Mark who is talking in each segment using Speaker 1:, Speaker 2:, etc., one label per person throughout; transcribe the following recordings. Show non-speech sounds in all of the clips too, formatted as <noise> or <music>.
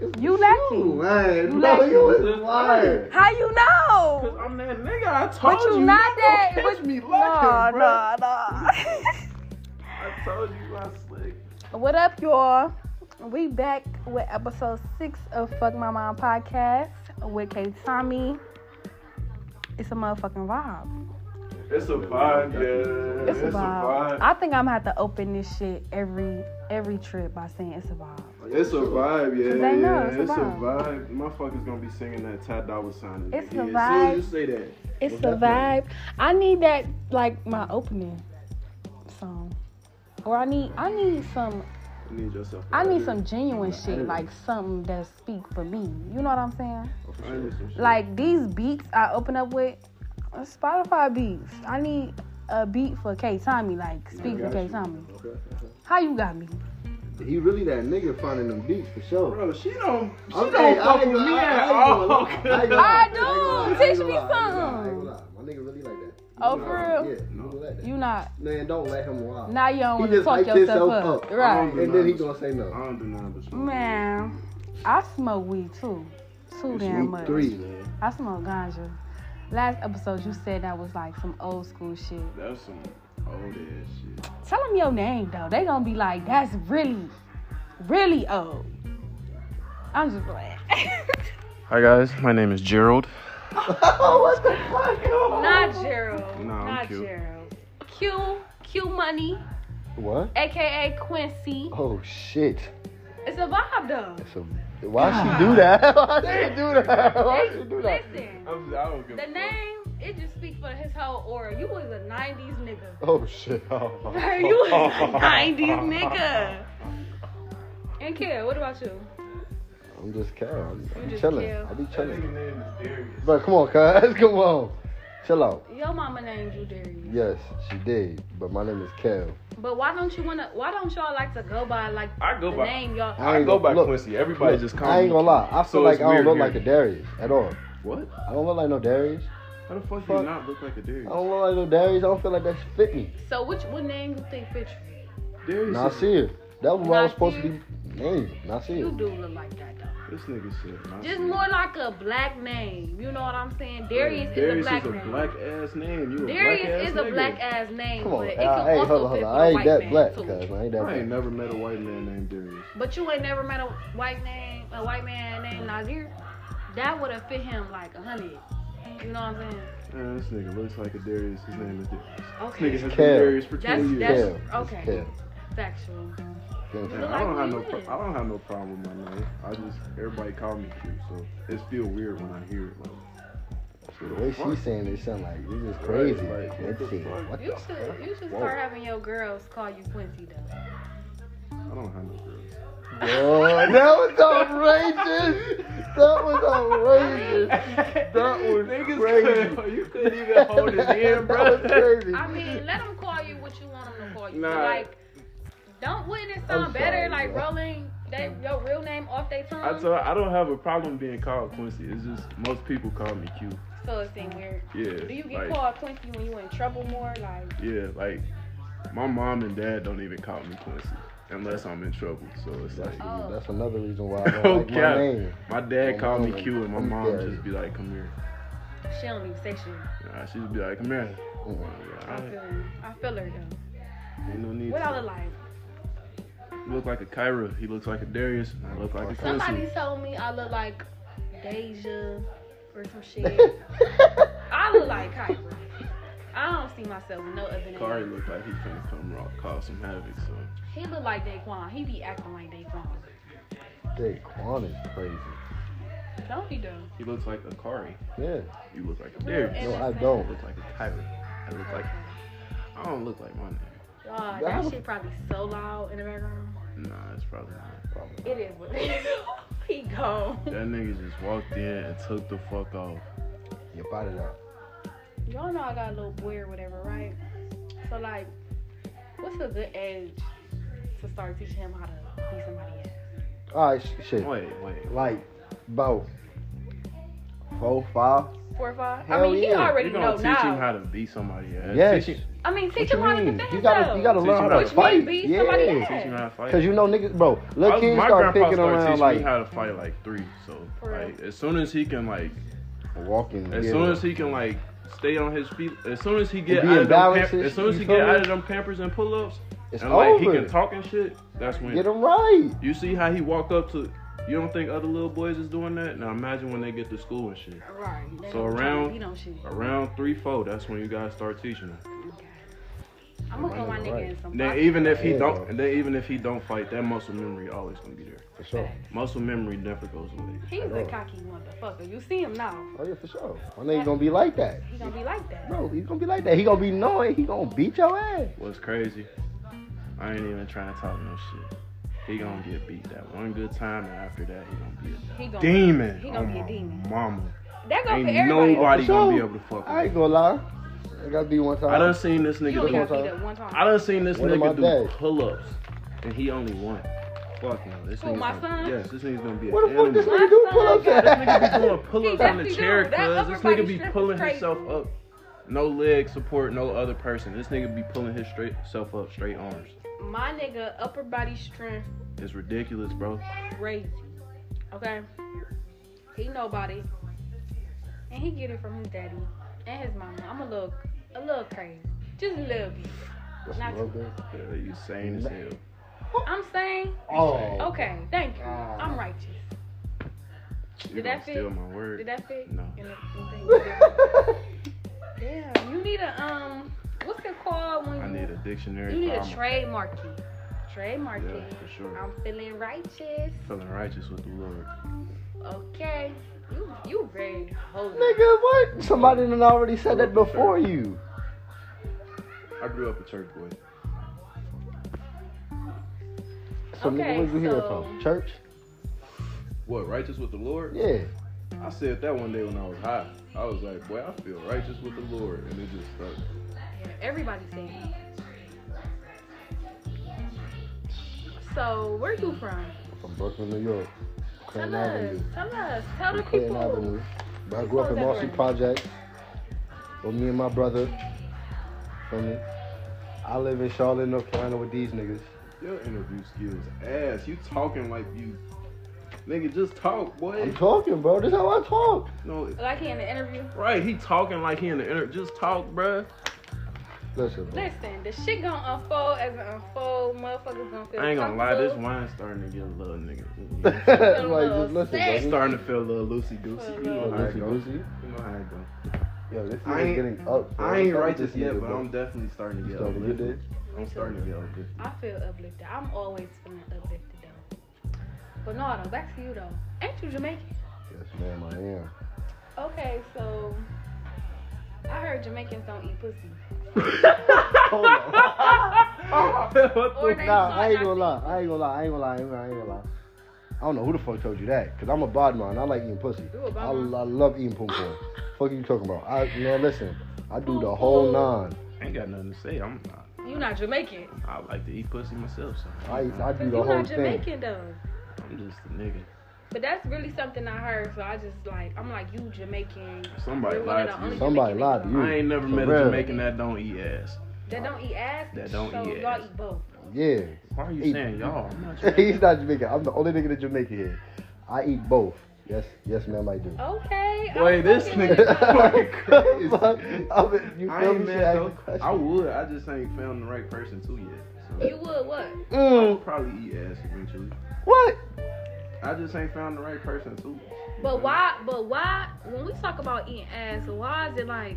Speaker 1: It's
Speaker 2: You
Speaker 1: with
Speaker 2: lucky.
Speaker 1: You, man.
Speaker 2: You
Speaker 1: no,
Speaker 2: lucky.
Speaker 1: you is lying.
Speaker 2: How you
Speaker 3: Cause
Speaker 2: know?
Speaker 3: I'm that nigga. I told
Speaker 2: But you not
Speaker 3: you
Speaker 2: that.
Speaker 3: gonna
Speaker 2: but-
Speaker 3: catch me
Speaker 2: no,
Speaker 3: lacking, bruh.
Speaker 2: no, no.
Speaker 3: I told you I slick.
Speaker 2: <laughs> What up, y'all? We back with episode six of Fuck My Mom podcast with K Tommy. It's a motherfucking vibe.
Speaker 3: It's a vibe, yeah.
Speaker 2: It's, a vibe. I think I'm gonna have to open this shit every every trip by saying it's a vibe.
Speaker 3: It's a vibe, yeah.
Speaker 2: Cause they know
Speaker 3: yeah.
Speaker 2: it's a
Speaker 3: It's a
Speaker 2: vibe.
Speaker 3: vibe. Motherfucker's gonna be singing that Ty Dolla Sign.
Speaker 2: It's a
Speaker 3: As
Speaker 2: vibe.
Speaker 3: soon as you say that.
Speaker 2: It's
Speaker 3: Well,
Speaker 2: a vibe.
Speaker 3: definitely.
Speaker 2: I need that like my opening song. Or I need I need some
Speaker 3: You need yourself.
Speaker 2: I
Speaker 3: out
Speaker 2: need
Speaker 3: here.
Speaker 2: some genuine shit,
Speaker 3: Yeah.
Speaker 2: like something that speak for me. You know what I'm saying?
Speaker 3: I need some shit.
Speaker 2: Like these beats I open up with, uh, Spotify beats. I need a beat for K Tommy, like speak for
Speaker 3: got
Speaker 2: K
Speaker 3: you.
Speaker 2: Tommy.
Speaker 1: Okay.
Speaker 2: How you got me?
Speaker 1: He really that nigga finding them beats for sure.
Speaker 3: Bro, she don't. She
Speaker 1: Okay,
Speaker 3: don't
Speaker 1: I
Speaker 3: fuck
Speaker 1: ain't
Speaker 3: with
Speaker 1: gonna
Speaker 3: me
Speaker 1: lie,
Speaker 3: at
Speaker 1: I ain't gonna
Speaker 3: all.
Speaker 1: lie, I
Speaker 3: <laughs>
Speaker 1: ain't gonna lie,
Speaker 2: I
Speaker 1: ain't gonna
Speaker 2: do.
Speaker 1: lie, I ain't
Speaker 2: Teach
Speaker 1: gonna
Speaker 2: me
Speaker 1: lie, I ain't gonna lie, I ain't
Speaker 2: something.
Speaker 1: gonna lie. My nigga really like that.
Speaker 2: Oh,
Speaker 1: Nah,
Speaker 2: for real?
Speaker 1: Yeah,
Speaker 3: No.
Speaker 1: he like that.
Speaker 2: You not.
Speaker 1: Man, don't let him lie.
Speaker 2: Now you don't
Speaker 1: Uh, He
Speaker 2: want to
Speaker 1: just
Speaker 2: talk
Speaker 1: hyped
Speaker 2: yourself
Speaker 1: himself
Speaker 2: up.
Speaker 1: up.
Speaker 2: Right.
Speaker 1: and then he gonna say no.
Speaker 3: I
Speaker 1: <laughs>
Speaker 3: don't do nothing but smoke.
Speaker 2: Man, I smoke weed too. Too damn
Speaker 1: Smoke
Speaker 2: much.
Speaker 1: three.
Speaker 2: I smoke ganja. Last episode, you said that was like some old school shit.
Speaker 3: That's some old ass shit.
Speaker 2: Tell them your name though. They gonna be like, that's really, really old. I'm just playing.
Speaker 3: Hi guys, my name is Gerald.
Speaker 1: what the fuck?
Speaker 2: <laughs> Not Gerald.
Speaker 3: Nah, I'm
Speaker 2: not
Speaker 3: Q.
Speaker 2: Gerald. Q, Q Money,
Speaker 1: What?
Speaker 2: aka Quincy.
Speaker 1: Oh shit!
Speaker 2: It's a vibe though.
Speaker 1: It's a, why she do that? <laughs> Why she do that? Why she do that?
Speaker 2: Listen,
Speaker 3: I'm, I don't give
Speaker 2: the name it just speaks for his whole aura. You was a '90s
Speaker 1: <laughs>
Speaker 2: nigga. <laughs>
Speaker 1: Oh shit! Oh,
Speaker 2: Bro, you
Speaker 1: <laughs>
Speaker 2: was a '90s nigga. And Kill, what about you?
Speaker 1: I'm just kidding. I'm,
Speaker 2: You
Speaker 1: I'm
Speaker 2: just
Speaker 1: chilling.
Speaker 2: chill.
Speaker 1: I be
Speaker 3: That
Speaker 1: chilling.
Speaker 3: nigga name is Darius.
Speaker 1: Bro, come on, cuz. <laughs> Come on. Chill out.
Speaker 2: Your mama named you Darius.
Speaker 1: Yes, she did. But my name is Kel.
Speaker 2: But why don't you wanna? Why don't y'all like to go by like
Speaker 3: I go
Speaker 2: the
Speaker 3: by-
Speaker 2: name y'all?
Speaker 1: I
Speaker 3: I
Speaker 1: ain't
Speaker 3: go
Speaker 1: gonna-
Speaker 3: by
Speaker 1: look,
Speaker 3: Quincy. Everybody
Speaker 1: Look,
Speaker 3: just
Speaker 1: I ain't gonna lie. I feel
Speaker 3: So
Speaker 1: like
Speaker 3: it's
Speaker 1: I don't
Speaker 3: weird
Speaker 1: look
Speaker 3: here.
Speaker 1: like a Darius at all.
Speaker 3: What?
Speaker 1: I don't look like no Darius.
Speaker 3: How the fuck,
Speaker 1: Fuck. Oh.
Speaker 3: you not look like a Darius?
Speaker 1: I don't look like no Darius. I don't feel like that should fit me.
Speaker 2: So which what name you think fits you?
Speaker 3: Darius. is-
Speaker 1: Nasir. That was what I was
Speaker 2: Nasir?
Speaker 1: supposed to be named. Nasir.
Speaker 2: You do look like that though.
Speaker 3: This nigga shit. Nasir.
Speaker 2: Just more like a black name. You know what I'm saying? Darius, is a black name.
Speaker 3: ass name. You a black
Speaker 2: Darius
Speaker 3: ass
Speaker 2: is
Speaker 3: nigga.
Speaker 2: a black ass name,
Speaker 1: Come
Speaker 2: but
Speaker 1: on.
Speaker 2: it
Speaker 1: I,
Speaker 2: can
Speaker 1: I ain't,
Speaker 2: also
Speaker 1: hold on,
Speaker 2: fit
Speaker 1: hold
Speaker 2: for
Speaker 1: on. I
Speaker 2: a
Speaker 1: ain't
Speaker 2: white
Speaker 1: that
Speaker 2: man
Speaker 1: black,
Speaker 2: too.
Speaker 1: cuz. I ain't that
Speaker 3: I ain't
Speaker 1: black.
Speaker 3: never met a white man named Darius.
Speaker 2: But you ain't never met a white name, a white man named Nazir. That would have fit him like a hundred. You know what I'm saying?
Speaker 3: Man, this nigga looks like a Darius. His name is Darius.
Speaker 2: Okay,
Speaker 3: This nigga has
Speaker 1: Kel.
Speaker 3: been Darius for 20
Speaker 2: That's-
Speaker 3: years.
Speaker 2: that's-
Speaker 1: Kel.
Speaker 2: okay.
Speaker 1: It's Kel.
Speaker 2: factual.
Speaker 1: Thank
Speaker 3: Man,
Speaker 1: you.
Speaker 2: look
Speaker 3: I don't
Speaker 2: like
Speaker 3: have no.
Speaker 2: who you
Speaker 3: Pro- I don't have no problem with my name. I just everybody call me Q, so it's still weird when I hear it. Like,
Speaker 1: The way she's saying it sound like this is crazy.
Speaker 3: Right, like,
Speaker 1: Let's
Speaker 3: what
Speaker 1: see.
Speaker 3: the fuck?
Speaker 1: What
Speaker 2: You
Speaker 1: the
Speaker 2: should you should
Speaker 1: Whoa.
Speaker 2: start having your girls call you Quincy though.
Speaker 3: I don't have no girls.
Speaker 1: Whoa, that was outrageous. That was outrageous.
Speaker 2: <laughs>
Speaker 3: that
Speaker 1: was
Speaker 3: Niggas
Speaker 1: crazy.
Speaker 3: Couldn't, you couldn't even hold his hand, bro.
Speaker 1: <laughs> That was crazy.
Speaker 2: I mean, let them call you what you want them to call you.
Speaker 3: Nah.
Speaker 2: Like, don't wouldn't it
Speaker 1: I'm
Speaker 2: sound better
Speaker 1: sorry,
Speaker 2: like
Speaker 1: bro.
Speaker 2: rolling they, your real name off their tongue?
Speaker 3: I told I don't have a problem being called Quincy. It's just most people call me Q.
Speaker 2: so it seem weird.
Speaker 3: Yeah.
Speaker 2: Do you get
Speaker 3: like,
Speaker 2: called Quincy when you in trouble more? Like,
Speaker 3: Yeah, like my mom and dad don't even call me Quincy unless I'm in trouble. So it's like
Speaker 2: oh,
Speaker 1: That's another reason why I
Speaker 3: <laughs>
Speaker 1: don't like
Speaker 3: Okay.
Speaker 1: my name.
Speaker 3: my dad
Speaker 1: Oh,
Speaker 3: called
Speaker 1: my
Speaker 3: me Q and my mom
Speaker 1: God.
Speaker 3: just be like, "Come here."
Speaker 2: she don't even say shit.
Speaker 3: Nah, she just be like, "Come here."
Speaker 1: Mm-mm.
Speaker 2: I feel,
Speaker 3: Alright,
Speaker 2: her. I feel her though.
Speaker 3: ain't no need.
Speaker 2: What I look
Speaker 3: To.
Speaker 2: like?
Speaker 3: You look like a Kyra. He looks like a Darius. and I look like a
Speaker 2: Somebody
Speaker 3: Quincy.
Speaker 2: told me I look like Deja or some shit.
Speaker 3: <laughs>
Speaker 2: I look
Speaker 1: <laughs>
Speaker 2: like Kyra. I don't see myself with no other name.
Speaker 3: Kari looked like he finna come rock, cause some havoc. So
Speaker 2: He look like Daquan. He be acting like Daquan.
Speaker 1: Daquan is crazy.
Speaker 2: Don't he though?
Speaker 3: he looks like a Kari.
Speaker 1: Yeah.
Speaker 3: You look like a
Speaker 2: Real
Speaker 3: Darius.
Speaker 1: No, I
Speaker 3: I
Speaker 1: don't.
Speaker 3: look like a Kyra. I look like I don't look like my name.
Speaker 2: God,
Speaker 1: That-
Speaker 2: that shit probably so loud in the background.
Speaker 3: Nah, it's probably not.
Speaker 2: It is what it is. <laughs> he gone.
Speaker 3: That nigga just walked in and took the fuck off.
Speaker 1: Your body out.
Speaker 2: Y'all know I got a little boy or whatever, right? So like, what's a good age to start teaching him how to be somebody else?
Speaker 1: All right, sh- shit.
Speaker 3: Wait, wait.
Speaker 1: Like, about Four, five.
Speaker 2: Four or five.
Speaker 1: Hell
Speaker 2: I mean, he
Speaker 1: yeah.
Speaker 2: already
Speaker 3: You gonna
Speaker 2: know
Speaker 3: teach him
Speaker 2: now.
Speaker 3: how to be somebody else.
Speaker 1: Yes.
Speaker 3: Teach him,
Speaker 2: I mean, teach
Speaker 1: What
Speaker 2: him how to
Speaker 1: you mean?
Speaker 2: defend
Speaker 1: You gotta,
Speaker 2: himself.
Speaker 1: you gotta
Speaker 3: Teach
Speaker 1: learn
Speaker 3: him
Speaker 1: how
Speaker 3: how
Speaker 1: to
Speaker 3: to
Speaker 1: fight.
Speaker 2: beat somebody
Speaker 1: Yeah.
Speaker 2: else.
Speaker 3: teach him how to fight.
Speaker 1: Cause you know niggas, bro. Little
Speaker 3: I-
Speaker 1: kids
Speaker 3: my
Speaker 1: start
Speaker 3: grandpa
Speaker 1: picking
Speaker 3: started
Speaker 1: around
Speaker 3: teaching me
Speaker 1: like
Speaker 3: how to fight like three. So
Speaker 2: For real?
Speaker 3: like, as soon as he can like,
Speaker 1: walking.
Speaker 3: as
Speaker 1: yeah.
Speaker 3: soon as he can like stay on his feet, as soon as he get
Speaker 1: be
Speaker 3: out of them
Speaker 1: imbalanced,
Speaker 3: pam- as soon as
Speaker 1: you
Speaker 3: he
Speaker 1: feel
Speaker 3: get out
Speaker 1: me?
Speaker 3: of them pampers and pull ups,
Speaker 1: it's
Speaker 3: and
Speaker 1: over.
Speaker 3: like he can talk and shit, that's when
Speaker 1: Get him right.
Speaker 3: you see how he walk up to. You don't think other little boys is doing that? Now imagine when they get to school and shit.
Speaker 2: Right. They
Speaker 3: So
Speaker 2: don't try to
Speaker 3: around-
Speaker 2: beat on shit.
Speaker 3: Around three, four, that's when you guys start teaching him.
Speaker 2: I'm gonna call my
Speaker 1: Right,
Speaker 2: nigga
Speaker 1: right.
Speaker 2: in some.
Speaker 3: And then
Speaker 2: box.
Speaker 3: even if he
Speaker 1: Yeah.
Speaker 3: don't, and then even if he don't fight, that muscle memory always gonna be there.
Speaker 1: For sure.
Speaker 3: Muscle memory never goes away.
Speaker 2: He's a cocky motherfucker. You see him now.
Speaker 1: Oh yeah, for sure. My nigga gonna be like that.
Speaker 2: He gonna be like that.
Speaker 1: Bro, he gonna be like that. He gonna be knowing. He gonna beat your ass.
Speaker 3: What's crazy? I ain't even trying to talk no shit. He gonna get beat that one good time, and after that, he gonna be a
Speaker 2: He gonna
Speaker 3: demon.
Speaker 2: He gonna
Speaker 3: oh
Speaker 2: be a
Speaker 3: my
Speaker 2: demon.
Speaker 3: Mama,
Speaker 2: That go for
Speaker 3: ain't
Speaker 2: everybody.
Speaker 3: nobody
Speaker 1: For
Speaker 3: gonna be
Speaker 1: sure.
Speaker 3: able to fuck with
Speaker 1: I ain't
Speaker 3: him.
Speaker 1: gonna lie. I gotta be one time.
Speaker 3: I done seen this
Speaker 2: You
Speaker 3: nigga.
Speaker 2: only
Speaker 3: Do,
Speaker 1: one
Speaker 2: got beat
Speaker 1: time.
Speaker 2: up one time.
Speaker 3: I done seen this
Speaker 1: One of my
Speaker 3: nigga do
Speaker 1: dads.
Speaker 3: pull-ups, and he only won. Fuck no, this
Speaker 2: Who,
Speaker 3: nigga's
Speaker 2: my
Speaker 3: gonna,
Speaker 2: son?
Speaker 3: Yes, this nigga's gonna be
Speaker 1: What the
Speaker 3: an animal.
Speaker 1: fuck this
Speaker 2: My
Speaker 1: nigga do
Speaker 2: son
Speaker 1: pull up
Speaker 2: got-
Speaker 3: This nigga be
Speaker 1: that?
Speaker 3: doing pull-ups
Speaker 2: He
Speaker 3: on the
Speaker 2: definitely
Speaker 3: chair,
Speaker 2: do. That
Speaker 3: cuz.
Speaker 2: upper
Speaker 3: This
Speaker 2: body
Speaker 3: nigga be
Speaker 2: strength is
Speaker 3: pulling
Speaker 2: crazy.
Speaker 3: himself up. No leg support, no other person. This nigga be pulling his straight self up, straight arms.
Speaker 2: My nigga upper body strength
Speaker 3: It's ridiculous, bro.
Speaker 2: crazy. Okay. He nobody. And he get it from his daddy and his mama. I'm a little a little crazy. Just a little bit.
Speaker 1: <laughs>
Speaker 2: Not too
Speaker 3: Yeah, you sane as hell.
Speaker 2: I'm saying,
Speaker 1: Oh.
Speaker 2: okay, thank you. I'm righteous.
Speaker 3: You
Speaker 2: Did that
Speaker 3: gonna steal
Speaker 2: fit?
Speaker 3: my word.
Speaker 2: Did that fit?
Speaker 3: No.
Speaker 2: In the- in the-
Speaker 1: <laughs>
Speaker 2: Damn, you need a um what's it called when
Speaker 3: I
Speaker 2: you
Speaker 3: need a dictionary.
Speaker 2: you need a
Speaker 3: for
Speaker 2: trademark key.
Speaker 3: I'm-
Speaker 2: Trademark
Speaker 3: Yeah,
Speaker 2: key.
Speaker 3: for sure.
Speaker 2: I'm feeling righteous.
Speaker 3: Feeling righteous with the Lord.
Speaker 2: Okay. You you very holy.
Speaker 1: <laughs> Nigga, what? Somebody done already said that before you.
Speaker 3: I grew up a church boy.
Speaker 1: So nigga, where you
Speaker 2: Okay,
Speaker 1: here
Speaker 2: so-
Speaker 1: from? Church?
Speaker 3: What, righteous with the Lord?
Speaker 1: Yeah.
Speaker 3: I said that one day when I was high. I was like, boy, I feel righteous with the Lord. And it just stuck.
Speaker 2: Everybody saying that. So where you from?
Speaker 1: From Brooklyn, New York.
Speaker 2: Tell
Speaker 1: Clinton
Speaker 2: us.
Speaker 1: Avenue.
Speaker 2: Tell us. Tell the
Speaker 1: From Clinton
Speaker 2: people.
Speaker 1: Avenue. But I grew up in Marcy Project with me and my brother. Feel me? I live in Charlotte, North Carolina with these niggas.
Speaker 3: Your interview skills ass. You talking like you. Nigga, just talk, boy.
Speaker 1: I'm talking, bro. This how I talk.
Speaker 3: No,
Speaker 2: Like in the interview.
Speaker 3: right. He talking like he in the interview. Just talk, bruh.
Speaker 1: Listen, bro.
Speaker 2: Listen, the shit gonna unfold as it unfold. Motherfuckers gonna feel
Speaker 3: I ain't gonna lie.
Speaker 2: comfortable.
Speaker 3: This wine's starting to get a little nigga.
Speaker 1: <laughs>
Speaker 2: <laughs>
Speaker 1: like, just listen, bro.
Speaker 3: It's starting to feel a little loosy goosey. You know how it
Speaker 1: Lucy,
Speaker 3: goes.
Speaker 1: Lucy.
Speaker 3: You know how it goes.
Speaker 1: Yo, this
Speaker 3: I
Speaker 1: nigga's
Speaker 3: ain't-
Speaker 1: getting up. bro.
Speaker 3: I ain't
Speaker 1: Fuck
Speaker 3: righteous
Speaker 1: this
Speaker 3: yet,
Speaker 1: nigga,
Speaker 3: but
Speaker 1: bro.
Speaker 3: I'm definitely starting to
Speaker 1: You
Speaker 3: get
Speaker 1: starting to get
Speaker 3: uplifted.
Speaker 1: there?
Speaker 3: I'm starting to get uplifted.
Speaker 2: I feel uplifted. I'm always feeling uplifted though. But no, though, back to you though. Ain't you Jamaican?
Speaker 1: Yes, ma'am, I am.
Speaker 2: Okay, so I heard Jamaicans don't eat pussy.
Speaker 3: <laughs>
Speaker 1: Hold on.
Speaker 3: what
Speaker 2: Or they
Speaker 1: Nah,
Speaker 2: do
Speaker 1: I ain't
Speaker 2: not
Speaker 1: gonna lie. I ain't gonna lie. I ain't gonna lie. I ain't gonna lie. I ain't gonna lie. I don't know who the fuck told you that, cause I'm a bod man. I like eating pussy.
Speaker 2: You a bod
Speaker 1: I, I
Speaker 2: man?
Speaker 1: love eating poom poom. fuck you talking about? I man, listen. I do the
Speaker 2: Poom
Speaker 1: whole
Speaker 2: poom.
Speaker 1: nine.
Speaker 3: I <laughs> ain't got nothing to say. I'm not.
Speaker 2: <laughs> You not Jamaican.
Speaker 3: I like to eat pussy myself. So
Speaker 1: I I do
Speaker 2: you
Speaker 1: the whole
Speaker 2: not
Speaker 1: thing.
Speaker 2: Jamaican though.
Speaker 3: I'm just a nigga.
Speaker 2: But that's really something I heard, so I just like I'm like you Jamaican.
Speaker 3: Somebody
Speaker 2: You're one
Speaker 3: lied
Speaker 2: of the
Speaker 3: to
Speaker 2: only
Speaker 3: you.
Speaker 1: Somebody
Speaker 2: Jamaican
Speaker 1: lied to
Speaker 2: niggas
Speaker 1: you.
Speaker 3: I ain't never
Speaker 1: For
Speaker 3: met
Speaker 1: real.
Speaker 3: a Jamaican that don't eat ass.
Speaker 2: That don't eat ass.
Speaker 3: That don't
Speaker 2: so
Speaker 3: eat
Speaker 2: y'all
Speaker 3: ass.
Speaker 2: eat both.
Speaker 1: Yeah. <laughs>
Speaker 3: Why are you
Speaker 1: Eat-
Speaker 3: saying y'all? I'm
Speaker 1: <laughs>
Speaker 3: not
Speaker 1: He's not Jamaican. I'm the only nigga that Jamaican here. I eat both. Yes, yes, ma'am, I do.
Speaker 2: Okay. I'm
Speaker 3: Wait, this
Speaker 2: fucking
Speaker 3: nigga- <laughs>
Speaker 2: with
Speaker 3: crazy.
Speaker 2: you.
Speaker 1: <laughs> Fuck, I mean, you
Speaker 3: I
Speaker 1: feel
Speaker 3: ain't
Speaker 1: me?
Speaker 3: mad
Speaker 1: She asked
Speaker 3: though.
Speaker 1: the question.
Speaker 3: I would. I just ain't found the right person to yet.
Speaker 2: You
Speaker 3: So
Speaker 2: would what?
Speaker 1: Mm,
Speaker 3: probably eat ass eventually.
Speaker 1: what?
Speaker 3: I just ain't found the right person to.
Speaker 2: But why? But why? When we talk about eating ass, why is it like?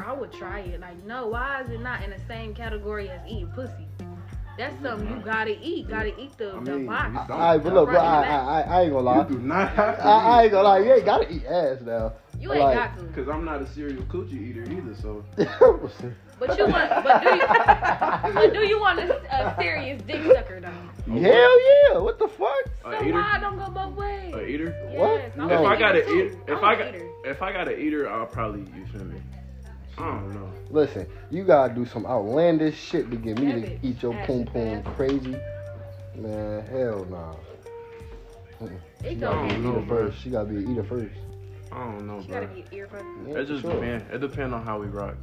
Speaker 2: I would try it. Like, no, why is it not in the same category as eating pussy? That's something you gotta eat. Gotta eat the,
Speaker 3: I
Speaker 2: the
Speaker 3: mean,
Speaker 2: box.
Speaker 3: Don't-
Speaker 1: Alright, but look,
Speaker 2: Right,
Speaker 1: bro, I,
Speaker 2: man.
Speaker 1: I, I, I ain't gonna
Speaker 3: You
Speaker 1: lie.
Speaker 3: do not have to.
Speaker 1: I, I
Speaker 3: eat.
Speaker 1: ain't gonna lie. You ain't gotta eat ass now.
Speaker 2: You ain't
Speaker 1: like-
Speaker 2: got to.
Speaker 3: Cause I'm not a serial coochie eater either, so
Speaker 2: But you want. But
Speaker 3: <laughs>
Speaker 2: do you? but do you want a, a serious dick sucker though?
Speaker 1: Hell yeah! What the fuck?
Speaker 2: So
Speaker 3: A eater?
Speaker 2: why I don't go both ways?
Speaker 3: a eater.
Speaker 2: Yes,
Speaker 1: What?
Speaker 2: I'm
Speaker 3: If
Speaker 2: an
Speaker 1: No.
Speaker 3: I
Speaker 1: eater
Speaker 3: got an
Speaker 2: too.
Speaker 3: eater, if
Speaker 2: I'm
Speaker 3: I
Speaker 2: an
Speaker 3: got,
Speaker 2: eater.
Speaker 3: if I got an eater, I'll probably you feel me. I don't know.
Speaker 1: Listen, you gotta do some outlandish shit to get me to
Speaker 2: Rabbit.
Speaker 1: eat your
Speaker 2: Ass
Speaker 1: poom poom
Speaker 2: fat.
Speaker 1: crazy. Man, hell nah.
Speaker 2: It
Speaker 1: She gotta
Speaker 2: go.
Speaker 1: be an
Speaker 3: No,
Speaker 1: eater
Speaker 3: bro.
Speaker 1: first. She gotta be an eater first.
Speaker 3: I don't know,
Speaker 2: She
Speaker 3: bro.
Speaker 2: gotta be an earbud.
Speaker 1: Yeah,
Speaker 3: It
Speaker 1: for
Speaker 3: just
Speaker 1: sure.
Speaker 3: depend. It depend on how we rock.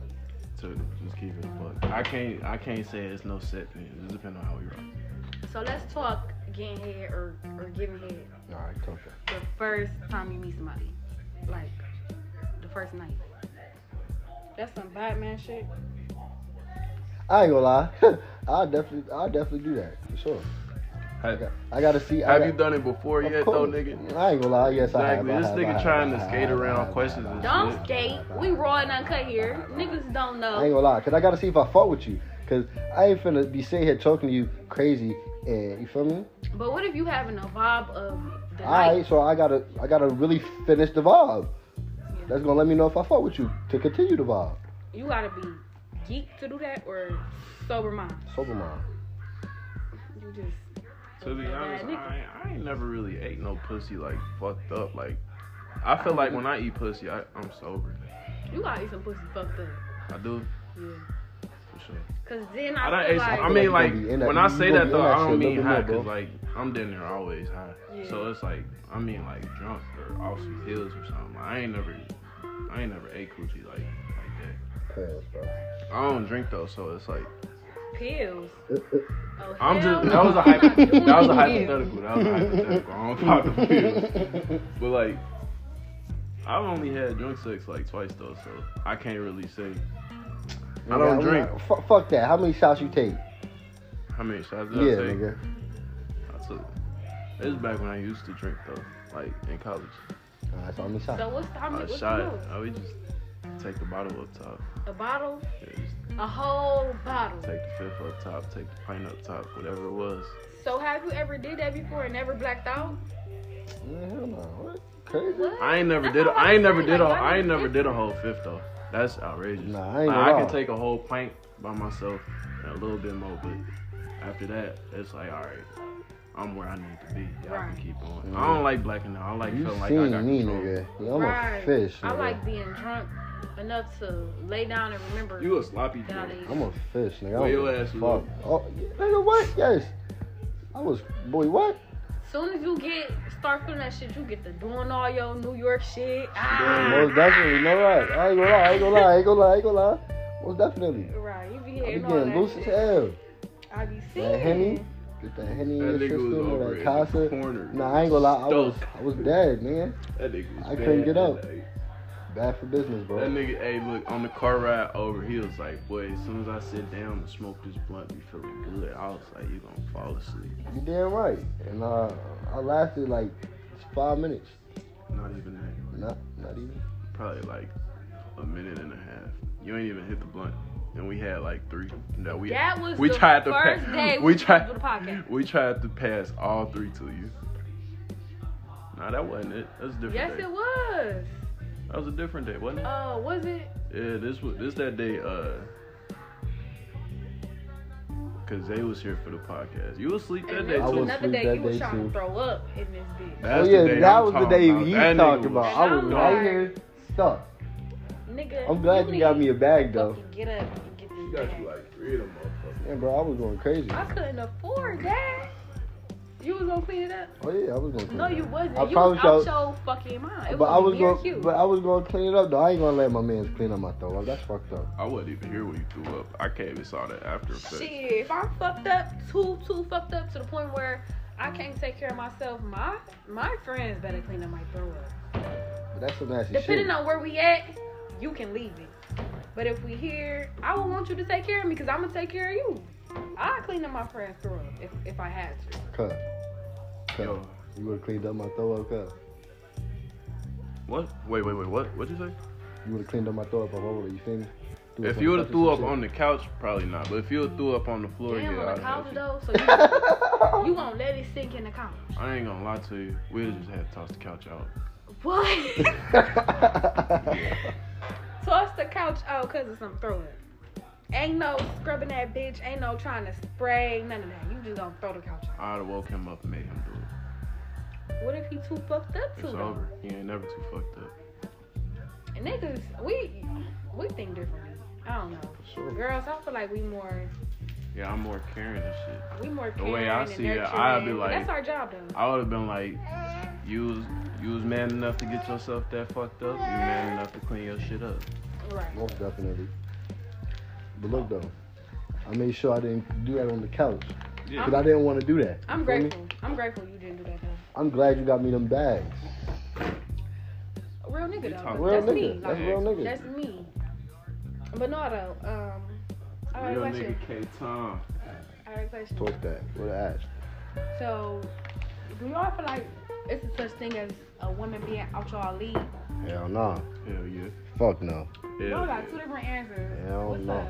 Speaker 3: To just keep it a buck. I can't. I can't say it's no set thing. It just depend on how we rock.
Speaker 2: So let's talk getting head or, or giving head
Speaker 1: All right, talk that.
Speaker 2: the first time you meet somebody. Like, the first night. That's some Batman shit.
Speaker 1: I ain't gonna lie. I'll definitely, I'll definitely do that for sure. I,
Speaker 3: Have,
Speaker 1: got, I gotta see. I
Speaker 3: have
Speaker 1: got,
Speaker 3: you done it before
Speaker 1: Of
Speaker 3: yet, though,
Speaker 1: course.
Speaker 3: nigga?
Speaker 1: I ain't gonna lie. Yes, I have.
Speaker 3: Exactly.
Speaker 1: I
Speaker 3: This
Speaker 1: have,
Speaker 3: nigga
Speaker 1: I have,
Speaker 3: trying
Speaker 1: I
Speaker 3: to
Speaker 1: have,
Speaker 3: skate
Speaker 1: I have,
Speaker 3: around
Speaker 1: I have,
Speaker 3: questions
Speaker 1: I
Speaker 3: and
Speaker 1: have.
Speaker 2: Don't skate. We raw and uncut here. Niggas don't
Speaker 1: I ain't
Speaker 2: know.
Speaker 1: gonna lie, cause I gotta see if I fuck with you, cause I ain't finna be sitting here talking to you crazy, and you feel me?
Speaker 2: But what if you having a vibe of the
Speaker 1: All right,
Speaker 2: night?
Speaker 1: so I gotta, I gotta really finish the vibe. That's gonna let me know if I fuck with you to continue the vibe.
Speaker 2: You gotta be geek to do that or sober mind.
Speaker 1: Sober mind.
Speaker 2: You just
Speaker 3: To be
Speaker 2: Yeah,
Speaker 3: honest,
Speaker 2: nigga.
Speaker 3: I, ain't- I ain't never really ate no pussy like fucked up. Like, I feel like when I eat pussy, I, I'm sober.
Speaker 2: you gotta eat some pussy fucked up.
Speaker 3: I do
Speaker 2: Yeah.
Speaker 3: for sure.
Speaker 2: Cause then
Speaker 3: I,
Speaker 2: I,
Speaker 3: don't.
Speaker 2: feel
Speaker 3: it's-
Speaker 2: like
Speaker 3: I mean,
Speaker 1: Like,
Speaker 3: like
Speaker 1: you gonna be in that-
Speaker 3: when
Speaker 1: you
Speaker 3: I say
Speaker 1: gonna
Speaker 3: that
Speaker 1: be
Speaker 3: though,
Speaker 1: in that
Speaker 3: I
Speaker 1: shit a
Speaker 3: don't
Speaker 1: little
Speaker 3: mean
Speaker 1: bit
Speaker 3: high
Speaker 1: more,
Speaker 3: because
Speaker 1: bro.
Speaker 3: like I'm down there always high.
Speaker 2: Yeah.
Speaker 3: So it's like I mean like drunk or off some pills or something. Like, I ain't never, I ain't never ate coochie like like
Speaker 1: Pause, bro.
Speaker 3: that. I don't drink though, so it's like
Speaker 2: pills. Oh,
Speaker 3: I'm
Speaker 2: hell
Speaker 3: just
Speaker 2: no.
Speaker 3: that was a
Speaker 1: hypo-
Speaker 3: hypo,
Speaker 2: <laughs>
Speaker 1: <laughs>
Speaker 2: I'm not
Speaker 3: that was a hypothetical.
Speaker 2: doing it.
Speaker 3: That was a hypothetical. I don't pop the pills, but like I've only had drunk sex like twice though, so I can't really say I
Speaker 1: Nigga,
Speaker 3: don't
Speaker 1: I'm
Speaker 3: drink.
Speaker 1: not- fuck, fuck that. How many shots you take?
Speaker 3: how many shots did
Speaker 1: yeah,
Speaker 3: I take.
Speaker 1: nigga.
Speaker 3: I took. It was back when I used to drink though, like in college.
Speaker 1: All right, so how many shots?
Speaker 2: So what's the, how many?
Speaker 3: A
Speaker 2: What's
Speaker 3: shot.
Speaker 2: the
Speaker 3: I would just take the bottle up top.
Speaker 2: most? A bottle,
Speaker 3: Yeah, just
Speaker 2: a whole bottle.
Speaker 3: take the fifth up top. Take the pint up top. Whatever it was.
Speaker 2: So have you ever did that before and never blacked out?
Speaker 1: Man, hell no. What? Crazy?
Speaker 2: What?
Speaker 3: I ain't never
Speaker 2: That's
Speaker 3: did. A,
Speaker 2: what I'm
Speaker 3: I ain't never
Speaker 2: saying,
Speaker 3: did. A,
Speaker 2: like, y'all
Speaker 3: I ain't
Speaker 2: niggas
Speaker 3: never did a whole fifth though. That's outrageous.
Speaker 1: Nah, I ain't
Speaker 3: Like,
Speaker 1: at
Speaker 3: I
Speaker 1: all.
Speaker 3: can take a whole pint by myself and a little bit more, but after that, it's like all right. I'm where I need to be. Y'all
Speaker 2: Right.
Speaker 3: can keep going.
Speaker 1: Yeah.
Speaker 3: I don't like blacking out. I like
Speaker 1: You
Speaker 3: feeling like I
Speaker 1: seen
Speaker 3: got
Speaker 1: me,
Speaker 3: control.
Speaker 1: nigga. Yeah, I'm
Speaker 2: right.
Speaker 1: a fish.
Speaker 2: I
Speaker 1: nigga.
Speaker 2: like being drunk enough to lay down and remember.
Speaker 3: You a sloppy
Speaker 2: that I
Speaker 3: drunk.
Speaker 2: did.
Speaker 1: I'm a fish, nigga.
Speaker 3: Where
Speaker 1: I don't
Speaker 3: your
Speaker 1: give a
Speaker 3: ass was?
Speaker 1: fuck. Oh, yeah, nigga, what? Yes. I was, boy, what?
Speaker 2: Soon as you get start feeling that shit, you get to doing all your New York shit. Ah,
Speaker 1: Most definitely, no right. I ain't gonna lie, I ain't gonna lie, I ain't gonna lie, I ain't gonna lie. Most definitely.
Speaker 2: right. You be
Speaker 1: I be
Speaker 2: hitting all
Speaker 1: getting
Speaker 2: that
Speaker 1: loose as
Speaker 2: shit.
Speaker 1: hell.
Speaker 2: I be seeing.
Speaker 1: That Henny, get that Henny in your
Speaker 3: That nigga was over
Speaker 1: system or
Speaker 3: in
Speaker 1: that
Speaker 3: the
Speaker 1: Casa.
Speaker 3: corner.
Speaker 1: Nah, I ain't gonna lie, I was,
Speaker 3: Stoked.
Speaker 1: I was dead, man.
Speaker 3: That nigga was
Speaker 1: I couldn't
Speaker 3: bad
Speaker 1: get up.
Speaker 3: today.
Speaker 1: Bad for business, bro.
Speaker 3: That nigga, hey, look, on the car ride over, he was like, boy, as soon as I sit down and smoke this blunt, be feeling good. I was like, you gonna fall asleep.
Speaker 1: You damn right. And uh, I lasted like five minutes.
Speaker 3: Not even that.
Speaker 1: Not, not even.
Speaker 3: Probably like a minute and a half. You ain't even hit the blunt. And we had like three. No, we
Speaker 2: That was
Speaker 3: we
Speaker 2: the
Speaker 3: tried to
Speaker 2: first
Speaker 3: pass. <laughs>
Speaker 2: day
Speaker 3: we
Speaker 2: we
Speaker 3: tried
Speaker 2: do the podcast.
Speaker 3: We tried to pass all three to you. Nah, that wasn't it. That was a different
Speaker 2: Yes,
Speaker 3: day.
Speaker 2: it was.
Speaker 3: That was a different day, wasn't it?
Speaker 2: Uh, was it?
Speaker 3: Yeah, this was this that day. Uh, cause they was here for the podcast. You was asleep that
Speaker 2: And
Speaker 3: day
Speaker 2: then
Speaker 1: I
Speaker 3: too.
Speaker 1: was
Speaker 2: another day,
Speaker 1: that
Speaker 2: you was
Speaker 1: day,
Speaker 2: trying to
Speaker 1: too.
Speaker 2: throw up in this bitch.
Speaker 1: Oh
Speaker 3: That's the
Speaker 1: yeah,
Speaker 3: day
Speaker 1: that
Speaker 3: I'm
Speaker 1: was the
Speaker 3: talking
Speaker 1: day
Speaker 3: about.
Speaker 1: you
Speaker 3: That
Speaker 1: talked
Speaker 3: nigga
Speaker 1: about.
Speaker 2: was
Speaker 1: I was
Speaker 2: stuck.
Speaker 1: right here stuck.
Speaker 2: Nigga,
Speaker 1: I'm glad you
Speaker 2: need
Speaker 1: got me a bag,
Speaker 2: to
Speaker 1: though.
Speaker 2: fucking Get up and get
Speaker 3: You
Speaker 2: this
Speaker 3: got
Speaker 2: bag.
Speaker 3: you like three of them motherfuckers.
Speaker 1: Yeah, bro, I was going crazy.
Speaker 2: I couldn't afford that. You was gonna clean it up?
Speaker 1: Oh yeah, I was going crazy.
Speaker 2: No, you wasn't.
Speaker 1: I
Speaker 2: you was
Speaker 1: promise
Speaker 2: out
Speaker 1: y'all-
Speaker 2: your fucking mind. It
Speaker 1: But I was
Speaker 2: me or
Speaker 1: going,
Speaker 2: you.
Speaker 1: to but I was going to clean it up though. I ain't gonna let my man's clean up my throat. Like, that's fucked up.
Speaker 3: I wasn't even here when you threw up. I came and saw that after effect.
Speaker 2: Shit, if I'm fucked up, too, too fucked up to the point where I can't take care of myself, my my friends better clean up my throw up.
Speaker 1: But that's some nasty
Speaker 2: Depending
Speaker 1: shit.
Speaker 2: on where we at, you can leave it. But if we here, I would want you to take care of me because I'm gonna take care of you. I clean up my friends' throw up if, if I had to.
Speaker 1: Cut. Cut.
Speaker 3: Yo,
Speaker 1: You would have cleaned up my throat, cut.
Speaker 3: what? Wait, wait, wait. What? What'd you say?
Speaker 1: You would have cleaned up my throat if I rolled it. You feel me? Do
Speaker 3: if
Speaker 1: some
Speaker 3: you would have
Speaker 1: touches
Speaker 3: threw
Speaker 1: and
Speaker 3: up
Speaker 1: shit.
Speaker 3: on the couch, probably not. But if you would threw up on the floor,
Speaker 2: Damn,
Speaker 3: yeah,
Speaker 2: on
Speaker 3: I'd
Speaker 2: the couch
Speaker 3: have to- <laughs>
Speaker 1: <laughs>
Speaker 2: though, so you, you won't let it sink in the couch.
Speaker 3: I ain't gonna lie to you. We would just had to toss the couch out.
Speaker 2: What?
Speaker 3: <laughs>
Speaker 2: <laughs>
Speaker 1: <laughs>
Speaker 2: Toss the couch out because of some throwing. Ain't no scrubbing that bitch. Ain't no trying to spray. None of that. You just gonna throw the couch out.
Speaker 3: I'd have woke him up and made him do it.
Speaker 2: What if he too fucked up to
Speaker 3: It's
Speaker 2: though?
Speaker 3: over. He ain't never too fucked up.
Speaker 2: And niggas, we we think differently. I don't know.
Speaker 1: Sure.
Speaker 2: Girls, I feel like we more
Speaker 3: Yeah, I'm more caring and shit.
Speaker 2: We more
Speaker 3: The
Speaker 2: caring
Speaker 3: way I
Speaker 2: and
Speaker 3: see it,
Speaker 2: nurturing.
Speaker 3: I'd be like-
Speaker 2: that's our job though.
Speaker 3: I would have been like, you was you was man enough to get yourself that fucked up. You man enough to clean your shit up.
Speaker 2: Right.
Speaker 1: Most definitely. But look though, I made sure I didn't do that on the couch.
Speaker 3: Yeah.
Speaker 1: Cause I didn't want to do that.
Speaker 2: I'm
Speaker 1: You feel me?
Speaker 2: grateful. I'm grateful you didn't do that though.
Speaker 1: I'm glad you got me them bags.
Speaker 2: A real
Speaker 3: You
Speaker 2: nigga though.
Speaker 3: talking-
Speaker 1: Real
Speaker 2: that's
Speaker 1: nigga.
Speaker 2: me.
Speaker 1: That's
Speaker 2: Like,
Speaker 1: real nigga.
Speaker 2: that's me. But no though. Um all right
Speaker 3: Real
Speaker 2: question.
Speaker 3: nigga K Tom.
Speaker 2: All right question.
Speaker 1: Talk that. What I asked.
Speaker 2: So do y'all feel like it's a such thing as a woman being out y'all league?
Speaker 1: Hell nah.
Speaker 3: Hell yeah.
Speaker 1: Fuck no.
Speaker 3: Hell
Speaker 2: Y'all
Speaker 3: yeah.
Speaker 2: got two different answers.
Speaker 1: Hell
Speaker 2: What's
Speaker 1: no.
Speaker 2: up?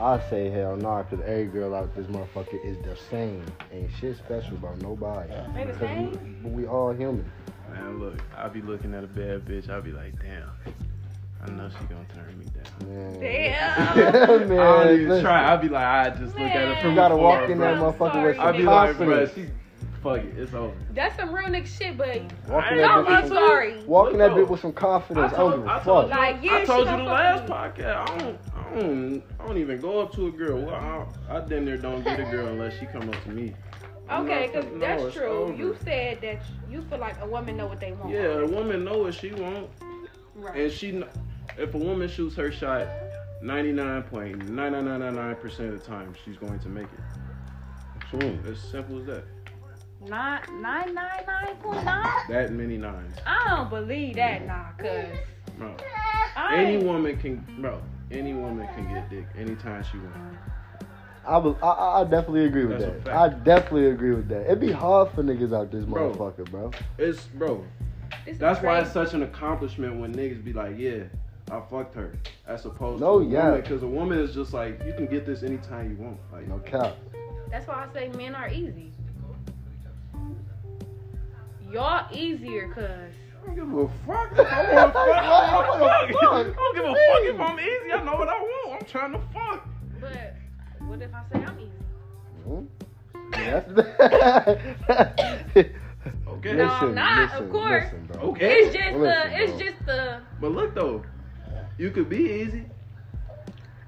Speaker 1: I say hell nah, cause every girl out this motherfucker is the same. Ain't shit special about nobody.
Speaker 2: They the
Speaker 1: Cause
Speaker 2: same?
Speaker 1: we, but we all human.
Speaker 3: Man, look, I be looking at a bad bitch. I be like, damn. I know she gonna turn me down.
Speaker 1: Man. <laughs>
Speaker 2: Damn.
Speaker 1: man,
Speaker 3: I don't even
Speaker 1: listen.
Speaker 3: try. I be like, I just look at her
Speaker 2: Man.
Speaker 3: from
Speaker 1: You gotta
Speaker 3: afar,
Speaker 1: walk in
Speaker 3: bro.
Speaker 1: that motherfucker with
Speaker 2: I'm
Speaker 3: I
Speaker 1: some
Speaker 3: be like, bro,
Speaker 1: confidence.
Speaker 3: she, fuck it, it's over.
Speaker 2: That's some real nigga shit, but
Speaker 1: Walking
Speaker 3: Hey,
Speaker 1: that
Speaker 2: don't
Speaker 1: bitch
Speaker 2: be
Speaker 1: with some-
Speaker 2: sorry.
Speaker 1: Walking that
Speaker 3: Look,
Speaker 1: bitch
Speaker 3: though.
Speaker 1: with some confidence. I don't give a
Speaker 3: I
Speaker 1: fuck.
Speaker 3: told you,
Speaker 2: Like, yeah,
Speaker 3: I
Speaker 2: she
Speaker 3: told you the
Speaker 2: gonna
Speaker 3: last
Speaker 2: fuck
Speaker 3: podcast. I don't, I don't, I don't even go up to a girl. Well, I, I damn near don't get a girl unless she come up to me. I'm
Speaker 2: Okay,
Speaker 3: not-
Speaker 2: because
Speaker 3: no,
Speaker 2: that's
Speaker 3: it's
Speaker 2: true.
Speaker 3: over.
Speaker 2: You said that you feel like a woman know what they want.
Speaker 3: Yeah, a woman know what she want, and
Speaker 2: Right.
Speaker 3: she, kn- if a woman shoots her shot, ninety nine point nine nine nine nine nine percent of the time she's going to make it.
Speaker 1: Mm.
Speaker 3: As simple as that.
Speaker 2: Nine nine nine nine point nine.
Speaker 3: That many nines,
Speaker 2: I don't believe that, nah, cause
Speaker 3: bro.
Speaker 2: I
Speaker 3: Any woman can, bro. Any woman can get dick anytime she wants.
Speaker 1: I, will, I- I I definitely agree with
Speaker 3: That's a
Speaker 1: that.
Speaker 3: fact.
Speaker 1: I definitely agree with that. It'd be hard for niggas out this
Speaker 3: Bro.
Speaker 1: motherfucker, bro.
Speaker 3: It's bro.
Speaker 2: This is
Speaker 3: That's why it's
Speaker 2: crazy.
Speaker 3: such an accomplishment when niggas be like, yeah, I fucked her. As opposed
Speaker 1: No,
Speaker 3: to a
Speaker 1: yeah.
Speaker 3: woman, because a woman is just like, you can get this anytime you want. Like,
Speaker 1: No cap.
Speaker 2: That's why I say men are easy. Y'all easier, cause
Speaker 3: I don't give a fuck. If I <laughs> want to fuck. I want to fuck. I don't give a fuck if I'm easy. I know what <laughs> I want. I'm trying to fuck.
Speaker 2: but what if I say I'm easy?
Speaker 3: <laughs>
Speaker 1: Hmm? Yeah, <laughs> that's-
Speaker 3: Okay.
Speaker 2: No, I'm not, of course.
Speaker 1: Listen, bro.
Speaker 3: Okay.
Speaker 2: It's just the.
Speaker 1: Listen,
Speaker 2: It's
Speaker 1: bro.
Speaker 2: just the.
Speaker 3: But look though, you could be easy,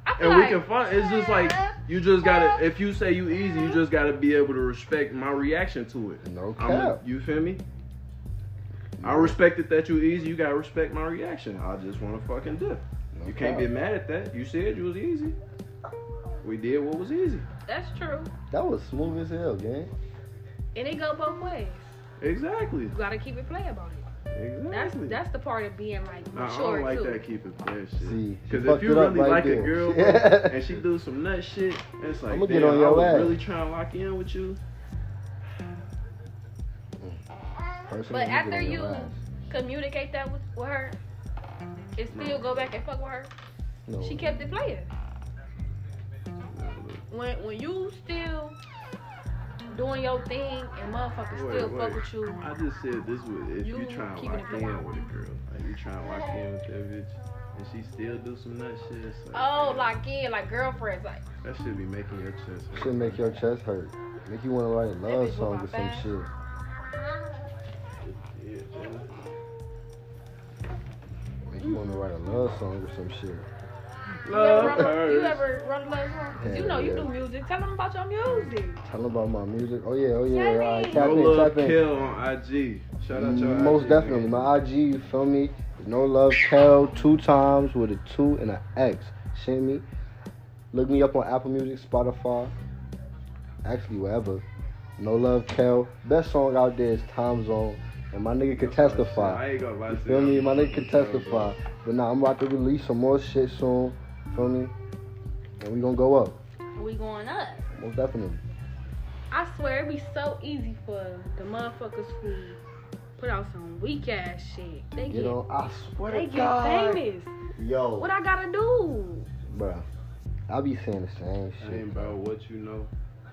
Speaker 2: I feel
Speaker 3: and we
Speaker 2: like
Speaker 3: can fuck. It's just like you just gotta. If you say you easy, you just gotta be able to respect my reaction to it.
Speaker 1: No
Speaker 3: I'm a-
Speaker 1: cap.
Speaker 3: you feel me? I respected that you easy. You gotta respect my reaction. I just want to fucking dip.
Speaker 1: No
Speaker 3: You can't
Speaker 1: cap.
Speaker 3: get mad at that. You said you was easy. We did what was easy.
Speaker 2: that's true,
Speaker 1: That was smooth as hell, gang.
Speaker 2: and it go both ways.
Speaker 3: Exactly.
Speaker 2: You gotta keep it playable. That's
Speaker 3: Exactly.
Speaker 2: that's the part of being like
Speaker 3: Nah, I
Speaker 2: mature
Speaker 3: don't like
Speaker 2: too.
Speaker 3: that keep it player shit.
Speaker 1: See, she
Speaker 3: Cause
Speaker 1: fucked
Speaker 3: if you
Speaker 1: it up
Speaker 3: really
Speaker 1: right
Speaker 3: like
Speaker 1: there.
Speaker 3: a
Speaker 1: <laughs>
Speaker 3: girl bro,
Speaker 1: Yeah.
Speaker 3: and she do some nut shit, it's like,
Speaker 1: I'ma get
Speaker 3: damn,
Speaker 1: on your
Speaker 3: I was
Speaker 1: ass."
Speaker 3: really trying to lock in with you.
Speaker 1: Personally,
Speaker 2: But
Speaker 1: get
Speaker 2: after
Speaker 1: on your
Speaker 2: you-
Speaker 1: ass.
Speaker 2: communicate that with, with her and still go back and fuck with her.
Speaker 1: No.
Speaker 2: She kept it playing. When when you still doing your thing and motherfuckers
Speaker 3: Wait,
Speaker 2: still fuck
Speaker 3: wait.
Speaker 2: with you,
Speaker 3: I just said this was if you,
Speaker 2: You
Speaker 3: trying to
Speaker 2: keeping
Speaker 3: lock
Speaker 2: it
Speaker 3: in
Speaker 2: real.
Speaker 3: with a girl, like you trying to lock in with that bitch, and she still do some nut shit. It's like,
Speaker 2: oh
Speaker 3: damn,
Speaker 2: like in like girlfriends like
Speaker 3: that should be making your chest. hurt.
Speaker 1: Should make your chest hurt. Make you want to write a
Speaker 2: That bitch
Speaker 1: love
Speaker 2: with
Speaker 1: song
Speaker 2: my
Speaker 1: or some
Speaker 2: back.
Speaker 1: shit.
Speaker 3: Yeah, man.
Speaker 1: Make you want to write a love song or some shit.
Speaker 2: you
Speaker 3: Love
Speaker 2: ever run, you
Speaker 3: hers.
Speaker 2: ever run a love song? 'Cause you
Speaker 1: Hell
Speaker 2: know you
Speaker 1: yeah.
Speaker 2: do music. Tell them about your music.
Speaker 1: Tell them about my music. Oh yeah, oh yeah.
Speaker 2: Tell
Speaker 1: All
Speaker 2: me.
Speaker 1: right, tap
Speaker 3: No
Speaker 1: in,
Speaker 3: love
Speaker 1: tap in.
Speaker 3: kill on IG. Shout out your
Speaker 1: Most
Speaker 3: IG,
Speaker 1: definitely.
Speaker 3: nigga.
Speaker 1: My IG, you feel me? No love, Kel, two times with a two and an X. Shimmy. Look me up on Apple Music, Spotify, actually wherever. No love, Kel. Best song out there is Time Zone, and my nigga could testify.
Speaker 3: Oh, I ain't gonna lie
Speaker 1: You
Speaker 3: to
Speaker 1: feel
Speaker 3: you.
Speaker 1: me? My nigga could testify. But now I'm about to release some more shit soon. Feel me? And we gonna go up.
Speaker 2: We going up.
Speaker 1: Most definitely.
Speaker 2: I swear it be so easy for the motherfuckers who put out some weak ass shit. They
Speaker 1: You
Speaker 2: get
Speaker 1: know, I swear
Speaker 2: they
Speaker 1: to
Speaker 2: get
Speaker 1: God.
Speaker 2: famous.
Speaker 1: Yo,
Speaker 2: What I gotta do?
Speaker 1: bruh. I be saying the same
Speaker 3: It
Speaker 1: shit.
Speaker 3: ain't about what you know,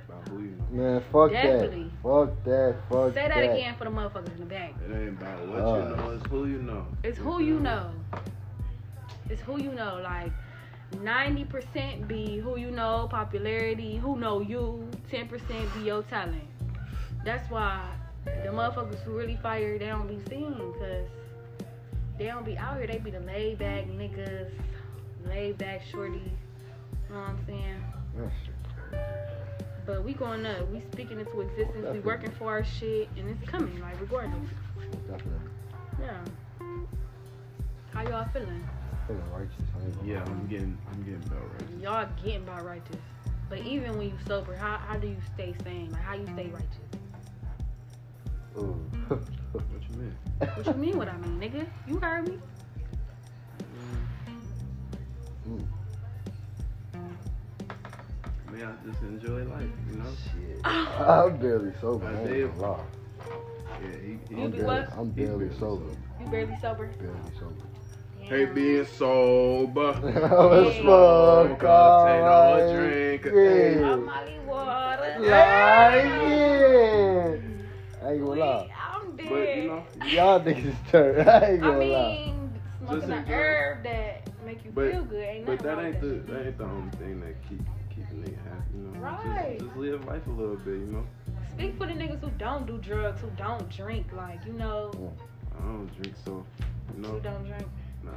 Speaker 3: about who you know.
Speaker 1: Man, fuck
Speaker 2: Definitely.
Speaker 1: that. Fuck that. Fuck
Speaker 2: Say that, again for the motherfuckers in the back.
Speaker 3: It ain't about what
Speaker 1: Uh.
Speaker 3: you know, it's who you know.
Speaker 2: It's who you know. It's who you know. Like 90% be who you know, popularity, who know you, 10% be your talent. That's why the motherfuckers who really fire, they don't be seen because they don't be out here. They be the laid back niggas, laid back shorty. You know what I'm saying?
Speaker 1: That shit.
Speaker 2: But we going up. We speaking into existence. We working for our shit, and it's coming. Like regardless.
Speaker 1: Definitely.
Speaker 2: Yeah. How y'all feeling?
Speaker 1: Feeling righteous. I ain't gonna
Speaker 3: Yeah,
Speaker 1: lie.
Speaker 3: I'm getting, I'm getting about right.
Speaker 2: Y'all getting by righteous. But even when you sober, how, how do you stay sane? Like how you stay righteous?
Speaker 1: Ooh. <laughs>
Speaker 3: What you mean?
Speaker 2: What you mean? What I mean, nigga? You heard me.
Speaker 3: Man, I just enjoy life, you know.
Speaker 2: <laughs>
Speaker 1: Shit. I'm barely sober.
Speaker 3: I
Speaker 1: I ain't
Speaker 3: did.
Speaker 1: gonna lie.
Speaker 3: Yeah, he, he,
Speaker 2: You
Speaker 1: I'm
Speaker 2: do
Speaker 1: barely,
Speaker 2: what?
Speaker 1: I'm
Speaker 3: he
Speaker 1: barely sober.
Speaker 2: You barely sober.
Speaker 1: Barely sober.
Speaker 3: Hey,
Speaker 2: Damn.
Speaker 3: being
Speaker 1: <laughs>
Speaker 3: sober.
Speaker 1: Let's
Speaker 2: Hey.
Speaker 1: fuck all
Speaker 3: Potato
Speaker 1: right.
Speaker 3: drink.
Speaker 1: Yeah.
Speaker 2: My Molly water.
Speaker 1: Like, yeah. I ain't gonna lie.
Speaker 2: I'm dead.
Speaker 3: But you know,
Speaker 1: Y'all <laughs> niggas turn. I ain't
Speaker 2: I
Speaker 1: gonna
Speaker 2: mean,
Speaker 1: lie.
Speaker 2: smoking
Speaker 3: Just
Speaker 2: an
Speaker 3: enjoy.
Speaker 2: herb that make you
Speaker 3: But-
Speaker 2: feel good ain't
Speaker 3: but
Speaker 2: nothing
Speaker 3: that
Speaker 2: wrong
Speaker 3: ain't
Speaker 2: with
Speaker 3: the that ain't the only thing that keep keep a nigga happy, you know. Just-
Speaker 2: Right.
Speaker 3: Just, live life a little bit, you know.
Speaker 2: that. Speak for the niggas who don't do drugs, who don't drink, like you know,
Speaker 3: I don't drink, so you
Speaker 2: who
Speaker 3: know,
Speaker 2: don't drink.
Speaker 3: nah.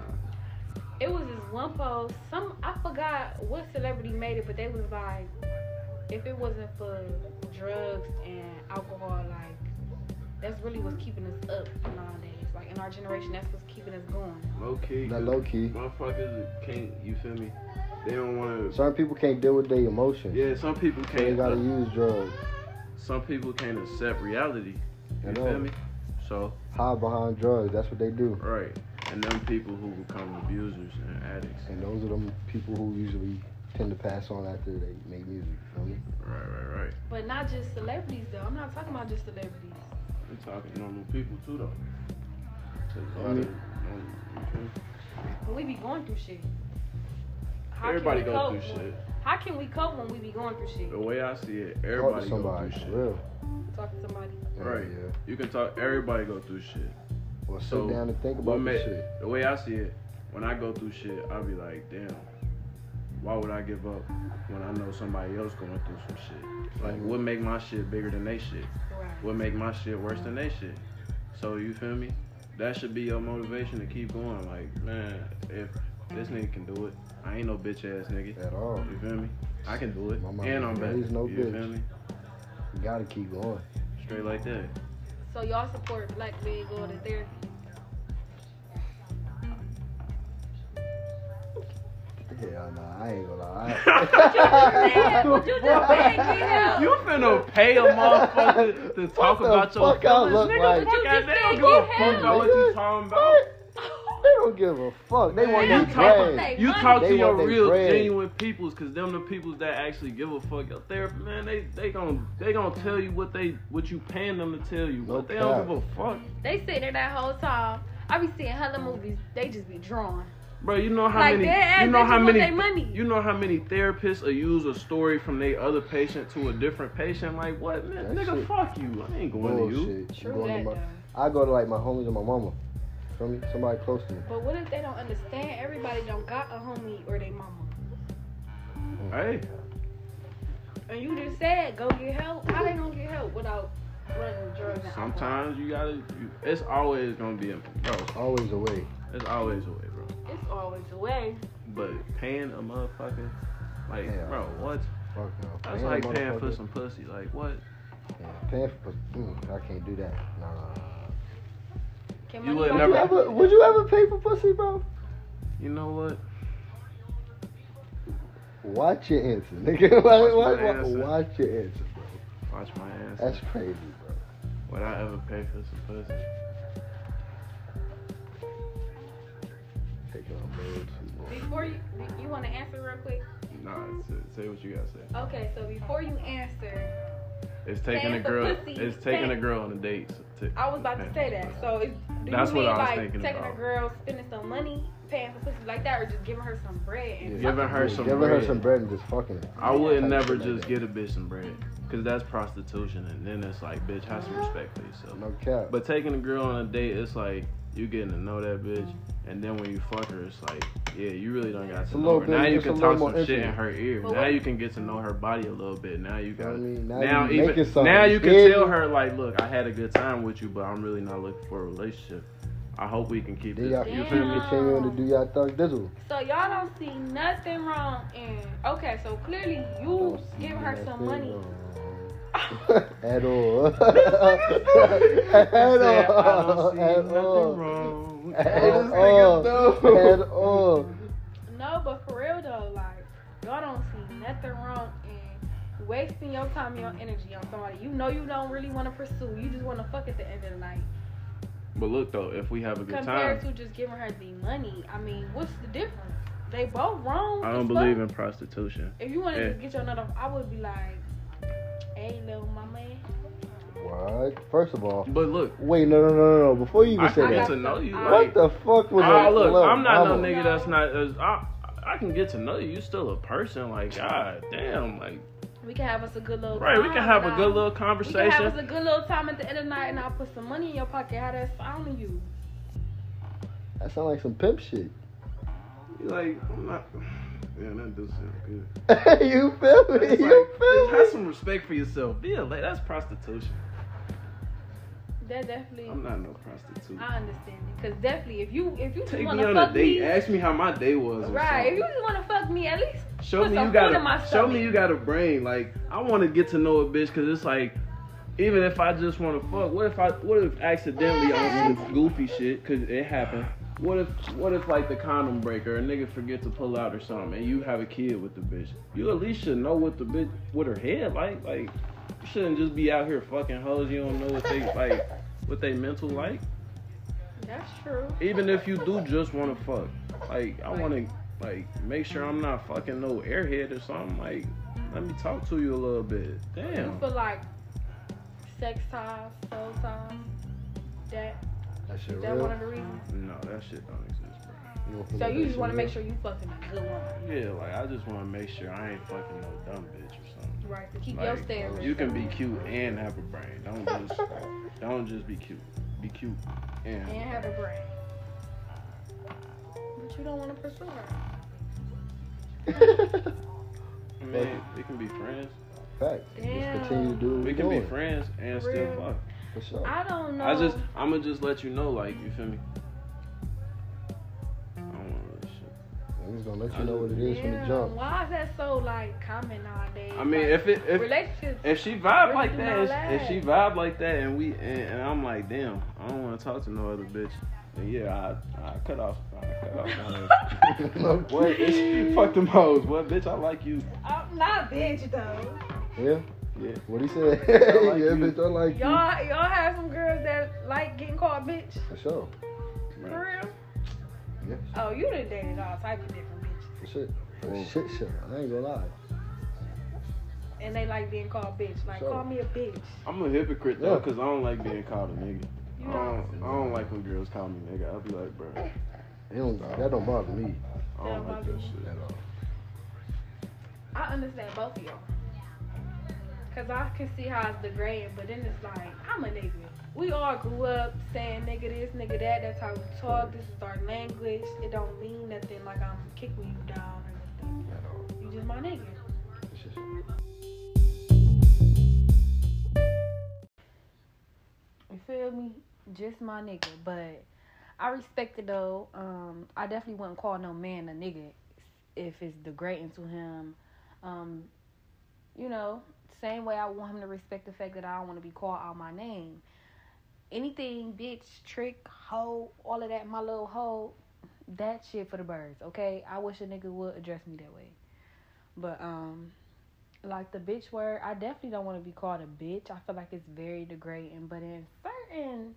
Speaker 2: It was this one post. Some I forgot what celebrity made it, but they was like, if it wasn't for drugs and alcohol, like that's really what's keeping us up nowadays. Like in our generation, that's what's keeping us going.
Speaker 3: Low key.
Speaker 1: Not low key.
Speaker 3: Motherfuckers can't. You feel me? They don't want to.
Speaker 1: Some people can't deal with their emotions.
Speaker 3: Yeah, some people
Speaker 1: So they
Speaker 3: can't. uh,
Speaker 1: gotta use drugs.
Speaker 3: some people can't accept reality. You
Speaker 1: At all.
Speaker 3: feel me? So
Speaker 1: Hide behind drugs. That's what they do.
Speaker 3: right, and them people who become abusers and addicts.
Speaker 1: And those are them people who usually tend to pass on after they make music. You feel me?
Speaker 3: Right, right, right.
Speaker 2: But not just celebrities though. I'm not talking about just celebrities.
Speaker 3: I'm talking normal people too, though. 'Cause a lot
Speaker 1: I mean-
Speaker 3: of normal- you feel me?
Speaker 2: But we be going through shit. How can
Speaker 3: Everybody
Speaker 2: we
Speaker 3: goes
Speaker 2: cope
Speaker 3: through
Speaker 2: when-
Speaker 3: shit.
Speaker 2: How can we cope when we be going through shit?
Speaker 3: The way I see it,
Speaker 1: Talk to
Speaker 3: everybody go
Speaker 1: somebody.
Speaker 3: through
Speaker 1: for
Speaker 3: shit.
Speaker 1: Real.
Speaker 2: Talk to somebody.
Speaker 1: Yeah,
Speaker 3: Right.
Speaker 1: Yeah.
Speaker 3: You can talk. Everybody go through shit.
Speaker 1: Or sit
Speaker 3: So,
Speaker 1: down and think
Speaker 3: What
Speaker 1: about
Speaker 3: ma-
Speaker 1: the shit.
Speaker 3: The way I see it, when I go through shit, I'll be like, damn, why would I give up when I know somebody else going through some shit?
Speaker 1: Mm-hmm.
Speaker 3: Like, what make my shit bigger than they shit?
Speaker 2: Right.
Speaker 3: What make my shit worse than they shit? So you feel me? That should be your motivation to keep going. Like, man, if this nigga can do it, I ain't no bitch ass nigga.
Speaker 1: At all.
Speaker 3: You feel me? I can do it,
Speaker 1: My mama
Speaker 3: and I'm back.
Speaker 1: raised no
Speaker 3: you
Speaker 1: bitch.
Speaker 3: feel me?
Speaker 1: You gotta keep going.
Speaker 3: Straight like that.
Speaker 2: So y'all support black men going to therapy.
Speaker 1: Yeah, nah, I ain't gonna lie.
Speaker 2: <laughs> Man, what you
Speaker 1: <laughs>
Speaker 2: just made me
Speaker 1: I-
Speaker 2: know?
Speaker 3: You finna pay a motherfucker to talk
Speaker 1: the
Speaker 3: about your
Speaker 1: fuck I
Speaker 3: feelings,
Speaker 1: look
Speaker 3: nigga?
Speaker 1: like?
Speaker 2: You
Speaker 3: God,
Speaker 2: just
Speaker 3: they
Speaker 2: said
Speaker 3: don't give a
Speaker 2: you
Speaker 3: fuck about what you talking about.
Speaker 1: What? They don't give a fuck. They
Speaker 3: you
Speaker 1: want their
Speaker 3: talking-
Speaker 1: bread.
Speaker 2: They
Speaker 3: You
Speaker 2: money.
Speaker 3: talk
Speaker 1: They
Speaker 3: to your
Speaker 1: want they
Speaker 3: real,
Speaker 1: bread.
Speaker 3: genuine peoples, cause them the peoples that actually give a fuck. Your therapy, man, they they gon' they gonna tell you what they what you paying them to tell you,
Speaker 1: No
Speaker 3: but they
Speaker 1: cap.
Speaker 3: don't give a fuck,
Speaker 2: They sit there that whole time. I be seeing hella movies. They just be drawing.
Speaker 3: bro. You know how
Speaker 2: Like, they
Speaker 3: many
Speaker 2: ask
Speaker 3: you know
Speaker 2: bitches
Speaker 3: how
Speaker 2: what
Speaker 3: many
Speaker 2: they money.
Speaker 3: you know how many therapists will use a story from their other patient to a different patient. Like what, man,
Speaker 1: That
Speaker 3: nigga,
Speaker 1: shit.
Speaker 3: fuck you. I ain't going to you.
Speaker 1: Bullshit. You
Speaker 2: True
Speaker 1: going
Speaker 2: that
Speaker 1: to my-
Speaker 2: though.
Speaker 1: I go to like my homies and my mama. Feel me? Somebody close to me.
Speaker 2: But what if they don't understand? Everybody don't got a homie or they mama.
Speaker 1: Mm.
Speaker 3: Hey,
Speaker 2: And you just said go get help. How they gonna get help without running drugs? and alcohol?
Speaker 3: sometimes you gotta. You, it's always gonna be a bro.
Speaker 1: Always a way.
Speaker 3: It's always a way, bro.
Speaker 2: it's always the way.
Speaker 3: But paying a motherfucker, like,
Speaker 1: Yeah.
Speaker 3: bro, what?
Speaker 1: Fuck no.
Speaker 3: That's
Speaker 1: Paying a
Speaker 3: like paying for
Speaker 1: motherfucker-
Speaker 3: some pussy. Like what?
Speaker 1: Yeah, paying for mm, I can't do that. Nah.
Speaker 2: Can
Speaker 3: You
Speaker 2: money
Speaker 3: would
Speaker 2: buy
Speaker 1: Would you
Speaker 3: never-
Speaker 1: ever would you ever pay for pussy, bro?
Speaker 3: You know what?
Speaker 1: Watch your answer, nigga. <laughs> Watch,
Speaker 3: Watch
Speaker 1: watch,
Speaker 3: my answer.
Speaker 1: watch your answer, bro.
Speaker 3: Watch my ass.
Speaker 1: That's crazy, bro.
Speaker 3: Would I ever pay for some pussy?
Speaker 1: Taking on board too much.
Speaker 2: Before you, you want to answer real quick?
Speaker 3: Nah, say, say what you gotta say.
Speaker 2: Okay, so before you answer,
Speaker 3: It's taking a
Speaker 2: Paying for
Speaker 3: girl.
Speaker 2: pussy.
Speaker 3: It's taking a girl on a date. To,
Speaker 2: I was about to say that. So, is, do
Speaker 3: That's
Speaker 2: you
Speaker 3: what
Speaker 2: mean
Speaker 3: I was
Speaker 2: like
Speaker 3: thinking
Speaker 2: taking
Speaker 3: about.
Speaker 2: a girl, spending some money, paying for pussy like that, or just giving her some bread? And
Speaker 3: Yeah. Giving her
Speaker 1: Yeah,
Speaker 3: some
Speaker 1: giving
Speaker 3: bread.
Speaker 1: her some bread and just fucking it.
Speaker 3: I would
Speaker 1: Type
Speaker 3: never
Speaker 1: shit like
Speaker 3: just
Speaker 1: that.
Speaker 3: get a bitch some bread, cause that's prostitution, and then it's like, bitch, have some respect for yourself.
Speaker 1: No cap.
Speaker 3: But taking a girl on a date, it's like you getting to know that bitch, and then when you fuck her, it's like, yeah, you really don't got
Speaker 1: a
Speaker 3: to know
Speaker 1: little
Speaker 3: her.
Speaker 1: bit-
Speaker 3: now you
Speaker 1: it's a
Speaker 3: can
Speaker 1: little
Speaker 3: talk
Speaker 1: more
Speaker 3: some shit in
Speaker 1: intimate.
Speaker 3: her ear.
Speaker 2: But
Speaker 3: now
Speaker 2: what-
Speaker 3: you can get to know her body a little bit. Now you
Speaker 1: You know
Speaker 3: got.
Speaker 1: what I mean? Now
Speaker 3: Now,
Speaker 1: you
Speaker 3: even
Speaker 1: making something,
Speaker 3: now you can
Speaker 1: dig?
Speaker 3: tell her like, look, I had a good time with you, but I'm really not looking for a relationship. I hope we can keep
Speaker 1: Then
Speaker 3: this.
Speaker 1: y'all
Speaker 3: You feel
Speaker 1: <laughs>
Speaker 3: me?
Speaker 1: continuing to do y'all thug dizzle.
Speaker 2: So y'all don't see nothing wrong in. Okay, so clearly you
Speaker 1: Don't see
Speaker 2: give her
Speaker 1: that
Speaker 2: some
Speaker 1: thing
Speaker 2: money.
Speaker 1: wrong.
Speaker 3: <laughs>
Speaker 1: At all. At
Speaker 3: Said, I
Speaker 1: all.
Speaker 3: don't see
Speaker 1: At
Speaker 3: nothing
Speaker 1: all.
Speaker 3: wrong.
Speaker 1: At
Speaker 3: Hey, this
Speaker 1: all.
Speaker 3: nigga dumb.
Speaker 1: At all.
Speaker 2: No, but for real though, like y'all don't see nothing wrong in wasting your time, and your energy on somebody you know you don't really want to pursue. You just want to fuck at the end of the night.
Speaker 3: But look though, if we have a good
Speaker 2: Compared
Speaker 3: time,
Speaker 2: to just giving her the money, I mean, what's the difference? They both wrong.
Speaker 3: I
Speaker 2: as
Speaker 3: don't
Speaker 2: fuck.
Speaker 3: believe in prostitution.
Speaker 2: If you wanted to
Speaker 3: Yeah.
Speaker 2: get your nut off, I would be like, "Hey, little mama."
Speaker 1: What? First of all,
Speaker 3: But look,
Speaker 1: wait, no, no, no, no, no. Before you
Speaker 3: I
Speaker 1: even say
Speaker 3: can
Speaker 1: that,
Speaker 3: get
Speaker 2: got
Speaker 3: to know you.
Speaker 2: What
Speaker 1: what
Speaker 3: Like,
Speaker 1: the fuck was
Speaker 3: Ah,
Speaker 1: that?
Speaker 3: look,
Speaker 1: Look,
Speaker 3: I'm not no
Speaker 1: I'ma-
Speaker 3: nigga that's not. As, I I can get to know you. You still a person. Like, god damn. Like,
Speaker 2: We can have us a good little
Speaker 3: right? We can
Speaker 2: time,
Speaker 3: have
Speaker 2: and
Speaker 3: a
Speaker 2: I'll-
Speaker 3: good little
Speaker 2: We can have
Speaker 3: conversation.
Speaker 2: us a good little time at the end of the night, and I'll put some money in your pocket. How that sound to you?
Speaker 1: That sound like some pimp shit.
Speaker 3: Like, I'm not. Man, that does sound
Speaker 1: <laughs>
Speaker 3: good.
Speaker 1: you feel me?
Speaker 3: It's
Speaker 1: you
Speaker 3: like,
Speaker 1: feel me?
Speaker 3: have some respect for yourself. Yeah, like that's prostitution.
Speaker 2: That definitely.
Speaker 3: I'm not no prostitute.
Speaker 2: I understand it, cause definitely, if you if Uh, you just
Speaker 3: Take
Speaker 2: want
Speaker 3: me
Speaker 2: to
Speaker 3: on a
Speaker 2: fuck
Speaker 3: date.
Speaker 2: me,
Speaker 3: Ask me how my day was. or
Speaker 2: right?
Speaker 3: something.
Speaker 2: If you just want to fuck me, at least
Speaker 3: Show
Speaker 2: put
Speaker 3: me
Speaker 2: some
Speaker 3: you
Speaker 2: food
Speaker 3: got
Speaker 2: in my
Speaker 3: a show
Speaker 2: stomach.
Speaker 3: me you got a brain. Like I want to get to know a bitch because it's like, even if I just want to fuck, what if I what if accidentally on some goofy shit because it happened. What if what if like the condom breaker, a nigga forget to pull out or something, and you have a kid with the bitch? You at least should know what the bitch what her head like. Like you shouldn't just be out here fucking hoes. You don't know what they like, what they mental like.
Speaker 2: that's true.
Speaker 3: Even if you do just want to fuck, like I want to like make sure I'm not fucking no airhead or something. Like let me talk to you a little bit.
Speaker 2: You
Speaker 3: Damn.
Speaker 2: feel like sex time, soul time. That
Speaker 1: That shit
Speaker 2: that one of the reasons.
Speaker 3: No, that shit don't exist,
Speaker 2: So you just want to make sure you fucking a good woman,
Speaker 3: bro. Yeah, like I just want to make sure I ain't fucking no dumb bitch or something.
Speaker 2: right? To keep your
Speaker 3: Like,
Speaker 2: standards.
Speaker 3: you can be cute and have a brain.
Speaker 1: <laughs>
Speaker 3: Don't just don't just be cute. Be cute and,
Speaker 2: and have a brain, but you don't want to pursue her.
Speaker 3: I mean, we can be friends.
Speaker 1: Fact.
Speaker 2: Damn.
Speaker 1: Just continue to do what
Speaker 3: We can be
Speaker 1: doing,
Speaker 3: friends and still
Speaker 2: Real.
Speaker 3: fuck.
Speaker 1: For sure.
Speaker 2: I don't know.
Speaker 3: Oh. I just, I'm gonna just let you know, like, you feel me? I don't want this shit.
Speaker 1: I'm just gonna let
Speaker 3: I
Speaker 1: you know what it is from the
Speaker 2: Damn,
Speaker 1: jump.
Speaker 2: Why is that so like common nowadays?
Speaker 3: I mean,
Speaker 2: Like,
Speaker 3: if it, if,
Speaker 2: relationships,
Speaker 3: if she vibe
Speaker 2: Really
Speaker 3: like
Speaker 2: do
Speaker 3: that,
Speaker 2: not
Speaker 3: if, if
Speaker 2: last.
Speaker 3: she vibe like that, and we, and, and I'm like, damn, I don't want to talk to no other bitch. And yeah, I, I cut off, I cut off. my head.
Speaker 1: <laughs> Low key.
Speaker 3: what? Bitch, fuck them hoes. What, bitch? I like you.
Speaker 2: I'm not bitch though.
Speaker 1: Yeah?
Speaker 3: Yeah.
Speaker 1: What he said?
Speaker 3: <laughs> I like
Speaker 1: <laughs> yeah,
Speaker 3: you.
Speaker 1: bitch, I like you.
Speaker 2: Y'all, y'all have some girls that like getting called bitch
Speaker 1: For sure.
Speaker 3: Right.
Speaker 2: for real.
Speaker 1: Yeah,
Speaker 2: Oh, you done dated all types of different bitches,
Speaker 1: for shit. For
Speaker 3: Whoa.
Speaker 1: shit, shit. I ain't gonna lie.
Speaker 2: and they like being called bitch. Like,
Speaker 1: So-
Speaker 2: call me a bitch.
Speaker 3: I'm a hypocrite though,
Speaker 1: Yeah.
Speaker 3: cause I don't like being called a nigga.
Speaker 2: You
Speaker 3: I
Speaker 1: Um,
Speaker 2: know,
Speaker 3: don't, I don't like when girls call me nigga. I'll be like, bro, I
Speaker 1: It don't, that don't bother me
Speaker 3: don't like that shit.
Speaker 1: at all.
Speaker 2: I understand both of y'all, cause I can see how it's degrading, but then it's like I'm a nigga. We all grew up saying nigga this, nigga that. That's how we talk. This is our language. It don't mean nothing. Like I'm kicking you down or nothing.
Speaker 1: At all.
Speaker 2: You just my nigga.
Speaker 1: It's just-
Speaker 2: You feel me? Just my nigga. But I respect it though. Um, I definitely wouldn't call no man a nigga if it's degrading to him. Um, you know, same way I want him to respect the fact that I don't want to be called out my name. Anything, bitch, trick, hoe, all of that, my little hoe, that shit for the birds, okay? I wish a nigga would address me that way. But um like the bitch word, I definitely don't want to be called a bitch. I feel like it's very degrading, but in certain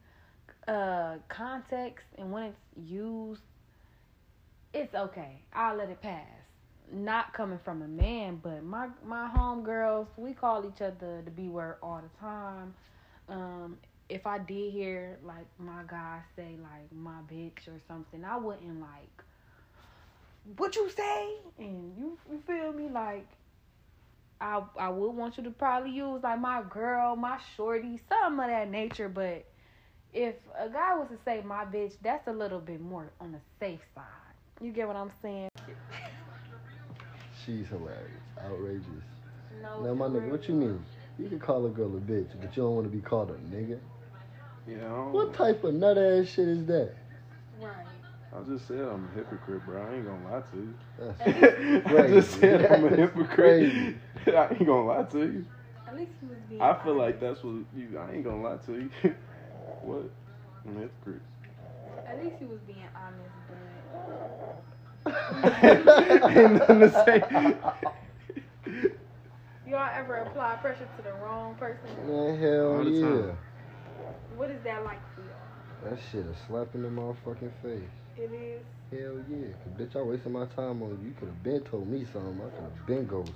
Speaker 2: uh contexts and when it's used, it's okay. I'll let it pass. Not coming from a man, but my my homegirls, we call each other the B word all the time. Um if I did hear like my guy say like my bitch or something, I wouldn't like what you say and you you feel me like I I would want you to probably use like my girl, my shorty, something of that nature. But if a guy was to say my bitch, that's a little bit more on the safe side. You get what I'm saying?
Speaker 1: She's hilarious. Outrageous.
Speaker 2: No.
Speaker 1: Now, my
Speaker 2: for
Speaker 1: nigga,
Speaker 2: real.
Speaker 1: what you mean? You can call a girl a bitch, but you don't want to be called a nigga.
Speaker 3: Yeah. I don't
Speaker 1: What type of nut ass shit is that?
Speaker 2: Right.
Speaker 4: I just said I'm a hypocrite, bro. I ain't gonna lie to you.
Speaker 1: That's-
Speaker 3: <laughs>
Speaker 4: I just
Speaker 1: Crazy.
Speaker 4: said I'm a
Speaker 1: That's
Speaker 4: hypocrite.
Speaker 1: crazy.
Speaker 4: I ain't gonna lie to you.
Speaker 2: At least he was being.
Speaker 4: I feel like that's what you. I ain't gonna lie to you. <laughs> what? I'm a hypocrite.
Speaker 2: At least he was being honest, but
Speaker 4: <laughs> ain't nothing to say.
Speaker 2: y'all ever apply pressure to the wrong person?
Speaker 1: Man,
Speaker 4: All
Speaker 1: hell
Speaker 4: the
Speaker 1: yeah.
Speaker 4: time.
Speaker 2: What is that like for y'all?
Speaker 1: That shit a slap in the motherfucking face.
Speaker 2: It is.
Speaker 1: Hell yeah. 'Cause bitch, I wasted my time on you. You could have been told me something. I could have been ghost.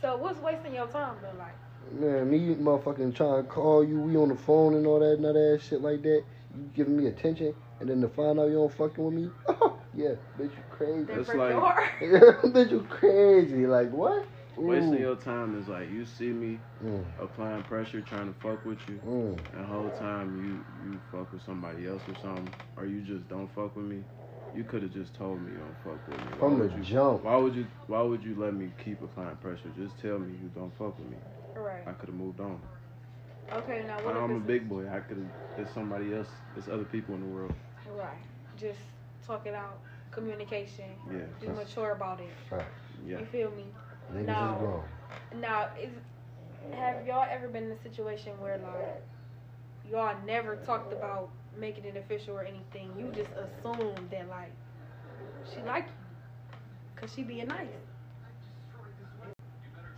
Speaker 2: So what's wasting your time though? Like,
Speaker 1: Man, me motherfucking trying to call you. We on the phone and all that nut ass shit like that. You giving me attention. And then to find out you don't fucking with me. <laughs> yeah, bitch, you crazy. <laughs>
Speaker 2: they
Speaker 3: That's
Speaker 2: break
Speaker 3: like-
Speaker 2: your heart. <laughs>
Speaker 1: bitch, you crazy. Like, what?
Speaker 3: <laughs> Wasting
Speaker 1: Ooh.
Speaker 3: your time is like you see me
Speaker 1: Mm,
Speaker 3: applying pressure, trying to fuck with you,
Speaker 1: mm.
Speaker 3: and the whole time you you fuck with somebody else or something, or you just don't fuck with me. You could have just told me you don't fuck with me. Why
Speaker 1: From the
Speaker 3: would you-
Speaker 1: jump.
Speaker 3: Why would you? Why would you let me keep applying pressure? Just tell me you don't fuck with me. I
Speaker 2: Right.
Speaker 3: could have moved on.
Speaker 2: Okay. Now what? if
Speaker 3: I'm a
Speaker 2: it's-
Speaker 3: big boy. I could. There's somebody else. There's other people in the world.
Speaker 2: Right. Just talk it out. Communication.
Speaker 3: Yeah.
Speaker 2: Be mature about it.
Speaker 1: Fact.
Speaker 3: Yeah.
Speaker 2: You feel me?
Speaker 1: Niggas
Speaker 2: No.
Speaker 1: is wrong.
Speaker 2: Now, is have y'all ever been in a situation where like y'all never talked about making it official or anything? You just assumed that like she like you because she being nice.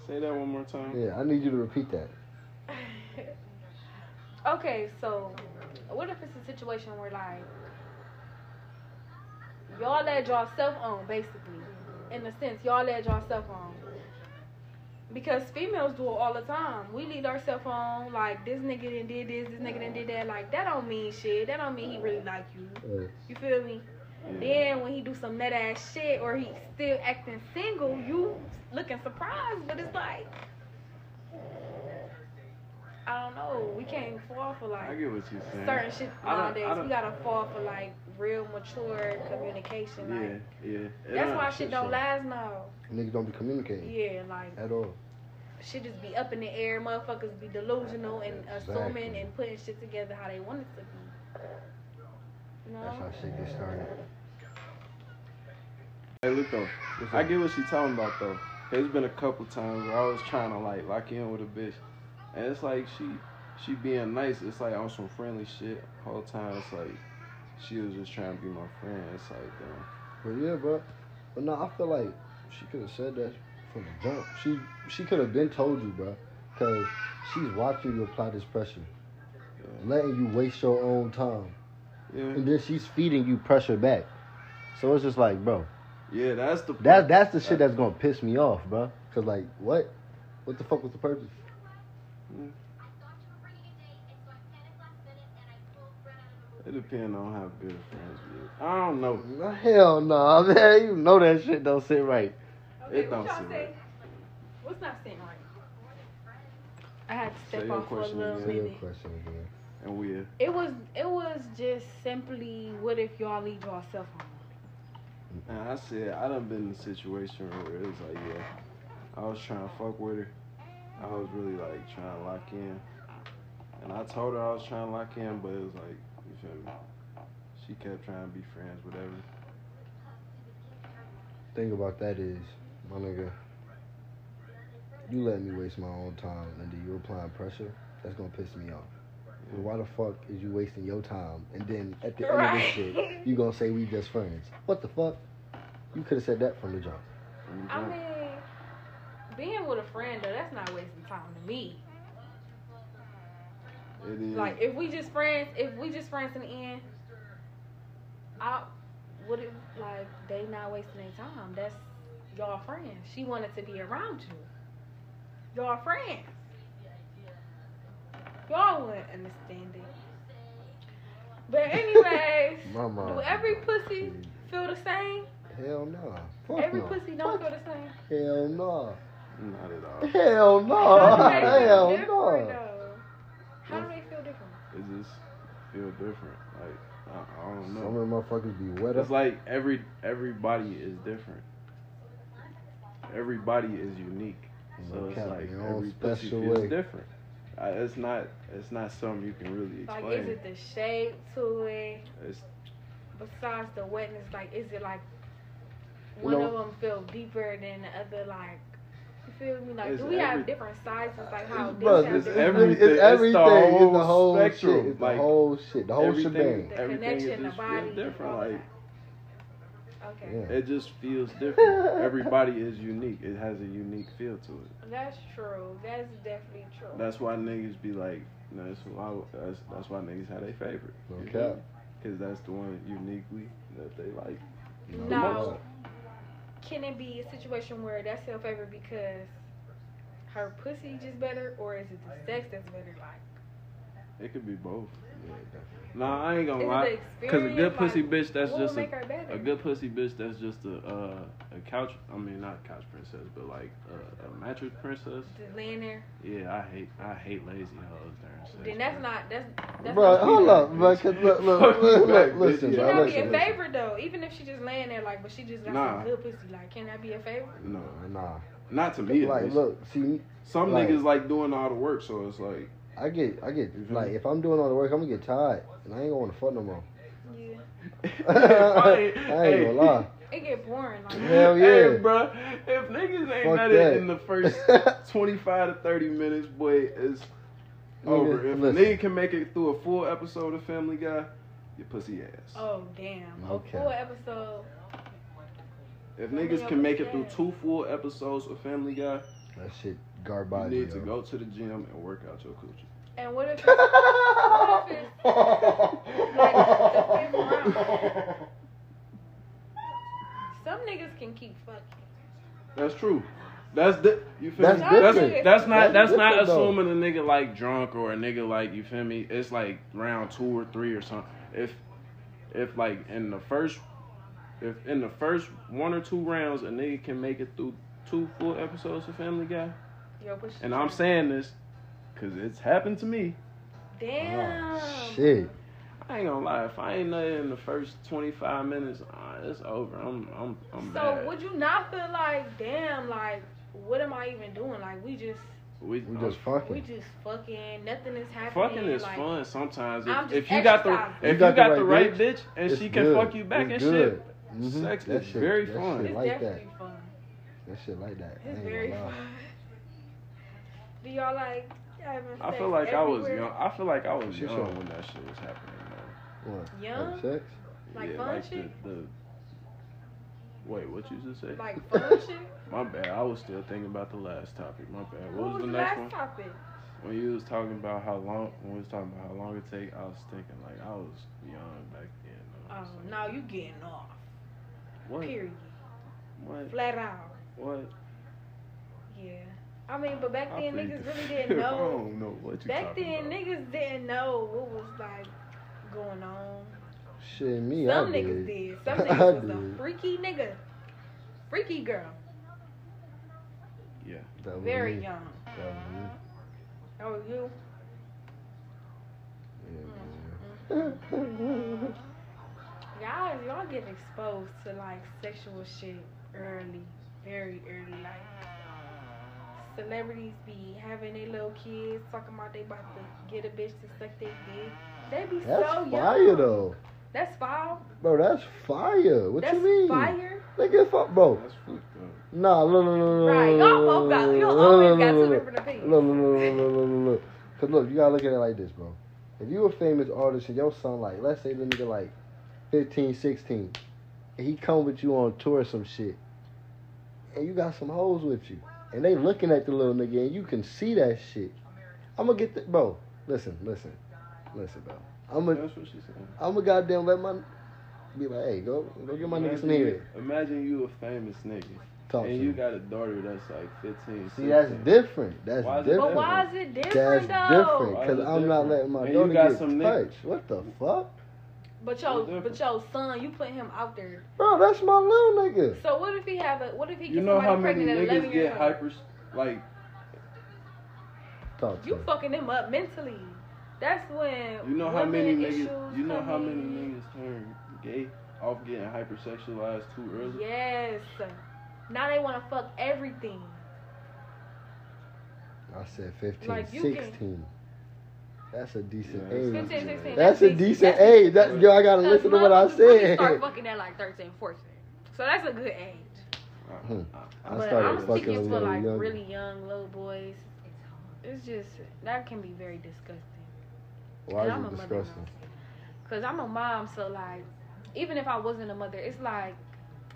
Speaker 4: Say that one more time.
Speaker 1: Yeah, I need you to repeat that.
Speaker 2: <laughs> okay, so what if it's a situation where like y'all led yourself on basically, in a sense y'all led yourself on. Because females do it all the time. We lead ourselves on like this nigga didn't did this, this nigga didn't did that. Like that don't mean shit. That don't mean he really like you.
Speaker 1: Uh,
Speaker 2: You feel me?
Speaker 3: yeah.
Speaker 2: Then when he do some nut ass shit or he still acting single, you looking surprised, but it's like I don't know. We can't fall for
Speaker 3: I
Speaker 2: like
Speaker 3: get what you're saying.
Speaker 2: certain shit
Speaker 3: I don't- I
Speaker 2: nowadays.
Speaker 3: don't-
Speaker 2: We gotta fall for like real mature communication. Like
Speaker 3: Yeah. Yeah.
Speaker 2: that's why
Speaker 3: should
Speaker 2: shit don't last now.
Speaker 1: niggas don't be communicating
Speaker 2: Yeah, like
Speaker 1: at all.
Speaker 2: shit just be up in the air. Motherfuckers be delusional and assuming
Speaker 1: Exactly.
Speaker 2: and putting shit together how they want it to be. You know?
Speaker 1: That's how shit gets started.
Speaker 4: Hey, look though.
Speaker 1: What's
Speaker 4: I
Speaker 1: up?
Speaker 4: get what she's talking about though. There's been a couple times where I was trying to like lock in with a bitch, and it's like she she being nice. It's like on some friendly shit whole time. It's like she was just trying to be my friend. It's like damn.
Speaker 1: But yeah, bro. But no, I feel like she could have said that from the jump. She she could have been told you, bro, because she's watching you apply this pressure, letting you waste your own time,
Speaker 4: Yeah,
Speaker 1: and then she's feeding you pressure back. So it's just like, bro,
Speaker 4: yeah. That's the
Speaker 1: that's that's the shit that's gonna piss me off, bro. Cause like, what? What the fuck was the purpose?
Speaker 4: It depends on how good of friends we is. I don't know.
Speaker 1: Nah, <laughs> Hell no, man. You know that shit don't sit right.
Speaker 2: Okay,
Speaker 4: It
Speaker 2: what
Speaker 4: don't
Speaker 2: y'all
Speaker 4: seem
Speaker 2: say?
Speaker 4: right.
Speaker 2: What's not sitting right? I had to
Speaker 4: Say
Speaker 2: step
Speaker 4: your
Speaker 2: off for a
Speaker 4: question
Speaker 2: little
Speaker 4: again.
Speaker 1: Say your
Speaker 2: minute.
Speaker 1: question again.
Speaker 4: And weird.
Speaker 2: It was it was just simply what if y'all leave yourself on?
Speaker 4: And I said I done been in a situation where it was like yeah, I was trying to fuck with her. I was really like trying to lock in, and I told her I was trying to lock in, but it was like you feel me. She kept trying to be friends, whatever.
Speaker 1: Thing about that is, my nigga, you let me waste my own time, and then you applying pressure. That's gonna piss me off. Well, Why the fuck is you wasting your time? And then at the end of this
Speaker 2: Right.
Speaker 1: shit, you gonna say we just friends? What the fuck? You could have said that from the jump.
Speaker 4: And
Speaker 2: I mean being with a friend though, that's not wasting time to me.
Speaker 4: it is.
Speaker 2: Like if we just friends if we just friends in the end, I would it like they not wasting their time. That's y'all friends. She wanted to be around you. Y'all friends. Y'all wouldn't understand it. But
Speaker 1: <laughs>
Speaker 2: anyways,
Speaker 1: My mom.
Speaker 2: do every pussy feel the same?
Speaker 1: Hell no. Fuck
Speaker 2: Every
Speaker 1: no.
Speaker 2: pussy don't feel the same.
Speaker 1: Hell no.
Speaker 4: not at all.
Speaker 1: <laughs>
Speaker 2: <laughs>
Speaker 1: Hell no.
Speaker 2: How do they feel
Speaker 1: Hell
Speaker 2: different
Speaker 1: no.
Speaker 2: though? How do they feel different?
Speaker 4: It just feel different. Like I, I don't
Speaker 1: Some
Speaker 4: know.
Speaker 1: of the motherfuckers be wet
Speaker 4: It's
Speaker 1: up.
Speaker 4: like every everybody is different. Everybody is unique. So
Speaker 1: No
Speaker 4: it's
Speaker 1: cap,
Speaker 4: like
Speaker 1: your own
Speaker 4: every pussy
Speaker 1: special
Speaker 4: feels
Speaker 1: way.
Speaker 4: different. I, it's not it's not something you can really
Speaker 2: Like,
Speaker 4: explain.
Speaker 2: is it the shape to it?
Speaker 4: It's
Speaker 2: besides the wetness, like is it like
Speaker 1: You
Speaker 2: one
Speaker 1: know-
Speaker 2: of them feel deeper than the other? Like you feel me? Like
Speaker 4: It's
Speaker 2: do we
Speaker 4: every-
Speaker 2: have different sizes? Like how
Speaker 1: It's-
Speaker 2: this
Speaker 1: bruh,
Speaker 2: have
Speaker 1: it's,
Speaker 2: different-
Speaker 1: everything.
Speaker 4: everything. It's
Speaker 1: It's
Speaker 4: the
Speaker 1: everything. It's
Speaker 4: whole
Speaker 1: the whole
Speaker 4: spectrum,
Speaker 1: shit. It's
Speaker 4: like,
Speaker 1: the whole shit. The whole
Speaker 4: everything-
Speaker 1: shebang.
Speaker 2: the
Speaker 4: everything is
Speaker 2: connection, the
Speaker 4: just
Speaker 2: body,
Speaker 4: feels different,
Speaker 2: all that.
Speaker 4: like-
Speaker 2: okay,
Speaker 1: Yeah.
Speaker 4: It just feels different. Everybody is unique. It has a unique feel to it.
Speaker 2: that's true. That's definitely true.
Speaker 4: That's why niggas be like, you know, that's why that's, that's why niggas have their favorite.
Speaker 1: No cap.
Speaker 4: Because that's the one uniquely that they like.
Speaker 2: Now, can it be a situation where that's her favorite because her pussy just better, or is it the sex that's better? Like,
Speaker 4: It could be both.
Speaker 1: Yeah, definitely.
Speaker 3: Nah, I ain't
Speaker 2: is
Speaker 3: gonna
Speaker 2: it
Speaker 3: lie.
Speaker 2: the
Speaker 3: Cause a
Speaker 2: experience?
Speaker 3: good pussy
Speaker 2: Like,
Speaker 3: bitch, that's
Speaker 2: what
Speaker 3: just a,
Speaker 2: would make her better?
Speaker 3: a good pussy bitch. That's just a uh, a couch. I mean, not couch princess, but like a, a mattress princess.
Speaker 2: Just laying there.
Speaker 3: Yeah, I hate I hate lazy hoes during sex.
Speaker 2: Then
Speaker 3: bruh.
Speaker 2: that's not that's that's
Speaker 1: Bro,
Speaker 2: not
Speaker 1: hold up, bro. Cause look, look, look, look,
Speaker 4: Fuck you,
Speaker 1: listen,
Speaker 4: bitch. Nah,
Speaker 2: Can that be
Speaker 1: bro. Listen,
Speaker 2: a
Speaker 1: listen.
Speaker 2: favorite though? Even if she just laying there, like, but she just got
Speaker 4: Nah.
Speaker 2: some good pussy. Like, can that be a favorite?
Speaker 4: No,
Speaker 1: Nah,
Speaker 4: not to me.
Speaker 1: like,
Speaker 4: look,
Speaker 1: look, see,
Speaker 4: some
Speaker 1: like-
Speaker 4: niggas like doing all the work, so it's
Speaker 1: <laughs>
Speaker 4: like <laughs>
Speaker 1: I get, I get, like, if I'm doing all the work, I'm gonna get tired, and I ain't gonna wanna fuck
Speaker 4: <laughs>
Speaker 1: no more. <laughs>
Speaker 2: Yeah,
Speaker 1: I ain't
Speaker 3: Hey.
Speaker 1: gonna lie.
Speaker 2: it get boring. Like,
Speaker 1: Hell yeah.
Speaker 3: Hey, bro, if niggas ain't
Speaker 1: Fuck
Speaker 3: nutted
Speaker 1: that.
Speaker 3: in the first
Speaker 1: <laughs>
Speaker 4: 25 to 30 minutes, boy, it's over.
Speaker 1: Nigga,
Speaker 4: If
Speaker 1: listen.
Speaker 4: a nigga can make it through a full episode of Family Guy, your pussy ass.
Speaker 2: oh damn,
Speaker 1: Okay.
Speaker 2: a full episode.
Speaker 4: if
Speaker 2: Family
Speaker 4: niggas
Speaker 2: Guy
Speaker 4: can make it
Speaker 2: pussy
Speaker 4: through
Speaker 2: ass.
Speaker 4: two full episodes of Family Guy,
Speaker 1: That shit
Speaker 4: you
Speaker 1: garbage.
Speaker 4: need to
Speaker 1: <laughs> yo.
Speaker 4: go to the gym and work out your coochie.
Speaker 2: And what
Speaker 1: <laughs>
Speaker 2: if? what if it's Some niggas can keep fucking.
Speaker 4: That's true. That's the you feel
Speaker 1: That's
Speaker 4: me? That's,
Speaker 2: different.
Speaker 3: That's not
Speaker 1: That's
Speaker 3: that's, not
Speaker 1: different, though.
Speaker 3: assuming a nigga like drunk or a nigga like you feel me. It's like round two or three or something. If if like in the first if in the first one or two rounds a nigga can make it through two full episodes of Family Guy,
Speaker 2: Yo, push
Speaker 3: and I'm saying this because it's happened to me.
Speaker 2: damn.
Speaker 1: Shit.
Speaker 3: I ain't gonna lie, if I ain't nutted in the first 25 minutes, ah, it's over. I'm I'm I'm
Speaker 2: So
Speaker 3: bad.
Speaker 2: would you not feel like, damn, like, what am I even doing? Like, we just,
Speaker 3: we,
Speaker 1: We
Speaker 3: I'm
Speaker 1: just
Speaker 2: we
Speaker 1: fucking.
Speaker 2: just fucking. Nothing is happening.
Speaker 3: Fucking is
Speaker 2: like,
Speaker 3: fun sometimes.
Speaker 2: I'm
Speaker 3: If,
Speaker 2: just
Speaker 3: if you got the
Speaker 2: exercising.
Speaker 3: if
Speaker 1: You
Speaker 3: you
Speaker 1: got
Speaker 3: got,
Speaker 1: the
Speaker 3: the
Speaker 1: right
Speaker 3: right bitch and
Speaker 1: It's
Speaker 3: she can
Speaker 1: good.
Speaker 3: fuck you back
Speaker 1: It's
Speaker 3: and
Speaker 1: good.
Speaker 3: shit,
Speaker 1: Mhm.
Speaker 3: sex
Speaker 1: That
Speaker 3: is
Speaker 1: shit-
Speaker 3: very
Speaker 1: that
Speaker 3: fun.
Speaker 1: shit
Speaker 2: It's
Speaker 1: like that.
Speaker 2: definitely fun.
Speaker 1: That shit like that. I
Speaker 2: It's
Speaker 1: ain't
Speaker 2: very
Speaker 1: gonna
Speaker 2: fun.
Speaker 1: lie.
Speaker 2: Do y'all like having
Speaker 3: I
Speaker 2: sex
Speaker 3: feel like I was
Speaker 2: everywhere?
Speaker 3: young. I feel like I was
Speaker 1: Shit,
Speaker 3: young
Speaker 1: sure.
Speaker 3: when that shit was happening. though.
Speaker 1: What?
Speaker 2: Young?
Speaker 1: Have Sex?
Speaker 2: Like fun
Speaker 3: like
Speaker 2: shit?
Speaker 3: The, the, wait, what you just said? <laughs>
Speaker 2: Like fun shit.
Speaker 3: My bad. I was still thinking about the last topic. My bad. What,
Speaker 2: What was the
Speaker 3: next
Speaker 2: last
Speaker 3: one?
Speaker 2: topic?
Speaker 3: When you was talking about how long, when we was talking about how long it take, I was thinking like I was young back then. though. I
Speaker 2: Oh,
Speaker 3: was like,
Speaker 2: now you getting off.
Speaker 3: what?
Speaker 2: Period.
Speaker 3: What?
Speaker 2: Flat out.
Speaker 3: What?
Speaker 2: Yeah. I mean, but back
Speaker 3: I
Speaker 2: then
Speaker 3: plead the <laughs>
Speaker 2: niggas
Speaker 1: <laughs>
Speaker 2: really
Speaker 3: fifth.
Speaker 2: didn't
Speaker 3: I
Speaker 2: know.
Speaker 3: don't know what you
Speaker 2: Back
Speaker 3: talking
Speaker 2: then,
Speaker 3: about.
Speaker 2: niggas didn't know what was like going on.
Speaker 1: Shit, me.
Speaker 2: Some
Speaker 1: I
Speaker 2: niggas
Speaker 1: did. <laughs>
Speaker 2: did. Some
Speaker 1: I
Speaker 2: niggas was
Speaker 1: did.
Speaker 2: a freaky nigga, freaky girl,
Speaker 3: Yeah.
Speaker 1: That was
Speaker 2: very
Speaker 1: me.
Speaker 2: young.
Speaker 1: That was me.
Speaker 2: Oh, you?
Speaker 1: Yeah, <laughs>
Speaker 2: Y'all, y'all get exposed to like sexual shit early, very early. Like celebrities be having their little kids talking about they about to get a bitch to suck their dick. They be
Speaker 1: yeah. That's
Speaker 2: so young.
Speaker 1: fire though.
Speaker 2: That's foul.
Speaker 1: Bro, that's fire. What
Speaker 2: That's
Speaker 1: you mean?
Speaker 2: fire.
Speaker 1: Nigga, fuck, bro.
Speaker 4: That's fucked up.
Speaker 1: Nah, look, look, look, look,
Speaker 2: Right.
Speaker 1: look,
Speaker 2: Y'all both got. You
Speaker 1: look,
Speaker 2: always
Speaker 1: look,
Speaker 2: got two
Speaker 1: look,
Speaker 2: different opinions.
Speaker 1: Look, look, look, look, look, look, look. Cause look, you gotta look at it like this, bro. If you a famous artist and your son, like, let's say the nigga like 15, 16, and he come with you on tour or some shit, and you got some hoes with you, and they looking at the little nigga, and you can see that shit. I'm gonna get the bro. Listen, listen, listen, bro. I'm gonna,
Speaker 4: That's what she said.
Speaker 1: I'm gonna goddamn let my be like, hey, go, go get my nigga some here.
Speaker 4: Imagine you a famous nigga
Speaker 1: Talk to
Speaker 4: and you
Speaker 1: me.
Speaker 4: got a daughter that's like 15.
Speaker 1: See, that's
Speaker 4: 16.
Speaker 1: different. That's
Speaker 4: Why is it
Speaker 1: different.
Speaker 2: But why is it
Speaker 1: That's
Speaker 2: different though?
Speaker 1: different
Speaker 4: Why
Speaker 1: because
Speaker 4: is it
Speaker 1: I'm not
Speaker 4: different?
Speaker 1: letting my
Speaker 4: And you
Speaker 1: daughter
Speaker 4: got
Speaker 1: get
Speaker 4: some niggas-
Speaker 1: touched. What the fuck,
Speaker 2: But yo,
Speaker 4: It's different.
Speaker 2: but yo, son, you put him out there.
Speaker 1: bro? That's my little nigga.
Speaker 2: So what if he have a? What if he gets
Speaker 4: You know
Speaker 2: somebody
Speaker 4: how many
Speaker 2: pregnant at eleven
Speaker 4: niggas
Speaker 2: years
Speaker 4: get
Speaker 2: old?
Speaker 4: hyper, like,
Speaker 1: Talk to
Speaker 2: You
Speaker 1: me.
Speaker 2: fucking them up mentally. That's when
Speaker 4: you know how
Speaker 2: women
Speaker 4: many niggas,
Speaker 2: issues
Speaker 4: you know how
Speaker 2: come
Speaker 4: many
Speaker 2: in.
Speaker 4: niggas turn gay off getting hypersexualized too early?
Speaker 2: Yes. Now they want to fuck everything.
Speaker 1: I said 15,
Speaker 2: Like, you can-
Speaker 1: 16. That's a decent
Speaker 5: Yeah,
Speaker 1: age.
Speaker 5: that's-
Speaker 6: 15, 16.
Speaker 1: That's a decent age. That's yo, I gotta
Speaker 6: Because
Speaker 1: listen to what I
Speaker 6: motherfuckers really
Speaker 1: said. <laughs>
Speaker 6: Start fucking at like 13, 14. So that's a good age.
Speaker 1: I
Speaker 6: but
Speaker 1: started
Speaker 6: I'm
Speaker 1: fucking a
Speaker 6: speaking to
Speaker 1: little
Speaker 6: like
Speaker 1: younger.
Speaker 6: really young little boys. It's just that can be very disgusting.
Speaker 1: Why
Speaker 6: And
Speaker 1: is
Speaker 6: I'm
Speaker 1: it
Speaker 6: a mother
Speaker 1: disgusting?
Speaker 6: Cause I'm a mom, so like, even if I wasn't a mother, it's like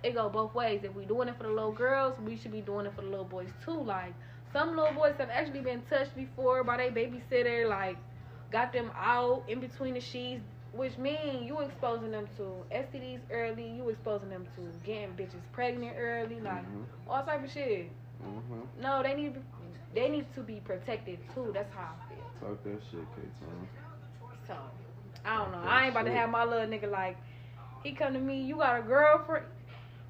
Speaker 6: it go both ways. If we doing it for the little girls, we should be doing it for the little boys too. Like some little boys have actually been touched before by their babysitter, like got them out in between the sheets, which mean you exposing them to STDs early, you exposing them to getting bitches pregnant early, like all type of shit.
Speaker 5: Mm-hmm.
Speaker 6: No, they need they need to be protected too. That's how I feel.
Speaker 5: Talk that shit, K-Town.
Speaker 6: So I don't know. I ain't about to have my little nigga like he come to me. You got a girlfriend?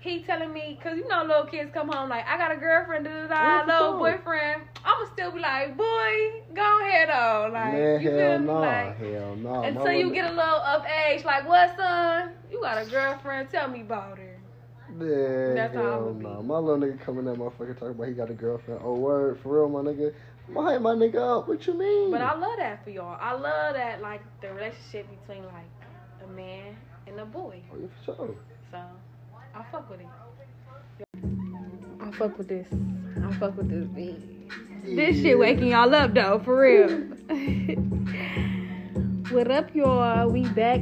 Speaker 6: He telling me because you know little kids come home like I got a girlfriend, da da
Speaker 1: Yeah, for
Speaker 6: da, little
Speaker 1: sure.
Speaker 6: boyfriend. I'ma still be like, boy, go ahead though. Like
Speaker 1: Man,
Speaker 6: you feel
Speaker 1: hell
Speaker 6: me?
Speaker 1: no,
Speaker 6: Like
Speaker 1: hell no.
Speaker 6: until you get a little of age, like what son? You got a girlfriend? Tell me about her.
Speaker 1: Yeah,
Speaker 6: That's how I
Speaker 1: hell
Speaker 6: would
Speaker 1: no.
Speaker 6: be.
Speaker 1: My little nigga coming that motherfucker talking about he got a girlfriend. Oh word, for real, my nigga. My my nigga up. What you mean?
Speaker 6: But I love that for y'all. I love that like the relationship between like a man and a boy.
Speaker 1: Oh, yeah, for sure.
Speaker 6: So I fuck with it.
Speaker 2: I fuck with this. I fuck with this beat. This shit waking y'all up though, for real. <laughs> what up, y'all? We back.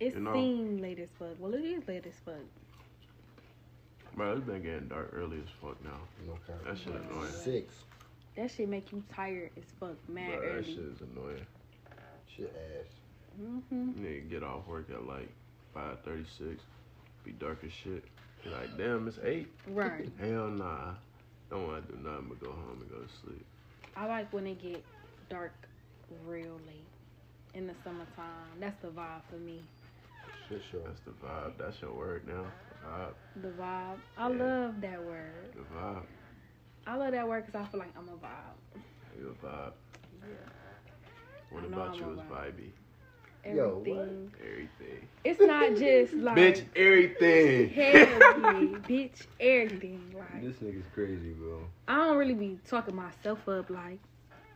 Speaker 2: It
Speaker 3: You know.
Speaker 2: seemed late as fuck. Well, it is late as fuck.
Speaker 3: Bro, it's been getting dark early as fuck now.
Speaker 1: Okay.
Speaker 3: That shit annoying.
Speaker 1: Six.
Speaker 2: That shit make you tired as fuck, mad
Speaker 3: Bro, that
Speaker 2: early.
Speaker 3: shit is annoying.
Speaker 1: Shit ass.
Speaker 2: Mm-hmm.
Speaker 3: Nigga get off work at like 5:36, be dark as shit. Be like, damn, it's eight.
Speaker 2: Right.
Speaker 3: Hell nah. Don't want to do nothing but go home and go to sleep.
Speaker 2: I like when it get dark real late in the summertime. That's the vibe for me.
Speaker 1: Shit sure.
Speaker 3: That's the vibe. That's your word now. The vibe.
Speaker 2: The vibe. I
Speaker 3: Yeah.
Speaker 2: love that word.
Speaker 3: The vibe.
Speaker 2: I love that word because I feel like I'm a vibe.
Speaker 3: You a vibe. What
Speaker 2: I know
Speaker 3: about
Speaker 2: I'm
Speaker 3: you
Speaker 2: a
Speaker 3: is vibey?
Speaker 1: Yo, what?
Speaker 2: Everything.
Speaker 3: Everything.
Speaker 2: It's
Speaker 1: <laughs>
Speaker 2: not just like
Speaker 3: Bitch, eh. everything.
Speaker 2: Hell
Speaker 3: <laughs>
Speaker 2: yeah, bitch, everything. Like
Speaker 1: This nigga's crazy, bro.
Speaker 2: I don't really be talking myself up like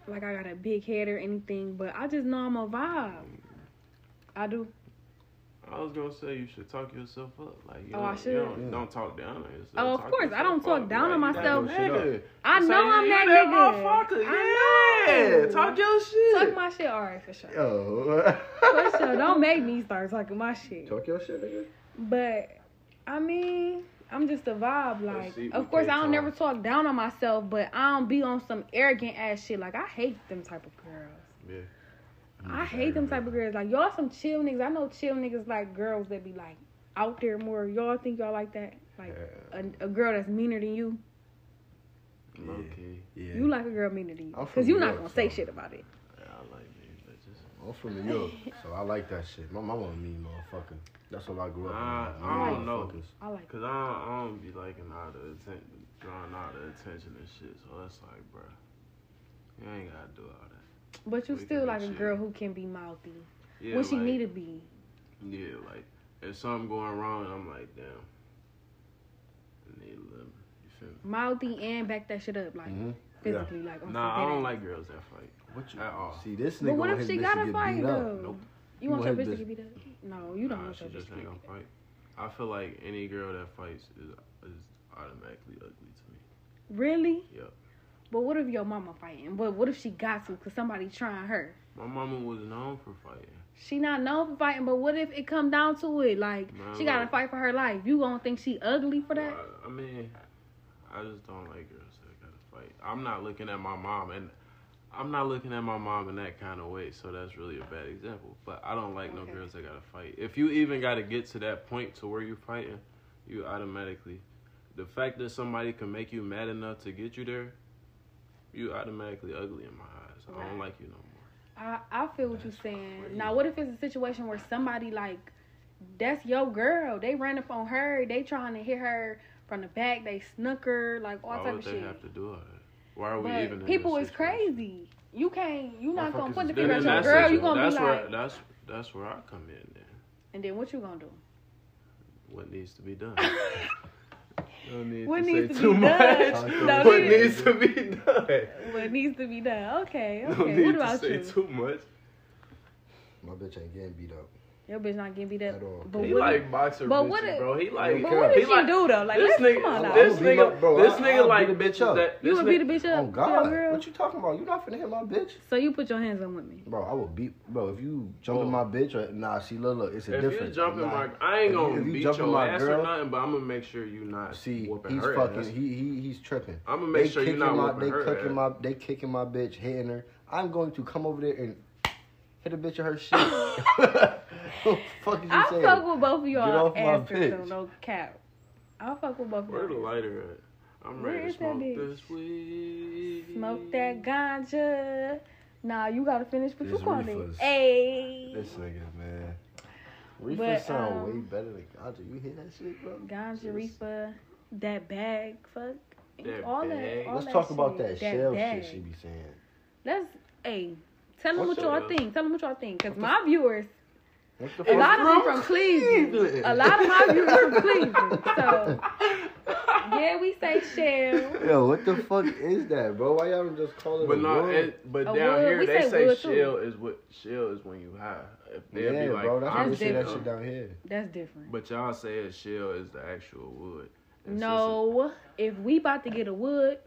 Speaker 2: like I got a big head or anything, but I just know I'm a vibe. I do.
Speaker 3: I was gonna say you should talk yourself up. Like you
Speaker 2: Oh, I
Speaker 3: don't- you
Speaker 2: should.
Speaker 3: don't,
Speaker 1: Yeah.
Speaker 3: don't talk down on yourself.
Speaker 2: Oh, of
Speaker 3: Talk
Speaker 2: course. I don't
Speaker 3: yourself
Speaker 2: talk down on
Speaker 3: Like, you that
Speaker 1: myself.
Speaker 3: nigga.
Speaker 2: I
Speaker 3: Say,
Speaker 2: know I'm
Speaker 3: you
Speaker 2: that,
Speaker 3: that
Speaker 2: nigga.
Speaker 3: motherfucker.
Speaker 2: I know.
Speaker 3: Yeah. Talk your shit.
Speaker 2: Talk my shit, alright, for sure.
Speaker 1: Yo.
Speaker 2: For sure. Don't make me start talking my shit.
Speaker 1: <laughs> Talk your shit, nigga.
Speaker 2: But I mean, I'm just a vibe. Like,
Speaker 3: see, we
Speaker 2: of course, I
Speaker 3: can't
Speaker 2: don't never
Speaker 3: talk.
Speaker 2: talk down on myself, but I don't be on some arrogant ass shit. Like, I hate them type of girls.
Speaker 3: Yeah.
Speaker 2: I hate them type of girls. Like, y'all some chill niggas. I know chill niggas like girls that be like out there more. Y'all think y'all like that? Like uh, a, a girl that's meaner than you.
Speaker 3: Low key.
Speaker 1: Yeah.
Speaker 2: You like a girl meaner than you,
Speaker 1: I'm from
Speaker 2: cause you're
Speaker 1: New
Speaker 2: not
Speaker 1: York,
Speaker 2: gonna say
Speaker 1: so-
Speaker 2: shit about it.
Speaker 3: Yeah, I like these bitches.
Speaker 1: I'm from New York, so I like that shit. My mama a mean motherfucker. That's what I grew up with.
Speaker 3: Nah, Uh, I don't know.
Speaker 1: Motherfuckers.
Speaker 2: I like.
Speaker 3: Cause I don't, I don't be liking all the attention, drawing all the attention and shit. So that's like, bruh, you ain't gotta do all that.
Speaker 2: But you
Speaker 3: we
Speaker 2: still
Speaker 3: can
Speaker 2: like a
Speaker 3: chill.
Speaker 2: girl who can be mouthy
Speaker 3: Yeah,
Speaker 2: when she
Speaker 3: like,
Speaker 2: need to be.
Speaker 3: Yeah, like if something going wrong, I'm like, damn. I need a little. You feel me?
Speaker 2: Mouthy and back that shit up, like
Speaker 1: Mhm.
Speaker 2: physically, like on
Speaker 3: Mm-hmm. Nah, I
Speaker 2: some dead
Speaker 3: don't
Speaker 2: ass.
Speaker 3: like girls that fight.
Speaker 1: What you
Speaker 3: At all.
Speaker 1: See this
Speaker 2: But
Speaker 1: nigga
Speaker 2: what
Speaker 1: want
Speaker 2: if
Speaker 1: his
Speaker 2: she
Speaker 1: bitch
Speaker 2: got
Speaker 1: to
Speaker 2: a
Speaker 1: get
Speaker 2: fight
Speaker 1: beat up.
Speaker 2: though?
Speaker 3: Nope.
Speaker 2: You want
Speaker 1: You
Speaker 2: your
Speaker 1: want
Speaker 2: bitch to
Speaker 1: his
Speaker 2: get beat up? No, Oh, you don't
Speaker 3: Nah,
Speaker 2: want
Speaker 3: she
Speaker 2: your bitch
Speaker 3: just
Speaker 2: to
Speaker 3: ain't
Speaker 2: get beat
Speaker 3: gonna
Speaker 2: up.
Speaker 3: fight. I feel like any girl that fights is is automatically ugly to me.
Speaker 2: Really?
Speaker 3: Yup.
Speaker 2: But what if your mama fighting? But what if she got to because somebody trying her?
Speaker 3: My mama was known for fighting.
Speaker 2: She not known for fighting, but what if it come down to it? Like
Speaker 3: Man,
Speaker 2: she gotta
Speaker 3: look.
Speaker 2: fight for her life. You gonna think she ugly for that?
Speaker 3: Well, I, I mean, I just don't like girls that gotta fight. I'm not looking at my mom, and I'm not looking at my mom in that kind of way. So that's really a bad example. But I don't like
Speaker 2: Okay.
Speaker 3: no girls that gotta fight. If you even gotta get to that point to where you're fighting, you automatically, the fact that somebody can make you mad enough to get you there, you automatically ugly in my eyes. I don't
Speaker 2: Right.
Speaker 3: like you no more.
Speaker 2: I, I feel what you're
Speaker 3: That's
Speaker 2: saying.
Speaker 3: crazy.
Speaker 2: Now, what if it's a situation where somebody like, that's your girl. They ran up on her. They trying to hit her from the back. They snuck her, like all
Speaker 3: Why
Speaker 2: type
Speaker 3: would
Speaker 2: of
Speaker 3: they
Speaker 2: shit.
Speaker 3: have to do all that? Why are we even? in
Speaker 2: But
Speaker 3: this
Speaker 2: people is
Speaker 3: situation?
Speaker 2: crazy. You can't. You not gonna put
Speaker 1: Motherfuckers
Speaker 2: the
Speaker 1: is
Speaker 2: finger
Speaker 1: dead
Speaker 2: at
Speaker 1: in
Speaker 2: your
Speaker 1: that
Speaker 2: girl.
Speaker 1: situation.
Speaker 2: You gonna
Speaker 3: that's
Speaker 2: be
Speaker 3: where
Speaker 2: like,
Speaker 3: that's that's where I come in. Then
Speaker 2: and then what you gonna do?
Speaker 3: what needs to be done? Don't need
Speaker 2: What
Speaker 3: to
Speaker 2: needs
Speaker 3: say
Speaker 2: to
Speaker 3: too
Speaker 2: be
Speaker 3: much.
Speaker 2: <laughs> done? No,
Speaker 3: what
Speaker 2: neither.
Speaker 3: needs to be done?
Speaker 2: What needs to be
Speaker 3: <laughs>
Speaker 2: done? Okay,
Speaker 3: Don't
Speaker 2: okay.
Speaker 3: need
Speaker 2: What
Speaker 3: to
Speaker 2: about
Speaker 3: say
Speaker 2: you?
Speaker 3: too much.
Speaker 1: My bitch ain't getting beat up.
Speaker 2: Your bitch not getting beat up.
Speaker 1: At all.
Speaker 2: But
Speaker 3: He
Speaker 2: what?
Speaker 3: like boxer
Speaker 2: but
Speaker 3: bitches,
Speaker 2: what it-
Speaker 3: bro. He like.
Speaker 2: but what did
Speaker 3: he
Speaker 2: she
Speaker 3: like,
Speaker 2: do though? Like,
Speaker 3: this
Speaker 2: let's
Speaker 3: nigga,
Speaker 2: come on now.
Speaker 3: this
Speaker 1: I'll beat
Speaker 3: nigga,
Speaker 1: up, bro.
Speaker 3: this
Speaker 1: I'll-
Speaker 3: nigga
Speaker 1: I'll
Speaker 3: like
Speaker 1: beat a bitch
Speaker 3: bitches
Speaker 1: up.
Speaker 3: that.
Speaker 2: you
Speaker 3: This
Speaker 2: gonna beat
Speaker 3: nigga,
Speaker 2: a bitch
Speaker 1: Oh
Speaker 2: up? for your
Speaker 1: God,
Speaker 2: girl?
Speaker 1: what you talking about? You not finna hit my bitch,
Speaker 2: So you put your hands on with me.
Speaker 1: bro. I will beat, bro. If you jump in
Speaker 3: Oh.
Speaker 1: my bitch, or, nah, see, look, look, it's a
Speaker 3: if you
Speaker 1: difference.
Speaker 3: jumping
Speaker 1: Nah.
Speaker 3: my, I ain't
Speaker 1: if you-
Speaker 3: gonna
Speaker 1: if you
Speaker 3: beat
Speaker 1: jumping
Speaker 3: your
Speaker 1: my
Speaker 3: ass
Speaker 1: girl-
Speaker 3: or nothing, but I'm gonna make sure you not
Speaker 1: See,
Speaker 3: whooping
Speaker 1: he's
Speaker 3: her
Speaker 1: fucking.
Speaker 3: ass.
Speaker 1: He, he he's tripping.
Speaker 3: I'ma make sure you're
Speaker 1: kicking
Speaker 3: not
Speaker 1: my,
Speaker 3: whooping
Speaker 1: They
Speaker 3: her
Speaker 1: cooking
Speaker 3: ass.
Speaker 1: my. They kicking my bitch, hitting her. I'm going to come over there and hit a bitch of her shit. <laughs> what the fuck is you
Speaker 2: I
Speaker 1: saying?
Speaker 2: fuck with both of
Speaker 1: Get
Speaker 2: y'all
Speaker 1: off my
Speaker 2: answers though,
Speaker 1: bitch.
Speaker 2: no cap. I fuck with both of
Speaker 3: Where the
Speaker 2: y'all.
Speaker 3: lighter at? I'm
Speaker 2: Where
Speaker 3: ready
Speaker 2: is
Speaker 3: to
Speaker 2: that
Speaker 3: smoke
Speaker 2: bitch?
Speaker 3: this weed.
Speaker 2: Smoke that ganja. Nah, you gotta finish what you
Speaker 1: This
Speaker 2: calling it.
Speaker 1: reefers.
Speaker 2: Hey,
Speaker 1: this nigga, man.
Speaker 2: But,
Speaker 1: Reefer sound
Speaker 2: um,
Speaker 1: way better than Ganja. You hear that shit, bro?
Speaker 2: ganja reefer, that bag, fuck,
Speaker 3: That
Speaker 2: all that.
Speaker 3: bag.
Speaker 2: All
Speaker 1: Let's
Speaker 2: that
Speaker 1: talk
Speaker 2: shit.
Speaker 1: about that, shell
Speaker 2: bag.
Speaker 1: shit she be saying.
Speaker 2: Let's hey, tell them
Speaker 1: What
Speaker 2: what y'all
Speaker 1: the-
Speaker 2: think. Tell them what y'all think, cause my viewers,
Speaker 1: What the
Speaker 2: a
Speaker 1: fuck?
Speaker 2: lot of them from Cleveland. A lot of my viewers
Speaker 1: <laughs>
Speaker 2: from Cleveland. So
Speaker 3: <laughs>
Speaker 2: yeah, we say shell.
Speaker 1: Yo, what the fuck is that, bro? Why y'all don't just call it
Speaker 3: But
Speaker 1: a
Speaker 3: no,
Speaker 1: wood?
Speaker 3: it, but
Speaker 2: A
Speaker 3: down
Speaker 2: wood,
Speaker 3: here
Speaker 2: we
Speaker 3: they
Speaker 2: say
Speaker 3: say,
Speaker 2: wood, too.
Speaker 3: chill is what chill is when you high. If they
Speaker 1: Yeah,
Speaker 3: be like,
Speaker 1: bro. That's
Speaker 3: I'm
Speaker 1: what they say that
Speaker 2: different.
Speaker 1: shit down here.
Speaker 2: That's different.
Speaker 3: But y'all say a shell is the actual wood. It's
Speaker 2: No, if we about to get a wood,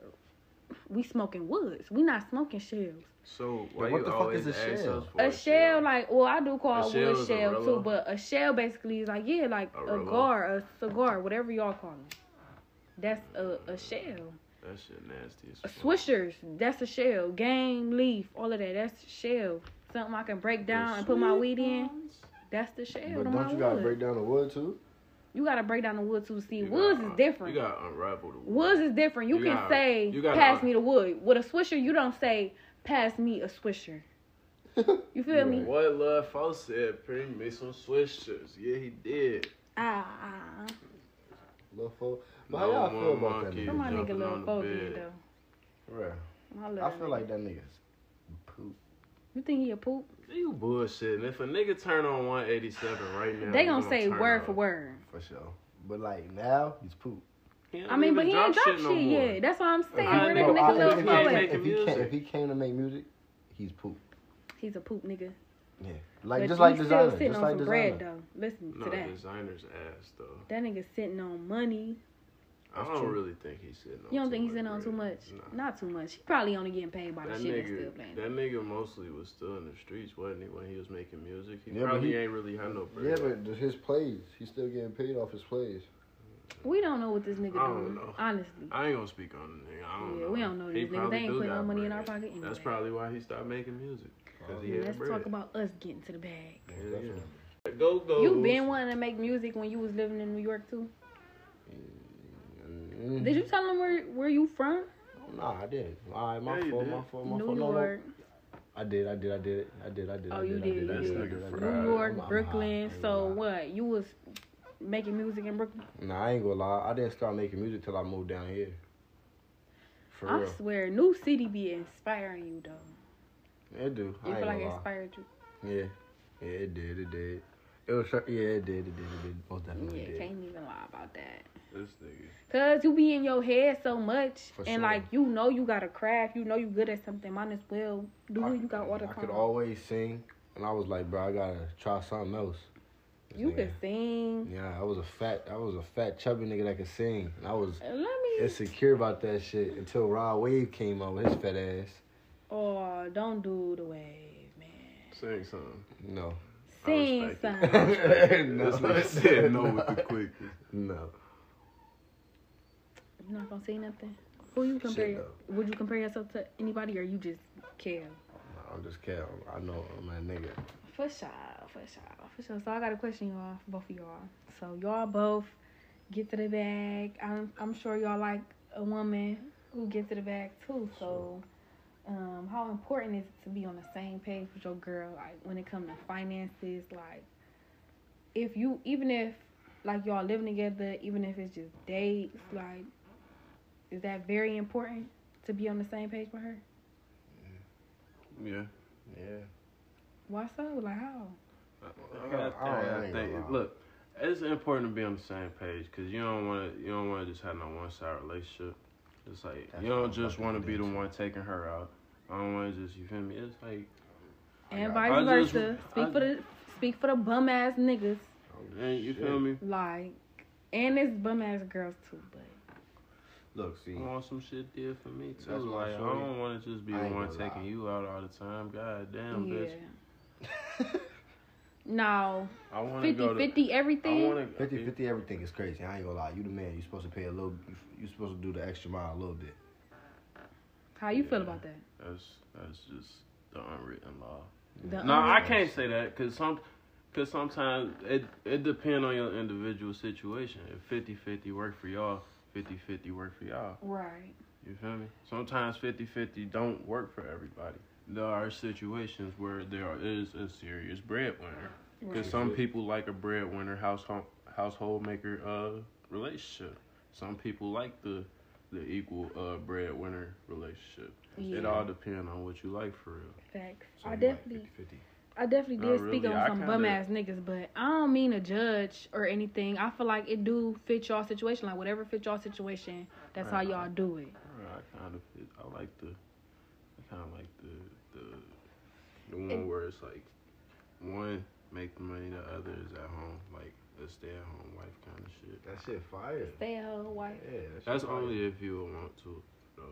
Speaker 2: we smoking woods. We not smoking shells.
Speaker 3: just a- so why
Speaker 1: what
Speaker 3: you
Speaker 1: the fuck
Speaker 3: always
Speaker 1: is a
Speaker 3: ask
Speaker 1: shell?
Speaker 3: us for
Speaker 2: A shell, like, well, I do
Speaker 3: A
Speaker 2: call a
Speaker 3: shell
Speaker 2: wood
Speaker 3: is a
Speaker 2: shell
Speaker 3: Rello.
Speaker 2: too, but a shell basically is like, yeah, like
Speaker 3: A
Speaker 2: a,
Speaker 3: Rello.
Speaker 2: gar, a cigar, whatever y'all call it. That's a, a shell.
Speaker 3: That shit nasty. As
Speaker 2: A
Speaker 3: fuck.
Speaker 2: swishers, that's a shell. Game, leaf, all of that, that's shell. Something I can break down and put my weed in,
Speaker 3: Mm-hmm.
Speaker 2: that's the shell. to
Speaker 1: But
Speaker 2: my
Speaker 1: don't you gotta
Speaker 2: wood.
Speaker 1: break down the wood too? <laughs>
Speaker 2: you gotta break down the wood too. See,
Speaker 3: You
Speaker 2: woods
Speaker 3: gotta
Speaker 2: is
Speaker 3: un-
Speaker 2: different.
Speaker 3: You gotta unravel the wood.
Speaker 2: Woods is different. You,
Speaker 3: You
Speaker 2: can
Speaker 3: gotta-
Speaker 2: say,
Speaker 3: you gotta-
Speaker 2: pass me the wood. With a swisher, you don't say, pass me a swisher. You feel me?
Speaker 3: What Love Fo said, bring me some swishers. Yeah, he did.
Speaker 2: Ah, ah. ah.
Speaker 1: Lil' fo. But how y'all
Speaker 3: No
Speaker 1: feel
Speaker 3: more
Speaker 1: about that
Speaker 3: monkey.
Speaker 1: nigga?
Speaker 2: Where my
Speaker 3: jumping
Speaker 2: nigga
Speaker 3: on
Speaker 2: Lil
Speaker 3: the
Speaker 2: Bo
Speaker 3: bed.
Speaker 2: did, though.
Speaker 1: Bruh,
Speaker 2: My little
Speaker 1: I feel like that nigga's poop.
Speaker 2: You think he a poop?
Speaker 3: You bullshitting. If a nigga turn on 187 right now,
Speaker 2: they
Speaker 3: you
Speaker 2: gonna say
Speaker 3: turn
Speaker 2: word
Speaker 3: up.
Speaker 2: for word.
Speaker 1: For sure. But like now, he's poop.
Speaker 3: He don't
Speaker 2: I mean, but
Speaker 3: even
Speaker 2: he ain't
Speaker 3: drop
Speaker 2: dropped shit,
Speaker 3: no more.
Speaker 2: yet. That's what I'm saying.
Speaker 3: I
Speaker 2: Where
Speaker 3: know,
Speaker 2: the
Speaker 3: I
Speaker 2: nigga
Speaker 3: know
Speaker 2: Lil
Speaker 1: if,
Speaker 3: he
Speaker 2: Bo
Speaker 3: ain't
Speaker 2: at?
Speaker 3: making
Speaker 1: if he
Speaker 3: music.
Speaker 1: came, if he came to make music, he's poop.
Speaker 2: He's a poop nigga.
Speaker 1: Yeah. Like
Speaker 2: but
Speaker 1: just like
Speaker 2: he's
Speaker 1: designer,
Speaker 2: still sitting
Speaker 1: just
Speaker 2: on
Speaker 1: like
Speaker 2: some
Speaker 1: designer.
Speaker 2: bread, though. Listen
Speaker 3: No,
Speaker 2: to that.
Speaker 3: designer's ass though.
Speaker 2: That nigga sitting on money.
Speaker 3: I
Speaker 1: That's
Speaker 3: don't
Speaker 1: true.
Speaker 3: really think he's sitting on.
Speaker 2: You don't
Speaker 3: too
Speaker 2: think he's
Speaker 3: much
Speaker 2: sitting on too much?
Speaker 3: bread.
Speaker 2: Not too much. He probably only getting paid by
Speaker 3: Nah.
Speaker 2: the
Speaker 3: That
Speaker 2: shit that's still
Speaker 3: nigga,
Speaker 2: playing.
Speaker 3: that nigga mostly was still in the streets, wasn't he? When he was making music, he
Speaker 1: Yeah, but
Speaker 3: probably
Speaker 1: he-
Speaker 3: ain't really had no bread.
Speaker 1: Yeah, but th- his plays, he's still getting paid off his plays.
Speaker 2: We don't know what this nigga
Speaker 3: I don't
Speaker 2: doing.
Speaker 3: know.
Speaker 2: Honestly.
Speaker 3: I ain't gonna speak on the nigga. I don't
Speaker 2: Yeah,
Speaker 3: know.
Speaker 2: we don't know
Speaker 3: He
Speaker 2: these niggas.
Speaker 3: probably
Speaker 2: They ain't
Speaker 3: do
Speaker 2: putting no
Speaker 3: got
Speaker 2: money in
Speaker 3: bread.
Speaker 2: our pocket anyway.
Speaker 3: That's probably why he stopped making music. Cause he
Speaker 2: Yeah,
Speaker 3: had
Speaker 2: Let's
Speaker 3: bread.
Speaker 2: talk about us getting to the bag.
Speaker 1: Yeah,
Speaker 3: Yeah,
Speaker 1: definitely.
Speaker 3: Go go.
Speaker 2: You been wanting to make music when you was living in New York too?
Speaker 1: Mm,
Speaker 2: Did you tell them where where you from?
Speaker 1: Nah, I did. All right, my
Speaker 3: Yeah, you
Speaker 1: fault,
Speaker 3: did.
Speaker 1: my fault, my
Speaker 2: New
Speaker 1: fault. No, no.
Speaker 2: York,
Speaker 1: I did, I did, I did it. I did, I did.
Speaker 2: Oh,
Speaker 1: I
Speaker 2: you
Speaker 1: did,
Speaker 2: did,
Speaker 1: I
Speaker 2: you
Speaker 1: did, I did, I
Speaker 3: did.
Speaker 1: did, I did.
Speaker 3: New
Speaker 1: I'm-
Speaker 2: York,
Speaker 1: I'm high. I
Speaker 2: Brooklyn.
Speaker 1: ain't
Speaker 2: So
Speaker 1: gonna lie.
Speaker 2: what? You was making music in Brooklyn?
Speaker 1: Nah, I ain't gonna lie. I didn't start making music till I moved down here. For
Speaker 2: I
Speaker 1: real,
Speaker 2: swear, New City be inspiring you though.
Speaker 1: it do.
Speaker 2: You
Speaker 1: I ain't
Speaker 2: feel like it
Speaker 1: gonna lie.
Speaker 2: inspired you?
Speaker 1: Yeah, yeah, it did, it did. It was, yeah, it did, it did, it did. Most definitely
Speaker 2: Yeah,
Speaker 1: did.
Speaker 2: can't even lie about that.
Speaker 3: This nigga.
Speaker 2: Cause you be in your head so much,
Speaker 1: For
Speaker 2: and
Speaker 1: sure.
Speaker 2: like you know you got a craft, you know you good at something. Might as well do
Speaker 1: I-
Speaker 2: it. You got all the
Speaker 1: I could
Speaker 2: time.
Speaker 1: always sing, and I was like, bro, I gotta try something else.
Speaker 2: You
Speaker 1: Nigga.
Speaker 2: could sing.
Speaker 1: Yeah, I was a fat, I was a fat chubby nigga that could sing, and I was
Speaker 2: Let me.
Speaker 1: insecure about that shit until Rod Wave came out with his fat ass.
Speaker 2: Oh, don't do the wave, man.
Speaker 3: Sing
Speaker 1: <laughs>
Speaker 3: something. <laughs>
Speaker 1: No,
Speaker 3: I
Speaker 2: Sing
Speaker 1: <laughs>
Speaker 3: respect it.
Speaker 2: something.
Speaker 3: This
Speaker 1: No.
Speaker 3: nigga <laughs> said no with
Speaker 1: <laughs>
Speaker 3: the quick.
Speaker 1: no.
Speaker 2: I'm not gonna say nothing. Who you compare?
Speaker 1: Shit,
Speaker 2: Would you compare yourself to anybody, or you just care?
Speaker 1: No, I'm just kidding. I know I'm a nigga.
Speaker 2: For sure, for sure, for sure. So I got a question, y'all, for both of y'all. So y'all both get to the bag. I'm I'm sure y'all like a woman who gets to the bag too. So, um, how important is it to be on the same page with your girl, like when it comes to finances? Like, if you even if like y'all living together, even if it's just dates, like, is that very important to be on the same page with her?
Speaker 3: Yeah.
Speaker 1: Yeah.
Speaker 2: Why so? Like how?
Speaker 3: I, I, I,
Speaker 1: I ain't
Speaker 3: think,
Speaker 1: gonna lie.
Speaker 3: look, It's important to be on the same page because you don't want to. You don't want to just have no one side relationship. It's like
Speaker 1: That's
Speaker 3: you
Speaker 1: what I'm
Speaker 3: don't just
Speaker 1: fucking
Speaker 3: want to be the
Speaker 1: bitch.
Speaker 3: one taking her out. I don't want to just. You feel me? It's like
Speaker 2: And
Speaker 1: I
Speaker 2: vice
Speaker 3: just-
Speaker 2: versa. Speak
Speaker 3: I-
Speaker 2: for the speak for the bum ass niggas.
Speaker 3: and you
Speaker 1: Shit.
Speaker 3: feel me?
Speaker 2: Like and it's bum ass girls too, but
Speaker 1: Look, see,
Speaker 3: I want some shit there for me too.
Speaker 1: That's why I
Speaker 3: like I
Speaker 1: shorty-
Speaker 3: don't want to just be
Speaker 1: I
Speaker 3: the
Speaker 1: ain't
Speaker 3: one
Speaker 1: gonna lie.
Speaker 3: taking you out all the time. God damn,
Speaker 2: yeah.
Speaker 3: bitch. Uh-huh.
Speaker 1: <laughs>
Speaker 2: No.
Speaker 3: I want to
Speaker 2: 50
Speaker 3: go to.
Speaker 2: 50
Speaker 3: I
Speaker 2: everything.
Speaker 3: want to.
Speaker 1: 50 50 everything is crazy. I ain't gonna lie. You the man. You supposed to pay a little. You, you supposed to do the extra mile a little bit.
Speaker 2: How you feel
Speaker 3: Yeah.
Speaker 2: about that?
Speaker 3: That's that's just the unwritten law.
Speaker 2: The
Speaker 3: No,
Speaker 2: only-
Speaker 3: I can't say that because some, cause sometimes it it depends on your individual situation. If 50-50 work for y'all, 50-50 work for y'all.
Speaker 2: Right.
Speaker 3: You feel me? Sometimes 50-50 don't work for everybody. There are situations where there is a serious breadwinner. Because
Speaker 2: right.
Speaker 3: some people like a breadwinner household household maker uh relationship. Some people like the the equal uh breadwinner relationship. It
Speaker 2: Yeah.
Speaker 3: all depends on what you like for real.
Speaker 2: Facts.
Speaker 1: So
Speaker 2: I
Speaker 1: you like
Speaker 2: definitely
Speaker 1: 50-50.
Speaker 2: I definitely
Speaker 3: Not
Speaker 2: did speak
Speaker 3: really.
Speaker 2: on
Speaker 3: I
Speaker 2: some
Speaker 3: kinda-
Speaker 2: bum ass niggas, but I don't mean to judge or anything. I feel like it do fit y'all situation. Like whatever fit y'all situation, that's how
Speaker 3: Right.
Speaker 2: y'all do it.
Speaker 3: Alright, I kind of fit- I like the I kind of like the the the one where it's like one make the money, the other is at home, like a stay at home wife kind of shit.
Speaker 1: That shit fire.
Speaker 2: Stay at home
Speaker 1: Yeah,
Speaker 2: wife.
Speaker 1: that shit
Speaker 3: That's
Speaker 1: fire.
Speaker 3: only if you would want to though.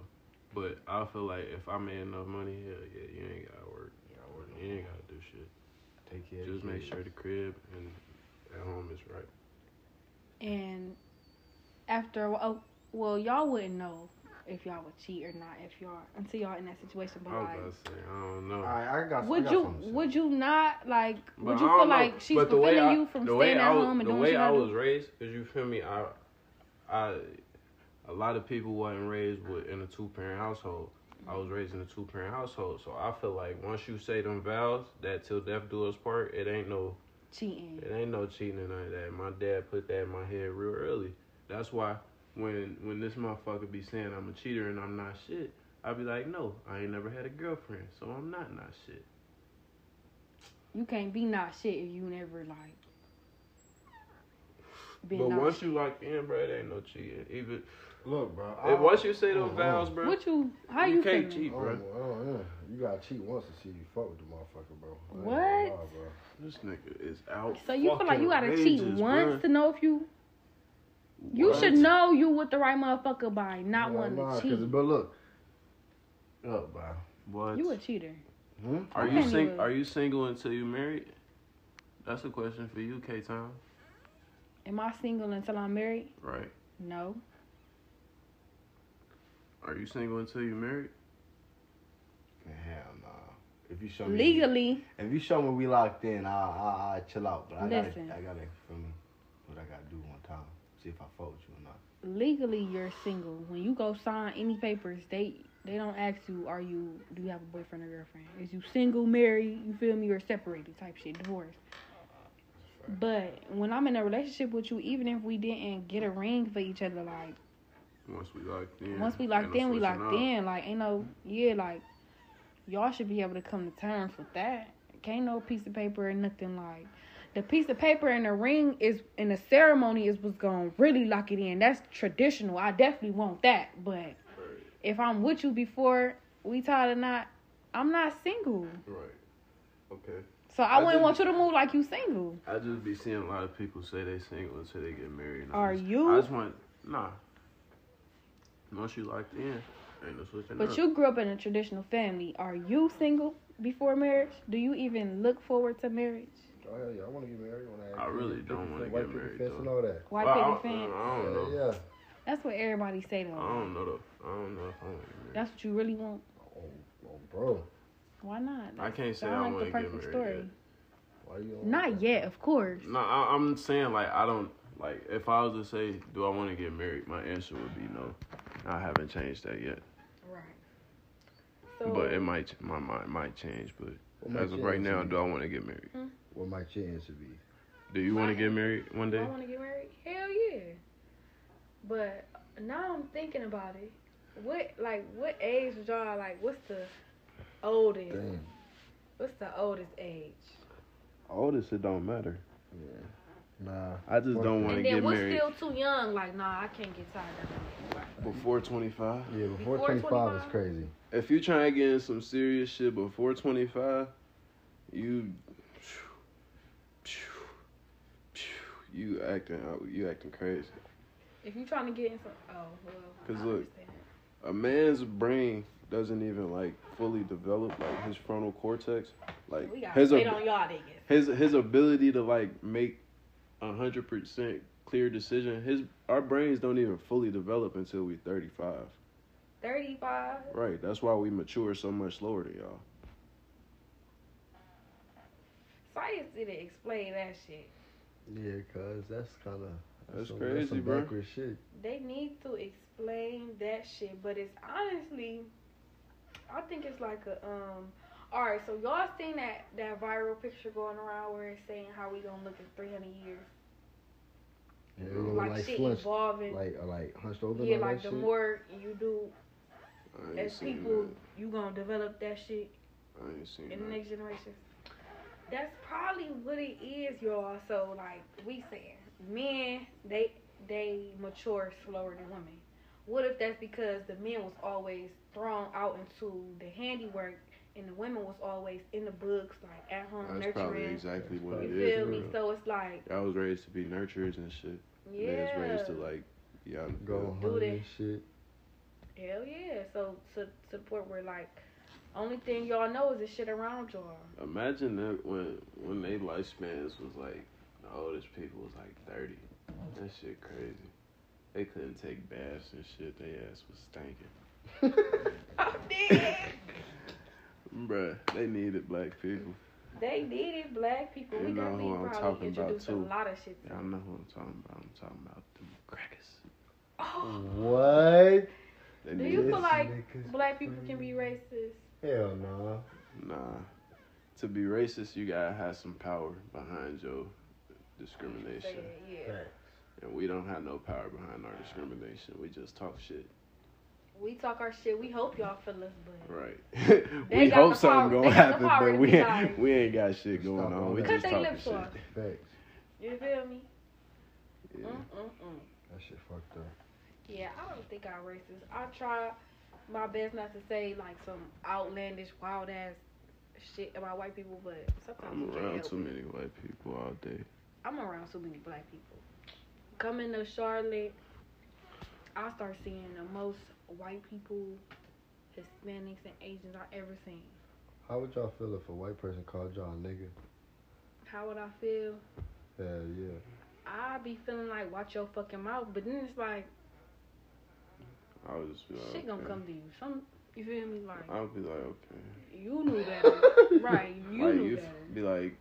Speaker 3: But I feel like if I made enough money, hell yeah, you ain't gotta work.
Speaker 1: Yeah, I work no
Speaker 3: You ain't
Speaker 1: more.
Speaker 3: gotta do shit.
Speaker 1: Take care. of
Speaker 3: Just make
Speaker 1: kids.
Speaker 3: sure the crib and at home is right.
Speaker 2: And after a wh- oh, well, y'all wouldn't know if y'all would cheat or not if y'all until y'all in that situation. But
Speaker 3: I was
Speaker 2: like,
Speaker 3: about to say, Oh, I don't know.
Speaker 1: All right, I got. I
Speaker 2: would
Speaker 1: got
Speaker 2: you
Speaker 1: something to say.
Speaker 2: would you not like
Speaker 3: But
Speaker 2: would
Speaker 3: I
Speaker 2: you
Speaker 3: don't
Speaker 2: feel
Speaker 3: know.
Speaker 2: like she's
Speaker 3: But the way
Speaker 2: fulfilling
Speaker 3: I-
Speaker 2: you from
Speaker 3: the way
Speaker 2: staying
Speaker 3: I
Speaker 2: at
Speaker 3: was-
Speaker 2: home and
Speaker 3: the
Speaker 2: doing what
Speaker 3: way
Speaker 2: you
Speaker 3: I
Speaker 2: gotta
Speaker 3: was
Speaker 2: do?
Speaker 3: raised, cause you feel me, I, I, a lot of people wasn't raised with, in a two parent household. I was raised in a two parent household, so I feel like once you say them vows, that till death do us part, it ain't no,
Speaker 2: cheating?
Speaker 3: it ain't no cheating and like that. My dad put that in my head real early. That's why when when this motherfucker be saying I'm a cheater and I'm not shit, I be like, no, I ain't never had a girlfriend, so I'm not not shit.
Speaker 2: You can't be not shit if you never like. Been
Speaker 3: but
Speaker 2: not
Speaker 3: once you locked in, bro, it ain't no cheating. Even
Speaker 1: Look, bro. I
Speaker 3: And
Speaker 1: don't-
Speaker 3: once you say those
Speaker 1: Oh,
Speaker 3: vows,
Speaker 1: oh.
Speaker 3: bro,
Speaker 2: What you? How you,
Speaker 3: you can't
Speaker 2: feeling?
Speaker 3: cheat,
Speaker 1: I don't,
Speaker 3: bro.
Speaker 1: I don't know. You gotta cheat once to see if you fuck with the motherfucker, bro. I ain't
Speaker 2: What?
Speaker 1: gonna lie, bro.
Speaker 3: This nigga is out.
Speaker 2: So you feel like you gotta cheat once to know if you you should know you with the right motherfucker by not
Speaker 1: Yeah,
Speaker 2: wanting
Speaker 1: nah,
Speaker 2: to cheat.
Speaker 1: 'cause- But look, look, bro.
Speaker 3: What?
Speaker 2: You a cheater.
Speaker 1: Hmm?
Speaker 3: are
Speaker 2: I
Speaker 3: you
Speaker 2: can't
Speaker 3: sing?
Speaker 2: even-
Speaker 3: Are you single until you married? That's a question for you, K. Town.
Speaker 2: Am I single until I'm married?
Speaker 3: Right?
Speaker 2: No.
Speaker 3: Are you single until you married?
Speaker 1: Hell nah. If you show me
Speaker 2: Legally,
Speaker 1: if you show me we locked in, I I, I chill out. But I
Speaker 2: Listen.
Speaker 1: gotta I gotta feel me what I gotta do one time. See if I fuck with you or not.
Speaker 2: legally you're single. When you go sign any papers, they they don't ask you are you do you have a boyfriend or girlfriend? Is you single, married, you feel me, or separated type shit, divorced. But when I'm in a relationship with you, even if we didn't get a ring for each other, like
Speaker 3: Once we locked in.
Speaker 2: Once we
Speaker 3: ain't
Speaker 2: locked
Speaker 3: no
Speaker 2: in, we
Speaker 3: switching
Speaker 2: locked
Speaker 3: up.
Speaker 2: in. Like, ain't no, yeah, like, y'all should be able to come to terms with that. Can't no piece of paper and nothing like. The piece of paper and the ring is and the ceremony is what's gonna really lock it in. That's traditional. I definitely want that. But if I'm with you before we tied or not, I'm not single.
Speaker 3: Right. Okay.
Speaker 2: So
Speaker 3: I
Speaker 2: I, wouldn't
Speaker 3: didn't-
Speaker 2: want you to move like you single.
Speaker 3: I just be seeing a lot of people say they single until they get married. and I
Speaker 2: Are
Speaker 3: just-
Speaker 2: you?
Speaker 3: I just want nah. Once you locked in, ain't no switching up.
Speaker 2: But you grew up in a traditional family. Are you single before marriage? Do you even look forward to marriage?
Speaker 1: Oh hell yeah, I wanna get married when
Speaker 3: I really don't wanna get married,
Speaker 1: Fence and
Speaker 3: though.
Speaker 1: all that.
Speaker 2: White
Speaker 3: Well, I,
Speaker 2: picket
Speaker 3: don't,
Speaker 2: fence.
Speaker 3: I don't know.
Speaker 1: Hell yeah.
Speaker 2: That's what everybody say though.
Speaker 3: I don't know though. I don't know if I want to get married.
Speaker 2: That's what you really want.
Speaker 1: Oh, oh, bro.
Speaker 2: Why not?
Speaker 3: I can't say
Speaker 2: Sound
Speaker 3: I
Speaker 2: like
Speaker 3: want to
Speaker 2: the
Speaker 3: get married.
Speaker 2: perfect
Speaker 3: yet.
Speaker 2: story.
Speaker 1: Why you don't
Speaker 2: Not yet, of course.
Speaker 3: No, I, I'm saying like I don't like if I was to say do I want to get married, my answer would be no. I haven't changed that yet,
Speaker 2: Right. So,
Speaker 3: but it might my mind might change. But
Speaker 1: What my
Speaker 3: as of right
Speaker 1: chance
Speaker 3: now,
Speaker 1: be?
Speaker 3: do I want to get married?
Speaker 1: what my chance should be?
Speaker 3: Do you want to
Speaker 7: Right.
Speaker 3: get married one
Speaker 7: Do I
Speaker 3: day?
Speaker 7: want to get married? Hell yeah. But now I'm thinking about it. What like what age was y'all like? What's the oldest?
Speaker 1: Damn.
Speaker 7: What's the oldest age?
Speaker 3: Oldest, it don't matter.
Speaker 1: Yeah. Nah.
Speaker 8: I just don't want to
Speaker 2: And then
Speaker 8: get
Speaker 2: we're
Speaker 8: married.
Speaker 2: still too young. Like, nah, I can't get tired of it.
Speaker 3: Before 25.
Speaker 1: Yeah, before,
Speaker 2: Before
Speaker 1: 25,
Speaker 2: 25?
Speaker 1: is crazy.
Speaker 3: If you trying to get in some serious shit before 25, you. You acting out. You acting crazy.
Speaker 2: If you trying to get in some, oh well.
Speaker 3: 'Cause
Speaker 2: I
Speaker 3: look,
Speaker 2: understand.
Speaker 3: a man's brain doesn't even like fully develop like his frontal cortex like
Speaker 2: we got
Speaker 3: his
Speaker 2: wait
Speaker 3: ab-
Speaker 2: on y'all niggas.
Speaker 3: his his ability to like make a hundred percent clear decision his our brains don't even fully develop until we 35
Speaker 2: Thirty-five.
Speaker 3: right that's why we mature so much slower than y'all
Speaker 2: Science didn't explain that shit.
Speaker 1: Yeah, cuz that's kind of.
Speaker 3: That's crazy, bro.
Speaker 1: backward shit.
Speaker 2: They need to explain that shit, but it's honestly, I think it's like a um. All right, so y'all seen that that viral picture going around where it's saying how we gonna look in three hundred years,
Speaker 1: Yeah, it look
Speaker 2: like,
Speaker 1: like
Speaker 2: shit
Speaker 1: slush,
Speaker 2: evolving.
Speaker 1: like uh, like hunched over.
Speaker 2: yeah,
Speaker 1: and all
Speaker 2: like
Speaker 1: that
Speaker 2: the
Speaker 1: shit.
Speaker 2: more you do
Speaker 3: i ain't
Speaker 2: as
Speaker 3: seen
Speaker 2: people, you gonna develop that shit
Speaker 3: that i ain't seen
Speaker 2: in the
Speaker 3: that
Speaker 2: next generation. That's probably what it is, y'all. So like we saying, men they they mature slower than women. What if that's because the men was always thrown out into the handiwork and the women was always in the books, like at home
Speaker 3: that's probably
Speaker 2: nurturing.
Speaker 3: exactly what it
Speaker 2: You
Speaker 3: is
Speaker 2: feel
Speaker 3: for
Speaker 2: me?
Speaker 3: real.
Speaker 2: So it's like,
Speaker 3: i was raised to be nurturers and shit
Speaker 2: yeah,
Speaker 3: Niggas raised to like yeah
Speaker 1: Go
Speaker 2: Do
Speaker 1: home
Speaker 2: they-
Speaker 1: and shit.
Speaker 2: hell yeah. So to support where like, only thing y'all know is the shit around y'all.
Speaker 3: Imagine that when when they lifespans was like the oldest people was like thirty. That shit crazy. They couldn't take baths and shit. They ass was stinking.
Speaker 1: <laughs>
Speaker 2: I'm dead.
Speaker 3: Bruh, they needed black people.
Speaker 2: They needed black people.
Speaker 3: You
Speaker 2: We
Speaker 3: know
Speaker 2: got
Speaker 3: who I'm
Speaker 2: we
Speaker 3: talking
Speaker 2: probably
Speaker 3: about,
Speaker 2: introduced a
Speaker 3: too.
Speaker 2: lot of shit. <gasps>
Speaker 3: Y'all know who I'm talking about. I'm talking about them crackers.
Speaker 2: Oh,
Speaker 1: Mm. What?
Speaker 3: They
Speaker 2: Do
Speaker 3: needed
Speaker 2: you feel like
Speaker 1: nigga's
Speaker 2: black people can be racist?
Speaker 1: Hell nah.
Speaker 3: nah. To be racist, you gotta have some power behind your
Speaker 2: Say
Speaker 3: discrimination,
Speaker 2: that, Yeah,
Speaker 3: and we don't have no power behind our discrimination. We just talk shit.
Speaker 2: we talk our shit. We hope y'all feel us, but
Speaker 3: Right. <laughs>
Speaker 2: They
Speaker 3: we
Speaker 2: got
Speaker 3: hope
Speaker 2: the
Speaker 3: something
Speaker 2: power-
Speaker 3: gonna
Speaker 2: they got the
Speaker 3: happen,
Speaker 2: power
Speaker 3: but
Speaker 2: to
Speaker 3: we
Speaker 2: decide.
Speaker 3: ain't, we ain't got shit going
Speaker 1: Stop
Speaker 3: on. We just
Speaker 1: all
Speaker 2: that. Cut they
Speaker 3: talking
Speaker 2: lips
Speaker 3: shit.
Speaker 2: off.
Speaker 1: Facts.
Speaker 2: you feel me?
Speaker 3: Yeah.
Speaker 2: Mm-mm-mm.
Speaker 1: That shit fucked up.
Speaker 2: Yeah, I don't think I'm racist. I try my best not to say like some outlandish, wild ass shit about white people, but sometimes you
Speaker 3: I'm
Speaker 2: can't
Speaker 3: around
Speaker 2: help
Speaker 3: too
Speaker 2: it.
Speaker 3: many white people all day.
Speaker 2: I'm around so many black people. Coming to Charlotte, I start seeing the most white people, Hispanics, and Asians I ever seen.
Speaker 1: How would y'all feel if a white person called y'all a nigga?
Speaker 2: How would I feel?
Speaker 1: Hell yeah.
Speaker 2: I be feeling like watch your fucking mouth, but then it's like
Speaker 3: I was just be like,
Speaker 2: shit gonna
Speaker 3: okay.
Speaker 2: come to you. Some you feel me? Like
Speaker 3: I'll be like, okay.
Speaker 2: you
Speaker 3: <laughs>
Speaker 2: knew better, <laughs> right? You
Speaker 3: like,
Speaker 2: knew
Speaker 3: you
Speaker 2: better.
Speaker 3: f- be like,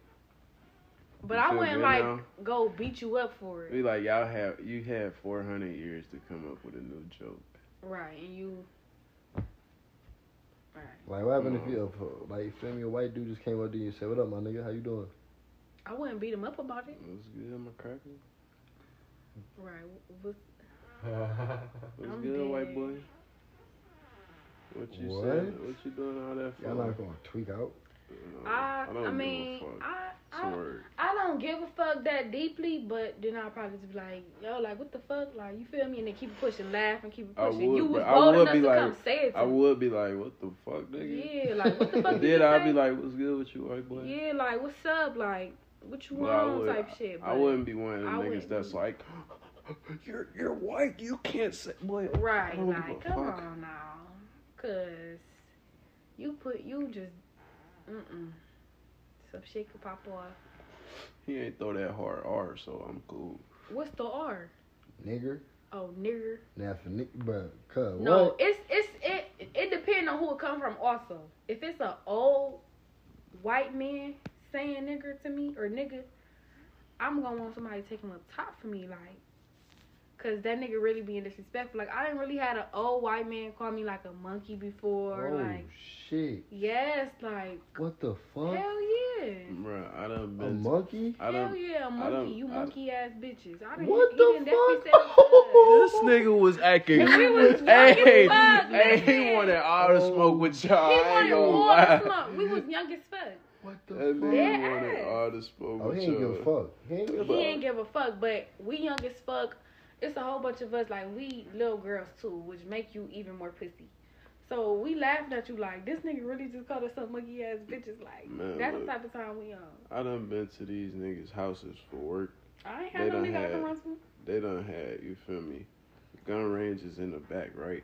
Speaker 2: But
Speaker 3: you
Speaker 2: I
Speaker 3: feel
Speaker 2: wouldn't
Speaker 3: good
Speaker 2: like
Speaker 3: now?
Speaker 2: go beat you up for it,
Speaker 3: be like, y'all have you had 400 years to come up with a new joke.
Speaker 2: right? And you, right?
Speaker 1: Like what happened
Speaker 3: Mhm.
Speaker 1: if you if, uh, like you feel me? A white dude just came up to you and said, "What up, my nigga? How you <laughs> doing?"
Speaker 2: I wouldn't beat him up about it,
Speaker 3: What's good, my cracker?
Speaker 2: right? What,
Speaker 3: What's
Speaker 2: I'm
Speaker 3: good, white
Speaker 2: dead.
Speaker 3: boy? What you
Speaker 1: What?
Speaker 3: saying? What you doing all that for?
Speaker 1: Y'all not gonna tweak out?
Speaker 3: You know,
Speaker 2: I,
Speaker 3: Oh, don't
Speaker 2: I mean,
Speaker 3: give a fuck.
Speaker 2: I,
Speaker 3: It's a
Speaker 2: I,
Speaker 3: word.
Speaker 2: I don't give a fuck that deeply, but then I'll probably just be like, yo, like, what the fuck? Like, you feel me? And then keep it pushing, laugh, and keep it
Speaker 3: I
Speaker 2: pushing.
Speaker 3: would,
Speaker 2: you was
Speaker 3: but I
Speaker 2: bold
Speaker 3: would
Speaker 2: enough
Speaker 3: be
Speaker 2: to
Speaker 3: like-
Speaker 2: come say it to
Speaker 3: I
Speaker 2: me.
Speaker 3: would be like, what the fuck, nigga?
Speaker 2: Yeah, like,
Speaker 3: <laughs>
Speaker 2: what the fuck
Speaker 3: And then
Speaker 2: did you
Speaker 3: I'd
Speaker 2: say?
Speaker 3: be like, what's good with you, white boy?
Speaker 2: yeah, like, what's up? Like, what you
Speaker 3: But I
Speaker 2: want?
Speaker 3: would-
Speaker 2: Type shit.
Speaker 3: I
Speaker 2: but-
Speaker 3: wouldn't be one of the
Speaker 2: I
Speaker 3: niggas
Speaker 2: wouldn't
Speaker 3: that's
Speaker 2: be.
Speaker 3: like, <laughs> you're you're white, you can't say boy. I
Speaker 2: Right,
Speaker 3: don't give
Speaker 2: like,
Speaker 3: a
Speaker 2: come
Speaker 3: fuck.
Speaker 2: on now. Because you put, you just, mm-mm. Some shit could pop off.
Speaker 3: He ain't throw that hard R, so I'm cool.
Speaker 2: What's the R?
Speaker 1: Nigger?
Speaker 2: Oh, nigger.
Speaker 1: Nah, for nigga, bro. Cuz
Speaker 2: No,
Speaker 1: what?
Speaker 2: it's it's it it depends on who it come from. Also, if it's an old white man saying nigger to me or nigga, I'm gonna want somebody to take him up top for me, like, cause that nigga really being disrespectful. Like, I didn't really had an old white man call me like a monkey before.
Speaker 1: oh
Speaker 2: Like,
Speaker 1: shit!
Speaker 2: yes, like,
Speaker 1: What the fuck?
Speaker 2: hell yeah.
Speaker 9: shit.
Speaker 3: Bruh, I done
Speaker 1: A
Speaker 3: been.
Speaker 1: monkey?
Speaker 3: I
Speaker 2: Hell
Speaker 3: done,
Speaker 2: yeah,
Speaker 3: don't-
Speaker 2: monkey. You
Speaker 3: I-
Speaker 2: monkey ass bitches. I done
Speaker 1: What
Speaker 2: he
Speaker 1: the
Speaker 2: done definitely
Speaker 1: fuck?
Speaker 2: said
Speaker 3: <laughs>
Speaker 2: it
Speaker 3: this nigga was acting.
Speaker 2: to us. We was young as
Speaker 3: Hey,
Speaker 2: fuck,
Speaker 3: hey, he
Speaker 2: man.
Speaker 3: wanted all the
Speaker 1: Oh.
Speaker 3: smoke with y'all.
Speaker 2: He
Speaker 3: I ain't
Speaker 2: wanted
Speaker 3: gonna
Speaker 2: all the
Speaker 3: lie.
Speaker 2: smoke. We was young as fuck.
Speaker 1: What the
Speaker 3: That
Speaker 1: fuck?
Speaker 3: nigga
Speaker 2: Dead
Speaker 3: wanted
Speaker 2: ass.
Speaker 3: all the smoke
Speaker 1: Oh,
Speaker 3: with
Speaker 1: he ain't give a
Speaker 3: y'all.
Speaker 1: fuck. He ain't give a
Speaker 2: He
Speaker 1: fuck.
Speaker 2: ain't give a fuck, but we young as fuck. It's a whole bunch of us, like we little girls too, which make you even more pussy. So we laughed at you like this nigga really just called us some monkey ass bitches. Like
Speaker 3: Man,
Speaker 2: that's
Speaker 3: look.
Speaker 2: the type of time we on.
Speaker 3: I done been to these niggas' houses for work.
Speaker 2: I ain't
Speaker 3: They
Speaker 2: had no
Speaker 3: done
Speaker 2: nigga I
Speaker 3: had
Speaker 2: can run from.
Speaker 3: They done had, you feel me? Gun ranges in the back, right?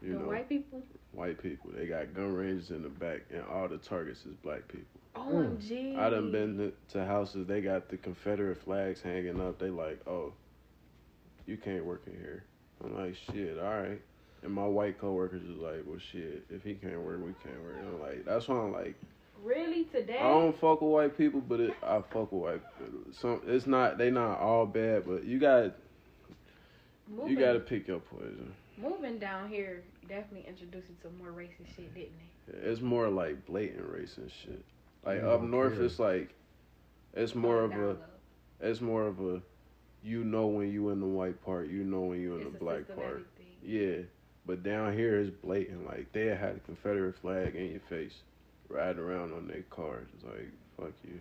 Speaker 3: You
Speaker 2: The
Speaker 3: know,
Speaker 2: white people.
Speaker 3: white people. They got gun ranges in the back, and all the targets is black people.
Speaker 2: OMG.
Speaker 3: Mm. I done been to, to houses. They got the Confederate flags hanging up. They like, oh, you can't work in here. I'm like, shit, all right. And my white coworkers is like, well, shit, if he can't work, we can't work. I'm like, that's why I'm like,
Speaker 2: Really today?
Speaker 3: I don't fuck with white people, but it, I fuck with white. Some, it's not they not all bad, but you got
Speaker 2: moving,
Speaker 3: you got to pick your poison.
Speaker 2: moving down here definitely introduced you to more racist shit, didn't it?
Speaker 3: It's more like blatant racist shit. Like
Speaker 1: Yeah,
Speaker 3: up
Speaker 1: I
Speaker 3: north,
Speaker 1: care.
Speaker 3: it's like it's more of
Speaker 2: Down
Speaker 3: a
Speaker 2: low.
Speaker 3: it's more of a you know when you in the white part, you know when you in
Speaker 2: It's
Speaker 3: the
Speaker 2: a
Speaker 3: black
Speaker 2: systematic
Speaker 3: part.
Speaker 2: thing.
Speaker 3: Yeah. But down here it's blatant. Like they had a Confederate flag in your face, riding around on their cars. It's like, fuck you.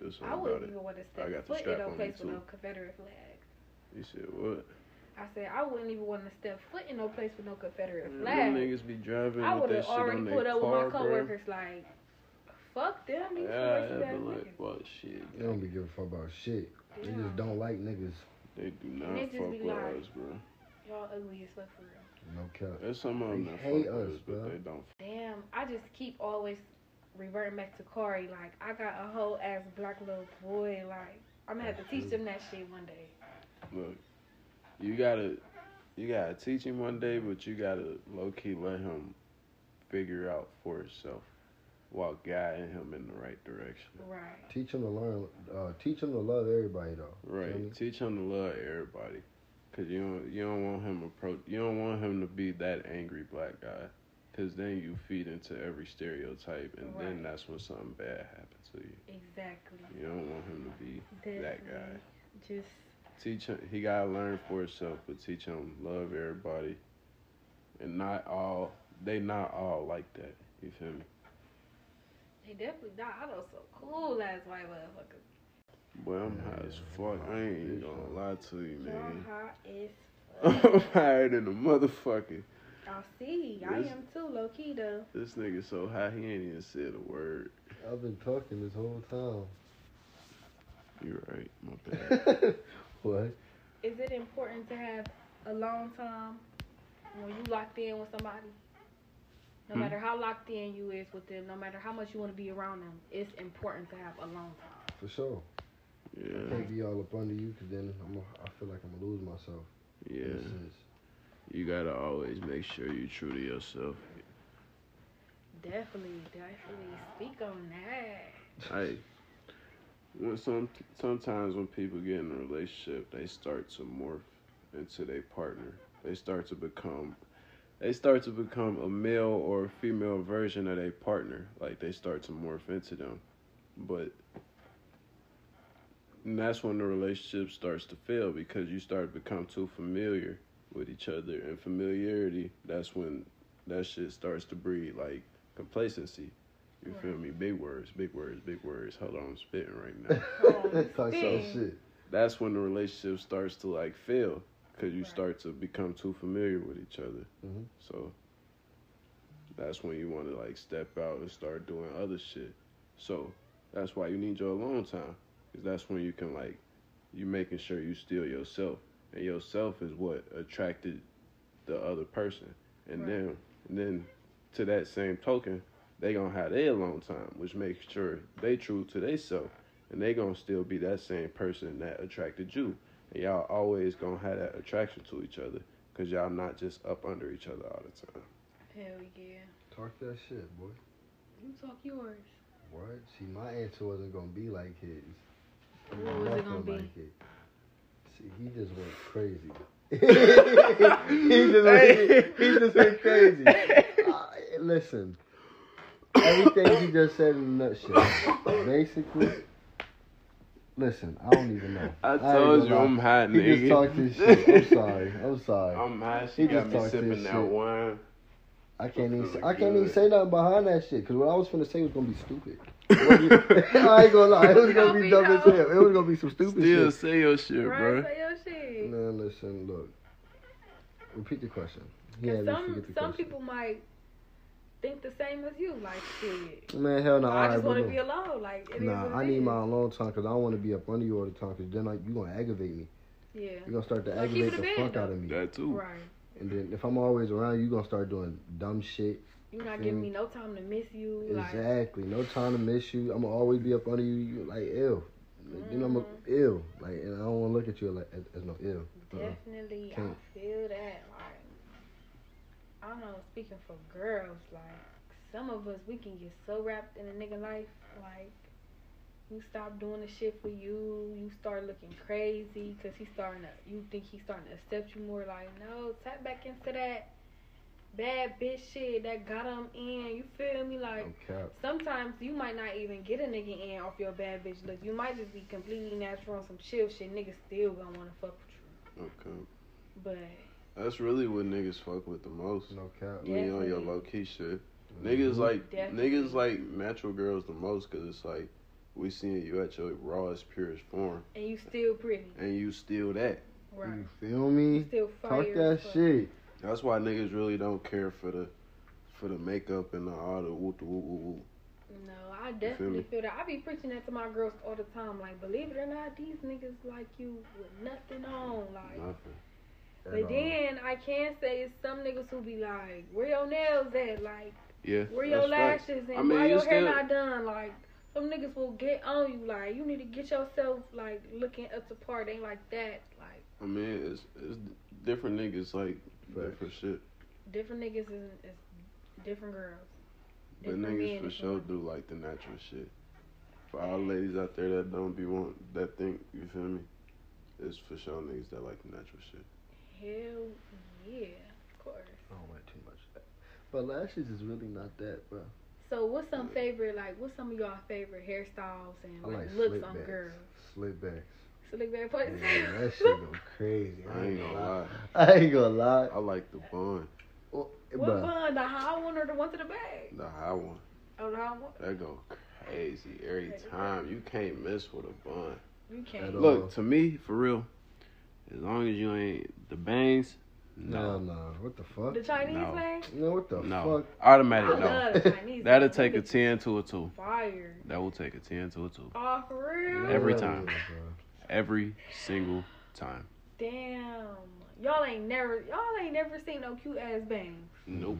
Speaker 3: Do something
Speaker 2: I
Speaker 3: about
Speaker 2: wouldn't
Speaker 3: it.
Speaker 2: even want to
Speaker 3: I
Speaker 2: step
Speaker 3: got the
Speaker 2: foot
Speaker 3: strap
Speaker 2: in a
Speaker 3: on me,
Speaker 2: place with
Speaker 3: too.
Speaker 2: no Confederate flag.
Speaker 3: You said what?
Speaker 2: I said I wouldn't even want to step foot in no place with no Confederate
Speaker 3: Man, Mm, Them
Speaker 2: flag.
Speaker 3: niggas be driving
Speaker 2: I
Speaker 3: with
Speaker 2: would
Speaker 3: that
Speaker 2: have
Speaker 3: shit
Speaker 2: already
Speaker 3: on their
Speaker 2: pulled up
Speaker 3: car,
Speaker 2: with my coworkers like, fuck them.
Speaker 3: Bro.
Speaker 2: These
Speaker 3: Yeah,
Speaker 2: racist
Speaker 3: I'd
Speaker 2: ass
Speaker 3: be
Speaker 2: niggas.
Speaker 3: like, fuck shit.
Speaker 1: They don't be giving a fuck about shit. They just don't like niggas.
Speaker 3: They do
Speaker 2: And
Speaker 3: not
Speaker 2: they just
Speaker 3: fuck
Speaker 2: be
Speaker 3: with
Speaker 2: like-
Speaker 3: us, bro.
Speaker 2: Y'all ugly as fuck for real.
Speaker 1: No cap.
Speaker 3: There's some of them
Speaker 1: They
Speaker 3: that fuck
Speaker 1: hate
Speaker 3: with
Speaker 1: us,
Speaker 3: us,
Speaker 1: bro.
Speaker 3: but they don't.
Speaker 2: Damn, I just keep always reverting back to Corey. Like, I got a whole ass black little boy. Like, I'm gonna have to teach them that shit one day.
Speaker 3: Look, you gotta you gotta teach him one day, but you gotta low key let him figure out for himself while guiding him in the right direction.
Speaker 2: Right.
Speaker 1: Teach them to learn. Uh, teach them to love everybody though.
Speaker 3: Right.
Speaker 1: Mhm.
Speaker 3: Teach him to love everybody. Cause you don't you don't want him approach you don't want him to be that angry black guy. Cause then you feed into every stereotype and then
Speaker 2: Right.
Speaker 3: that's when something bad happens to you.
Speaker 2: Exactly.
Speaker 3: You don't want him to be that guy.
Speaker 2: Just
Speaker 3: teach him he gotta learn for himself but teach him love everybody and not all they not all like that you feel me
Speaker 2: they definitely not. I know some cool ass white motherfuckers.
Speaker 3: boy i'm high as fuck i ain't gonna lie to you
Speaker 2: Y'all
Speaker 3: man
Speaker 2: hot as
Speaker 3: <laughs> i'm higher than a motherfucker
Speaker 2: I see. I
Speaker 3: This-
Speaker 2: am too, low key though.
Speaker 3: this nigga so high he ain't even said a word
Speaker 1: I've been talking this whole time.
Speaker 3: you right my bad
Speaker 1: <laughs> what?
Speaker 2: Is it important to have a long time when you locked in with somebody? No
Speaker 3: Hmm.
Speaker 2: matter how locked in you is with them, no matter how much you want to be around them, it's important to have a long time.
Speaker 1: For sure. I
Speaker 3: yeah
Speaker 1: can't be all up under you because then I'm. A, I feel like I'm gonna lose myself. in a
Speaker 3: yeah
Speaker 1: sense.
Speaker 3: you gotta always make sure you true to yourself
Speaker 2: Definitely, definitely speak on
Speaker 1: <laughs>
Speaker 2: that.
Speaker 3: Hey, when some sometimes when people get in a relationship, they start to morph into their partner. They start to become, they start to become a male or female version of their partner. Like they start to morph into them, but and that's when the relationship starts to fail because you start to become too familiar with each other. And familiarity, that's when that shit starts to breed like complacency. You feel me? Big words, big words, big words. Hold on, I'm spitting right now.
Speaker 2: Oh,
Speaker 1: <laughs> That's like some
Speaker 2: spin.
Speaker 1: shit.
Speaker 3: That's when the relationship starts to like fail because you start to become too familiar with each other.
Speaker 1: Mhm.
Speaker 3: So that's when you want to like step out and start doing other shit. So that's why you need your alone time because that's when you can like you making sure you still yourself and yourself is what attracted the other person and
Speaker 2: Right.
Speaker 3: then and then to that same token they gonna have their alone time which makes sure they true to themselves and they gonna still be that same person that attracted you and y'all always gonna have that attraction to each other because y'all not just up under each other all the time
Speaker 2: Hell yeah.
Speaker 1: Talk that shit, boy.
Speaker 2: You talk yours.
Speaker 1: What? See, my answer wasn't gonna be like his.
Speaker 2: What was it gonna
Speaker 1: Nothing
Speaker 2: be?
Speaker 1: like it. See, he just went
Speaker 3: <laughs>
Speaker 1: crazy. <laughs>
Speaker 3: <laughs>
Speaker 1: he just went, he just went crazy. I- listen, <coughs> everything you just said in a nutshell. Basically, listen, I don't even know.
Speaker 3: I
Speaker 1: ain't
Speaker 3: told
Speaker 1: gonna
Speaker 3: you
Speaker 1: lie.
Speaker 3: I'm hot,
Speaker 1: He
Speaker 3: nigga.
Speaker 1: just talked his
Speaker 3: <laughs>
Speaker 1: shit. I'm sorry. I'm sorry.
Speaker 3: I'm hot.
Speaker 1: He
Speaker 3: She got
Speaker 1: just
Speaker 3: me
Speaker 1: talked his
Speaker 3: sipping that
Speaker 1: shit.
Speaker 3: wine.
Speaker 1: I can't even.
Speaker 3: Feeling
Speaker 1: I can't even
Speaker 3: good.
Speaker 1: say nothing behind that shit because what I was finna say was gonna be
Speaker 3: <laughs>
Speaker 1: stupid. <laughs> I ain't gonna lie, it was gonna be dumb as hell. It was gonna be some stupid
Speaker 3: Still
Speaker 1: shit.
Speaker 3: say your shit,
Speaker 2: Right,
Speaker 3: bro.
Speaker 2: say your shit.
Speaker 1: Man, listen, look. Repeat the question. Yeah,
Speaker 2: Cause
Speaker 1: some,
Speaker 2: some
Speaker 1: forget the
Speaker 2: some
Speaker 1: question.
Speaker 2: people might think the same as you. Like shit.
Speaker 1: Man, hell no.
Speaker 2: I
Speaker 1: alright,
Speaker 2: just
Speaker 1: but
Speaker 2: want to
Speaker 1: look.
Speaker 2: be alone. Like it is
Speaker 1: Nah,
Speaker 2: what
Speaker 1: I
Speaker 2: it
Speaker 1: need
Speaker 2: is.
Speaker 1: my alone time because I don't want to be up under you all the time because then like, you gonna aggravate me.
Speaker 2: Yeah.
Speaker 1: You're gonna start to
Speaker 2: Well, keep
Speaker 1: aggravate
Speaker 2: it
Speaker 1: the
Speaker 2: a bed,
Speaker 1: fuck
Speaker 2: though.
Speaker 1: out of me.
Speaker 3: That too.
Speaker 2: Right.
Speaker 1: And then if I'm always around, you gonna start doing dumb shit.
Speaker 2: You're not
Speaker 1: Feel
Speaker 2: giving
Speaker 1: me?
Speaker 2: me no time to miss you. Like
Speaker 1: Exactly. No time to miss you. I'm gonna always be up under you. You like ill. Like, you know I'm a,
Speaker 2: Mm.
Speaker 1: ill. Like and I don't want to look at you like as, as no ill. Uh-uh.
Speaker 2: definitely,
Speaker 1: Can't.
Speaker 2: I feel that. Like I don't know. Speaking for girls, like some of us, we can get so wrapped in a nigga life. Like you stop doing the shit for you. You start looking crazy because he's starting to. You think he's starting to accept you more. Like no, tap back into that. Bad bitch shit that got him in. You feel me? Like
Speaker 1: No cap.
Speaker 2: Sometimes you might not even get a nigga in off your bad bitch look. You might just be completely natural on some chill shit. Niggas still gonna wanna fuck with
Speaker 3: Okay.
Speaker 2: you. But
Speaker 3: That's really what niggas fuck with the most.
Speaker 1: No cap.
Speaker 3: When you on your
Speaker 2: Definitely. Mm-hmm.
Speaker 3: low key shit. Niggas like
Speaker 2: Definitely.
Speaker 3: niggas like natural girls the most because it's like we seeing you at your rawest, purest form,
Speaker 2: and you still pretty,
Speaker 3: and you still that.
Speaker 2: right?
Speaker 1: You feel
Speaker 2: You
Speaker 1: me?
Speaker 2: still fire.
Speaker 1: Talk that
Speaker 2: as fuck.
Speaker 1: shit.
Speaker 3: That's why niggas really don't care for the for the makeup and the, all the whoop the whoop whoop whoop.
Speaker 2: No, I definitely
Speaker 3: me?
Speaker 2: feel that. I be preaching that to my girls all the time. Like, believe it or not, these niggas like you with nothing on. Like,
Speaker 3: Nothing.
Speaker 2: but then I can say it's some niggas who be like, where your nails at? Like.
Speaker 3: Yeah.
Speaker 2: Where your
Speaker 3: that's facts.
Speaker 2: lashes and
Speaker 3: I mean,
Speaker 2: why
Speaker 3: you
Speaker 2: your hair
Speaker 3: still-
Speaker 2: not done? Like some niggas will get on you. Like you need to get yourself like looking up to par. They ain't like that. Like
Speaker 3: I mean, it's it's different niggas like
Speaker 1: Facts.
Speaker 3: different shit,
Speaker 2: different niggas is, is different girls.
Speaker 3: but
Speaker 2: Different
Speaker 3: niggas
Speaker 2: men,
Speaker 3: for
Speaker 2: different
Speaker 3: sure
Speaker 2: women.
Speaker 3: do like the natural shit. For all ladies out there that don't be want that think you feel me, it's for sure niggas that like the natural shit.
Speaker 2: Hell yeah, of course.
Speaker 1: I don't like too much. of that. But lashes is really not that, bro.
Speaker 2: So what's some favorite like? What's some of y'all favorite hairstyles and
Speaker 1: I
Speaker 2: like,
Speaker 1: like
Speaker 2: looks
Speaker 1: slick
Speaker 2: on
Speaker 1: backs.
Speaker 2: girls?
Speaker 1: Slick backs.
Speaker 2: Slick back parts.
Speaker 1: Man, that
Speaker 2: <laughs>
Speaker 1: shit go crazy.
Speaker 3: I ain't gonna lie.
Speaker 1: I ain't gonna lie.
Speaker 3: I like the bun,
Speaker 1: Oh,
Speaker 2: What
Speaker 1: bruh.
Speaker 2: one? The high one or the one to the back?
Speaker 3: the high one.
Speaker 2: Oh, the high one.
Speaker 3: That go crazy every time. You can't miss with a bun.
Speaker 2: You
Speaker 1: At
Speaker 2: can't.
Speaker 1: all.
Speaker 3: Look to me, for real. As long as you ain't the bangs, no,
Speaker 1: No, no. What the fuck?
Speaker 2: The Chinese
Speaker 3: No.
Speaker 2: man.
Speaker 1: No, what the
Speaker 3: no,
Speaker 2: I
Speaker 3: automatic no.
Speaker 2: love the
Speaker 3: <laughs>
Speaker 2: Chinese.
Speaker 3: That'll
Speaker 2: man.
Speaker 3: take a
Speaker 2: Niggas
Speaker 3: ten to a two.
Speaker 2: Fire.
Speaker 3: That will take a ten to a two.
Speaker 2: Oh, for real?
Speaker 1: fuck?
Speaker 3: Every
Speaker 1: Yeah,
Speaker 3: time.
Speaker 1: bruh.
Speaker 3: Every single time.
Speaker 2: Damn. Y'all ain't never y'all ain't never seen no cute ass bangs.
Speaker 3: Nope.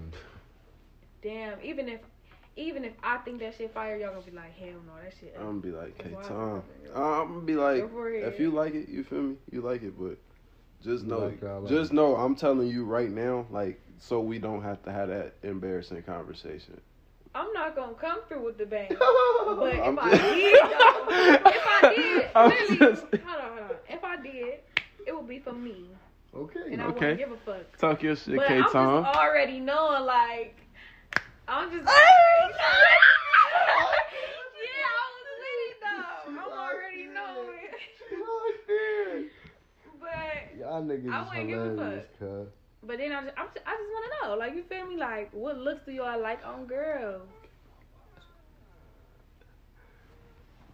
Speaker 2: Damn. Even if even if I think that shit fire, y'all gonna be like, hell no, that shit.
Speaker 1: Mm-hmm.
Speaker 3: I'm gonna be like, hey
Speaker 2: Wow.
Speaker 3: Tom. I'm gonna be like,
Speaker 2: Go for it.
Speaker 3: if you like it, you feel me? You like it, but just
Speaker 1: You
Speaker 3: know,
Speaker 1: like it, I like
Speaker 3: just
Speaker 1: it.
Speaker 3: know, I'm telling you right now, like, so we don't have to have that embarrassing conversation.
Speaker 2: I'm not gonna come through with
Speaker 3: <laughs>
Speaker 2: the bang. But
Speaker 1: Bruh.
Speaker 2: if
Speaker 3: I'm
Speaker 2: I
Speaker 3: just- <laughs>
Speaker 2: did, though, if
Speaker 3: I'm
Speaker 2: I did,
Speaker 3: just-
Speaker 2: really, hold on, hold on. If I did, it would be for me,
Speaker 1: okay.
Speaker 2: and I
Speaker 3: Okay.
Speaker 2: wouldn't give a fuck.
Speaker 3: Talk your shit,
Speaker 2: But
Speaker 3: K
Speaker 2: I'm
Speaker 3: Tom.
Speaker 2: just already knowing, like, I'm just. yeah, <laughs> I was lit though. I'm already knowing. But
Speaker 1: Y'all niggas
Speaker 2: I
Speaker 1: is
Speaker 2: wouldn't give a
Speaker 1: hilarious, cuz.
Speaker 2: but then I just, I'm just I just want to know, like, you feel me? Like, what looks do y'all like on girls?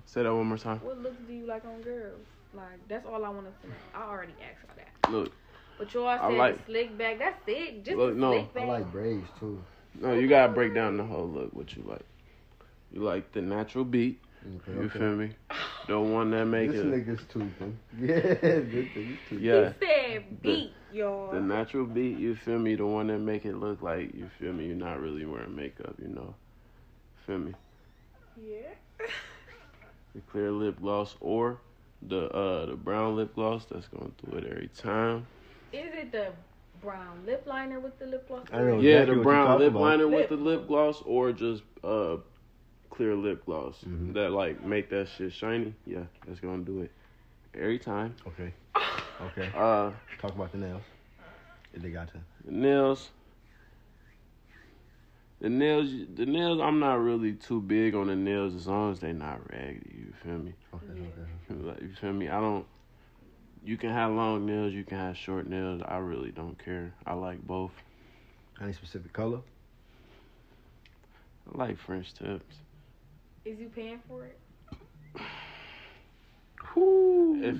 Speaker 3: Say that one more time.
Speaker 2: What looks do you like on girls? Like, that's all I want to know. I already asked all that.
Speaker 3: Look,
Speaker 2: But y'all
Speaker 3: I
Speaker 2: said
Speaker 3: like-
Speaker 2: slick back. That's it. Just
Speaker 3: Look,
Speaker 2: the
Speaker 3: no,
Speaker 2: slick
Speaker 1: I
Speaker 2: back.
Speaker 1: like braids too.
Speaker 3: no, you gotta break down the whole look. What you like? You like the natural beat?
Speaker 1: Okay,
Speaker 3: You
Speaker 1: okay.
Speaker 3: feel me? The one that make
Speaker 1: This
Speaker 3: it.
Speaker 1: nigga's tweaking. <laughs> Yeah, this nigga's tweaking.
Speaker 3: Yeah.
Speaker 2: He said beat, y'all.
Speaker 3: The natural beat, you feel me? The one that make it look like you feel me. You're not really wearing makeup, you know. Feel me?
Speaker 2: yeah. <laughs>
Speaker 3: The clear lip gloss or the uh the brown lip gloss. That's going through it every time.
Speaker 2: Is it the brown lip liner with the lip gloss?
Speaker 1: I don't know.
Speaker 2: on?
Speaker 1: Yeah,
Speaker 3: Yeah,
Speaker 1: I get Oh, what
Speaker 3: the
Speaker 1: you
Speaker 3: brown
Speaker 1: talking
Speaker 3: lip
Speaker 1: about.
Speaker 3: liner with
Speaker 2: Lip.
Speaker 3: the lip gloss or just uh clear lip gloss
Speaker 1: Mhm.
Speaker 3: that like make that shit shiny. Yeah, that's gonna do it every time.
Speaker 1: Okay. Okay.
Speaker 3: Uh,
Speaker 1: Talk about the nails. If They got to.
Speaker 3: the nails. The nails, the nails. I'm not really too big on the nails as long as they not raggedy. You feel me? <laughs>
Speaker 1: Okay, okay.
Speaker 3: Like, you feel me? I don't. You can have long nails. You can have short nails. I really don't care. I like both.
Speaker 1: Any specific color?
Speaker 3: I like French tips.
Speaker 2: <laughs> Is you paying for it?
Speaker 3: If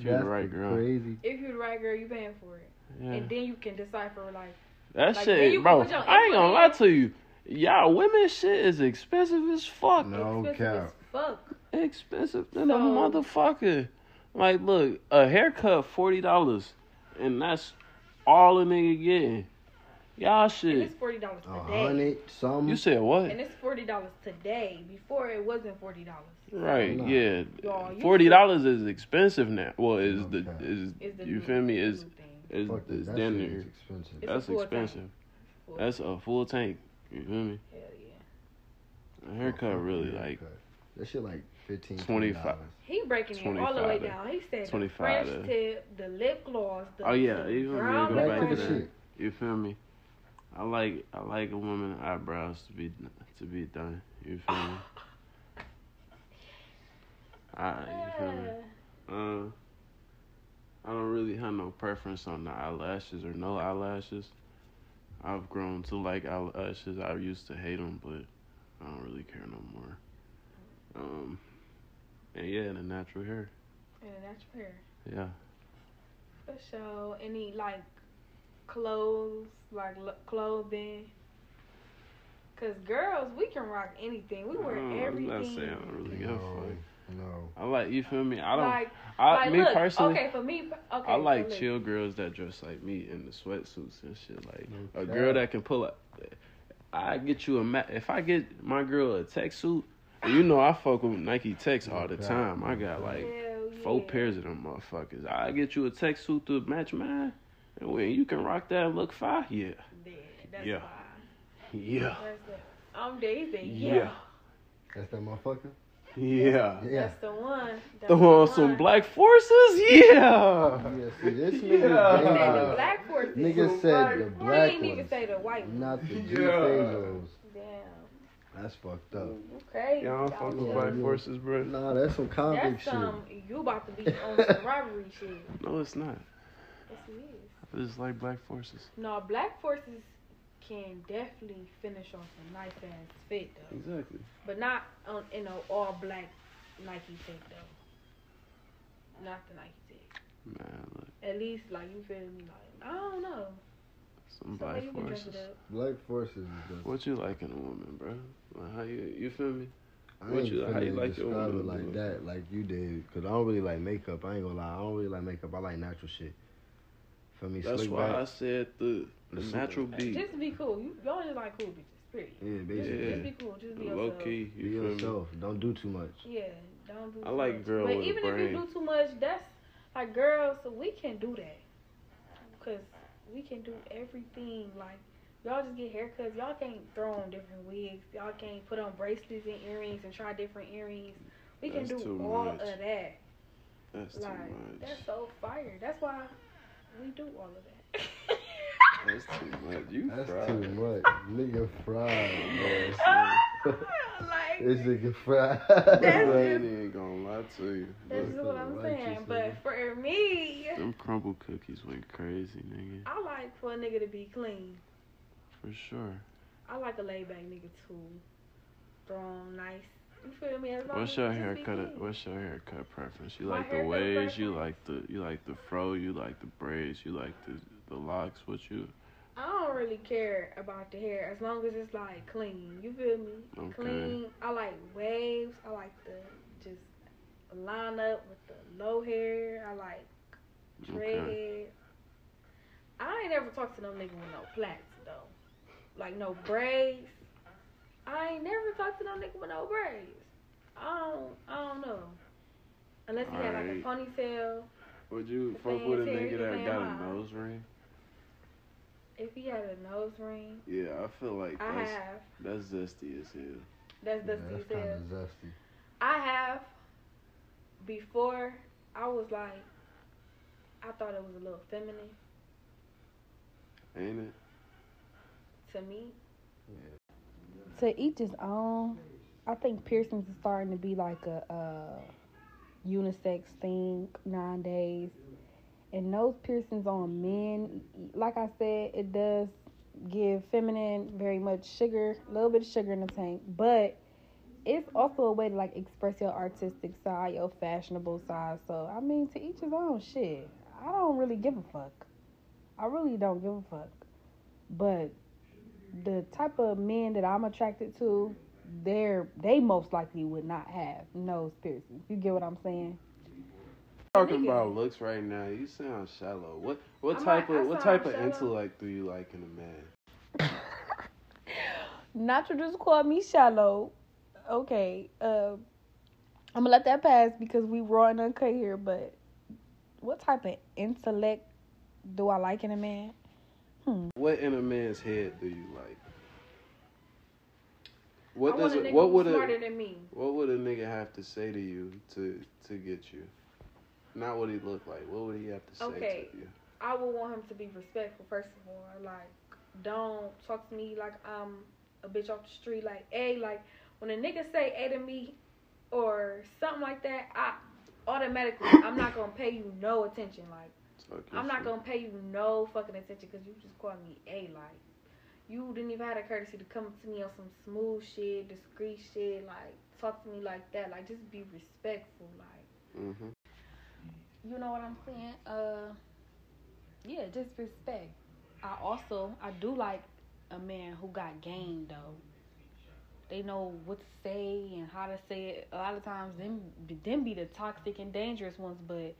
Speaker 3: you're
Speaker 1: That's
Speaker 3: the right
Speaker 1: the
Speaker 3: girl.
Speaker 1: Crazy.
Speaker 2: If you the right girl, you paying for it,
Speaker 3: Yeah.
Speaker 2: and then you can decipher like.
Speaker 3: That
Speaker 2: Like, then you
Speaker 3: shit,
Speaker 2: can
Speaker 3: bro.
Speaker 2: put your
Speaker 3: I ain't gonna
Speaker 2: input
Speaker 3: lie
Speaker 2: in.
Speaker 3: to you. Y'all women shit is expensive as fuck.
Speaker 1: No
Speaker 2: expensive
Speaker 1: cap.
Speaker 2: as fuck.
Speaker 3: Expensive than a
Speaker 2: So-
Speaker 3: motherfucker. Like, look, a haircut forty dollars, and that's all a nigga getting. Y'all
Speaker 2: And
Speaker 3: shit.
Speaker 2: it's forty dollars
Speaker 1: A
Speaker 2: today.
Speaker 1: hundred some.
Speaker 3: You said
Speaker 2: And
Speaker 3: what?
Speaker 2: it's forty dollars today. Before it wasn't forty dollars.
Speaker 3: Right?
Speaker 1: Nah.
Speaker 3: Yeah.
Speaker 2: Y'all, Oh, you-
Speaker 3: Forty dollars is expensive now. Well, is the
Speaker 1: Okay.
Speaker 3: is
Speaker 2: Is the
Speaker 3: you
Speaker 2: new-
Speaker 3: feel me? Is
Speaker 2: new thing.
Speaker 3: is
Speaker 1: Fuck
Speaker 3: is
Speaker 1: this. That
Speaker 3: damn
Speaker 1: shit
Speaker 3: near-
Speaker 1: is expensive.
Speaker 2: It's a
Speaker 3: That's
Speaker 2: full tank.
Speaker 3: expensive.
Speaker 2: Full
Speaker 3: That's a full tank. You feel me?
Speaker 2: Hell yeah.
Speaker 3: A haircut really like
Speaker 1: That shit like fifteen.
Speaker 3: 25.
Speaker 1: $20.
Speaker 2: He breaking it all the way
Speaker 3: 25
Speaker 2: down. He said the
Speaker 3: 25
Speaker 2: fresh
Speaker 3: to-
Speaker 2: tip, the lip gloss, the
Speaker 3: Oh, yeah,
Speaker 2: the
Speaker 3: you don't
Speaker 2: brow
Speaker 3: need to go
Speaker 1: Back to
Speaker 2: liner.
Speaker 1: the
Speaker 3: that.
Speaker 1: shit.
Speaker 3: You feel me? I like I like a woman eyebrows to be to be done. You feel me? I you feel me? Uh, I don't really have no preference on the eyelashes or no eyelashes. I've grown to like eyelashes. I used to hate them, but I don't really care no more. Um, and yeah, the natural hair.
Speaker 2: And that's fair.
Speaker 3: Yeah,
Speaker 2: For sure. Any like clothes, like lo- clothing. Cause girls, we can rock anything. We wear
Speaker 3: I don't- I'm
Speaker 2: everything.
Speaker 3: not saying I don't really give a
Speaker 1: No,
Speaker 3: fuck.
Speaker 1: no.
Speaker 3: I like you feel me. I don't.
Speaker 2: like,
Speaker 3: I
Speaker 2: like,
Speaker 3: me
Speaker 2: look,
Speaker 3: personally.
Speaker 2: Okay, for me, okay.
Speaker 3: I
Speaker 2: so
Speaker 3: like
Speaker 2: look.
Speaker 3: chill girls that dress like me in the sweatsuits and shit. Like a
Speaker 1: Okay.
Speaker 3: girl that can pull up. I get you a ma- if I get my girl a tech suit. You know I fuck with Nike Techs all the
Speaker 1: Okay.
Speaker 3: time. I got like
Speaker 2: Hell
Speaker 3: four
Speaker 2: yeah.
Speaker 3: pairs of them motherfuckers. I get you a tech suit to match mine, and when you can rock that and look fire, yeah,
Speaker 2: Yeah, that's
Speaker 3: Yeah.
Speaker 2: why.
Speaker 3: yeah,
Speaker 2: That's the, I'm David. Yeah.
Speaker 3: Yeah.
Speaker 1: That's that motherfucker.
Speaker 4: Yeah.
Speaker 1: Yeah.
Speaker 2: That's the one. That's
Speaker 3: throw on some black forces, yeah.
Speaker 1: Yeah. See this
Speaker 4: Yeah.
Speaker 2: He said the
Speaker 1: nigga.
Speaker 2: black forces.
Speaker 1: Nigga said the
Speaker 2: He didn't
Speaker 1: black
Speaker 2: even
Speaker 1: ones,
Speaker 2: say the white ones.
Speaker 1: not
Speaker 3: <laughs>
Speaker 1: the
Speaker 4: Yeah.
Speaker 1: G-Fazos.
Speaker 2: Damn.
Speaker 1: That's fucked up.
Speaker 2: You crazy.
Speaker 3: Y'all
Speaker 2: dog.
Speaker 3: fuck with
Speaker 1: Yeah.
Speaker 3: black forces, bro.
Speaker 1: Nah, that's some convict
Speaker 2: That's
Speaker 1: shit.
Speaker 2: some. You about to be
Speaker 1: <laughs>
Speaker 2: on some robbery shit.
Speaker 3: No, it's not.
Speaker 2: Yes, it is.
Speaker 3: I just like black forces.
Speaker 2: No, black forces can definitely finish on some nice ass fit though,
Speaker 3: Exactly.
Speaker 2: but not on you know all black Nike fit though. Not the Nike fit.
Speaker 3: Man, look,
Speaker 2: At least like you feel me. Like I don't know.
Speaker 3: some
Speaker 2: So
Speaker 3: black
Speaker 2: you can dress
Speaker 3: forces.
Speaker 2: it up.
Speaker 1: Black forces is just.
Speaker 3: What you like in a woman, bro? Like how you you feel me?
Speaker 1: I
Speaker 3: What
Speaker 1: ain't
Speaker 3: you- how
Speaker 1: finna
Speaker 3: you like your
Speaker 1: describe it
Speaker 3: woman
Speaker 1: like
Speaker 3: look?
Speaker 1: that, like you did, because I don't really like makeup. I ain't gonna lie, I don't really like makeup. I like natural shit. For me,
Speaker 3: That's
Speaker 1: slick
Speaker 3: why
Speaker 1: back.
Speaker 3: I said the the
Speaker 1: Listen.
Speaker 3: natural beat,
Speaker 2: Just be cool. You y'all just like cool bitches. Period.
Speaker 1: yeah, basically.
Speaker 3: Yeah.
Speaker 2: Just be cool. Just be
Speaker 3: the low
Speaker 2: yourself.
Speaker 3: key.
Speaker 1: Be
Speaker 3: You feel me?
Speaker 1: yourself. Don't do too much.
Speaker 2: Yeah, don't do.
Speaker 3: I
Speaker 2: too
Speaker 3: like
Speaker 2: much.
Speaker 3: girl
Speaker 2: But
Speaker 3: with a
Speaker 2: even if
Speaker 3: brain.
Speaker 2: you do too much, that's like girls. We can do that, cause we can do everything. Like y'all just get haircuts. Y'all can't throw on different wigs. Y'all can't put on bracelets and earrings and try different earrings. We can
Speaker 3: That's
Speaker 2: do
Speaker 3: too
Speaker 2: all
Speaker 3: much.
Speaker 2: of that.
Speaker 3: That's too
Speaker 2: Like
Speaker 3: much.
Speaker 2: that's so fire. That's why we do all of that.
Speaker 3: That's
Speaker 2: <laughs>
Speaker 3: too much. You
Speaker 1: That's
Speaker 3: fried. <laughs>
Speaker 1: too much, nigga. Fried, man.
Speaker 2: <laughs> like
Speaker 1: This nigga fried. <laughs>
Speaker 2: That's
Speaker 4: I
Speaker 1: Like,
Speaker 4: ain't even gonna lie to you.
Speaker 2: that's
Speaker 1: Look,
Speaker 2: what
Speaker 1: I
Speaker 2: I'm
Speaker 1: like you,
Speaker 2: saying.
Speaker 1: sis.
Speaker 2: But for me,
Speaker 3: Them crumble cookies went crazy, nigga.
Speaker 2: I like for a nigga to be clean.
Speaker 3: For sure.
Speaker 2: I like a laid back nigga too. Strong, nice. You feel me? As long
Speaker 3: What's
Speaker 2: as
Speaker 3: your
Speaker 2: you just be
Speaker 3: haircut?
Speaker 2: clean.
Speaker 3: What's your haircut preference? You
Speaker 2: My
Speaker 3: like the
Speaker 2: haircut
Speaker 3: waves. You
Speaker 2: preference?
Speaker 3: like the you like the fro. You like the braids. You like the the locks. What you?
Speaker 2: I don't really care about the hair as long as it's like clean. You feel me?
Speaker 3: Okay.
Speaker 2: Clean. I like waves. I like the just line up with the low hair. I like dread.
Speaker 3: Okay.
Speaker 2: I ain't ever talked to no nigga with no plaits though. Like no braids. I ain't never talked to no nigga with no braids. I don't I don't know. Unless he had like a
Speaker 3: Alright.
Speaker 2: ponytail.
Speaker 3: Would you
Speaker 2: The
Speaker 3: fuck with a
Speaker 2: fancy
Speaker 3: nigga that
Speaker 2: man
Speaker 3: got a
Speaker 2: high.
Speaker 3: nose ring?
Speaker 2: If he had a nose ring,
Speaker 3: Yeah, I feel like
Speaker 2: I
Speaker 3: that's
Speaker 2: have.
Speaker 3: that's zesty as hell.
Speaker 2: That's
Speaker 1: Yeah,
Speaker 2: dusty
Speaker 1: that's
Speaker 2: as hell.
Speaker 1: kind of zesty.
Speaker 2: I have before I was like I thought it was a little feminine
Speaker 3: Ain't it?
Speaker 2: to me.
Speaker 1: Yeah.
Speaker 9: to each his own. I think piercings is starting to be like a, a unisex thing nowadays. And those piercings on men, like I said, it does give feminine very much sugar, a little bit of sugar in the tank, but it's also a way to like express your artistic side, your fashionable side. So I mean, to each his own. Shit, I don't really give a fuck. I really don't give a fuck. But the type of men that I'm attracted to, they're they most likely would not have nose piercings. You get what I'm saying?
Speaker 4: Talking
Speaker 2: Nigga.
Speaker 4: about looks right now, you sound shallow. What what
Speaker 2: I'm
Speaker 4: type
Speaker 2: not- I
Speaker 4: of what
Speaker 2: sound
Speaker 4: type of
Speaker 2: shallow.
Speaker 4: intellect do you like in a man?
Speaker 9: Nacho just called me shallow. Okay, uh, I'm gonna let that pass because we raw and uncut here. But what type of intellect do I like in a man?
Speaker 4: What in a man's head do you like? What
Speaker 2: I
Speaker 4: does
Speaker 2: want a
Speaker 4: it,
Speaker 2: nigga
Speaker 4: what
Speaker 2: who's
Speaker 4: would
Speaker 2: smarter
Speaker 4: a
Speaker 2: than me.
Speaker 4: what would a nigga have to say to you to to get you? Not what he look like. What would he have to say
Speaker 2: Okay.
Speaker 4: to you?
Speaker 2: I would want him to be respectful first of all. Like, don't talk to me like I'm a bitch off the street. Like, a like when a nigga say a to me or something like that, I automatically I'm not gonna pay you no attention. Like,
Speaker 4: Talk your
Speaker 2: I'm not
Speaker 4: shit.
Speaker 2: gonna pay you no fucking attention because you just called me a like. You didn't even have the courtesy to come to me on some smooth shit, discreet shit. Like, talk to me like that. Like, just be respectful. Like.
Speaker 4: Mhm.
Speaker 2: you know what I'm saying? Uh, yeah, just respect. I also I do like a man who got game though. They know what to say and how to say it. A lot of times, them them be the toxic and dangerous ones, but